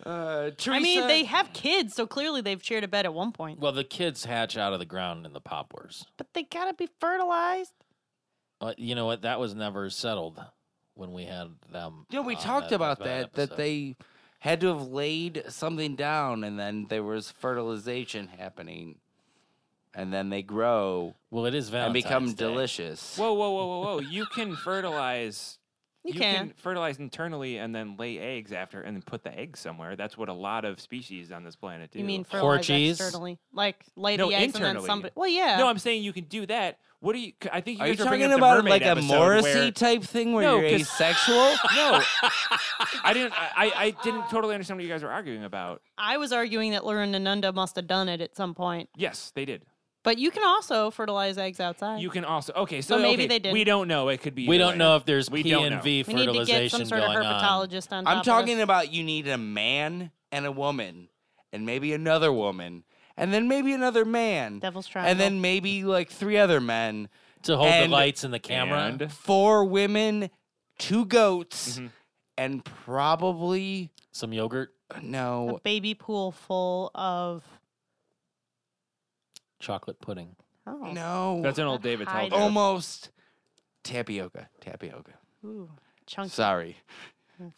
S5: uh,
S7: I mean,
S5: Teresa-
S7: they have kids, so clearly they've shared a bed at one point.
S6: well, the kids hatch out of the ground in the poplars.
S7: But they gotta be fertilized.
S6: Uh, you know what? That was never settled when we had them.
S5: Yeah, we
S6: on
S5: talked
S6: that
S5: about
S6: Bad
S5: that. That
S6: episode.
S5: they had to have laid something down, and then there was fertilization happening, and then they grow
S6: well, it is
S5: and
S6: Valentine's
S5: become
S6: Day.
S5: delicious.
S4: Whoa, whoa, whoa, whoa, whoa! You can fertilize.
S7: You, can.
S4: fertilize internally and then lay eggs after, and then put the eggs somewhere. That's what a lot of species on this planet do.
S7: You mean fertilize
S6: Horchies?
S7: externally, like lay the
S4: No,
S7: eggs and then
S4: internally.
S7: somebody? Well, yeah.
S4: No, I'm saying you can do that. What do you? I think you
S5: Are you
S4: guys were bringing
S5: talking
S4: up the
S5: about
S4: mermaid
S5: like a
S4: episode
S5: Morrissey
S4: where-
S5: type thing where
S4: No,
S5: you're
S4: 'cause-
S5: asexual?
S4: No, I didn't. I, I I didn't totally understand what you guys were arguing about.
S7: I was arguing that Laura Nanunda must have done it at some point,
S4: Yes, they did.
S7: but you can also fertilize eggs outside.
S4: You can also okay. So
S7: Uh, Well, maybe
S4: okay,
S7: they didn't.
S4: We don't know. It could be.
S6: We
S4: either
S6: don't
S4: way.
S6: know if there's
S4: We
S6: P
S4: don't
S6: and
S4: know.
S6: V
S7: we need to get some
S6: fertilization
S7: sort of
S6: going on.
S7: herpetologist on. top
S5: I'm
S7: of
S5: talking
S7: this.
S5: about you need a man and a woman, and maybe another woman, and then maybe another man,
S7: Devil's Triangle.
S5: and then maybe like three other men,
S6: To hold the
S5: And-
S6: lights and the camera.
S4: And
S5: four women, two goats,
S4: Mhm.
S5: and probably
S6: Some yogurt,
S5: no
S7: a baby pool full of.
S6: chocolate pudding.
S7: Oh,
S5: no
S4: that's an old David
S7: Hide
S4: Tell.
S5: Oh
S7: it.
S4: joke.
S5: almost tapioca tapioca.
S7: ooh, chunky.
S5: Sorry.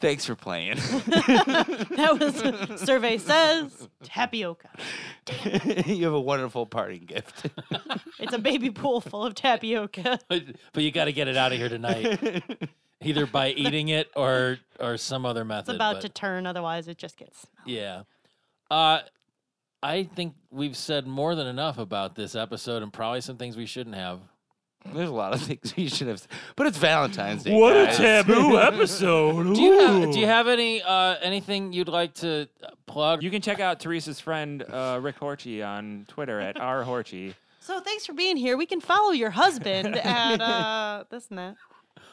S5: Thanks for playing.
S7: that was survey says tapioca.
S5: you have a wonderful parting gift.
S7: It's a baby pool full of tapioca.
S6: But, but you got to get it out of here tonight, either by eating it or or some other method.
S7: It's about
S6: but-
S7: to turn, otherwise it just gets.
S6: Yeah. Uh, I think we've said more than enough about this episode and probably some things we shouldn't have.
S5: There's a lot of things we should have, s- but it's Valentine's Day.
S4: What a
S5: guys.
S4: taboo episode.
S6: Do you have Do you have any uh, anything you'd like to uh, plug?
S4: You can check out Teresa's friend uh, Rick Horchy on Twitter at r horchy.
S7: So thanks for being here. We can follow your husband at uh, this and that.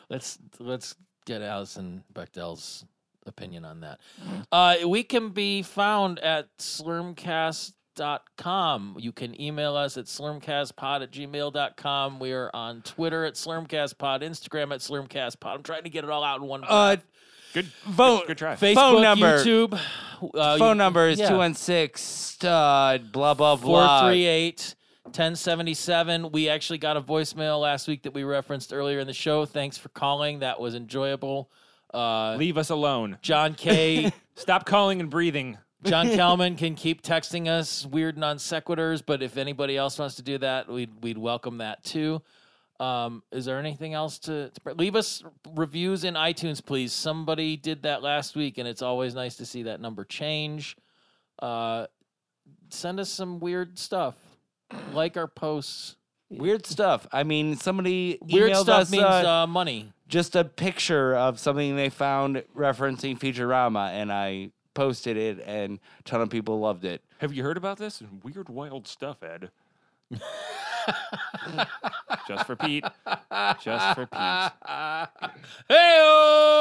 S6: let's let's get Allison Bechdel's opinion on that.
S5: Mm-hmm.
S6: Uh, we can be found at slurmcast.com. You can email us at slurmcastpod at gmail.com. We are on Twitter at slurmcastpod, Instagram at slurmcastpod. I'm trying to get it all out in one.
S5: Uh,
S4: Good
S5: vote.
S4: Good try.
S5: Facebook,
S6: Facebook,
S5: phone number.
S6: YouTube. Uh,
S5: Phone number is
S6: yeah.
S5: 216 uh, blah, blah, blah.
S6: 438 1077. We actually got a voicemail last week that we referenced earlier in the show. Thanks for calling. That was enjoyable. Uh,
S4: Leave us alone.
S6: John K.
S4: Stop calling and breathing.
S6: John Kalman can keep texting us weird non sequiturs, but if anybody else wants to do that, we'd we'd welcome that too. Um, is there anything else to, to leave us reviews in iTunes, please? Somebody did that last week, and it's always nice to see that number change. Uh, send us some weird stuff, like our posts.
S5: Weird stuff. I mean, somebody
S6: Weird
S5: emailed
S6: stuff
S5: us
S6: means
S5: uh,
S6: uh, money.
S5: just a picture of something they found referencing Futurama, and I posted it, and a ton of people loved it.
S4: Have you heard about this? Weird, wild stuff, Ed. Just for Pete. Just for Pete.
S6: Hey!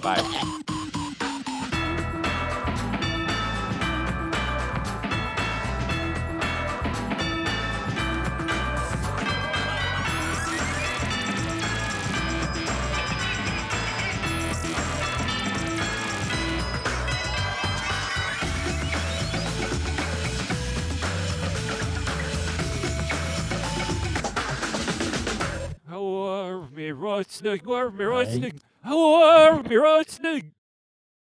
S5: Bye.
S4: How are me roasting? How are me roasting? How are me roasting?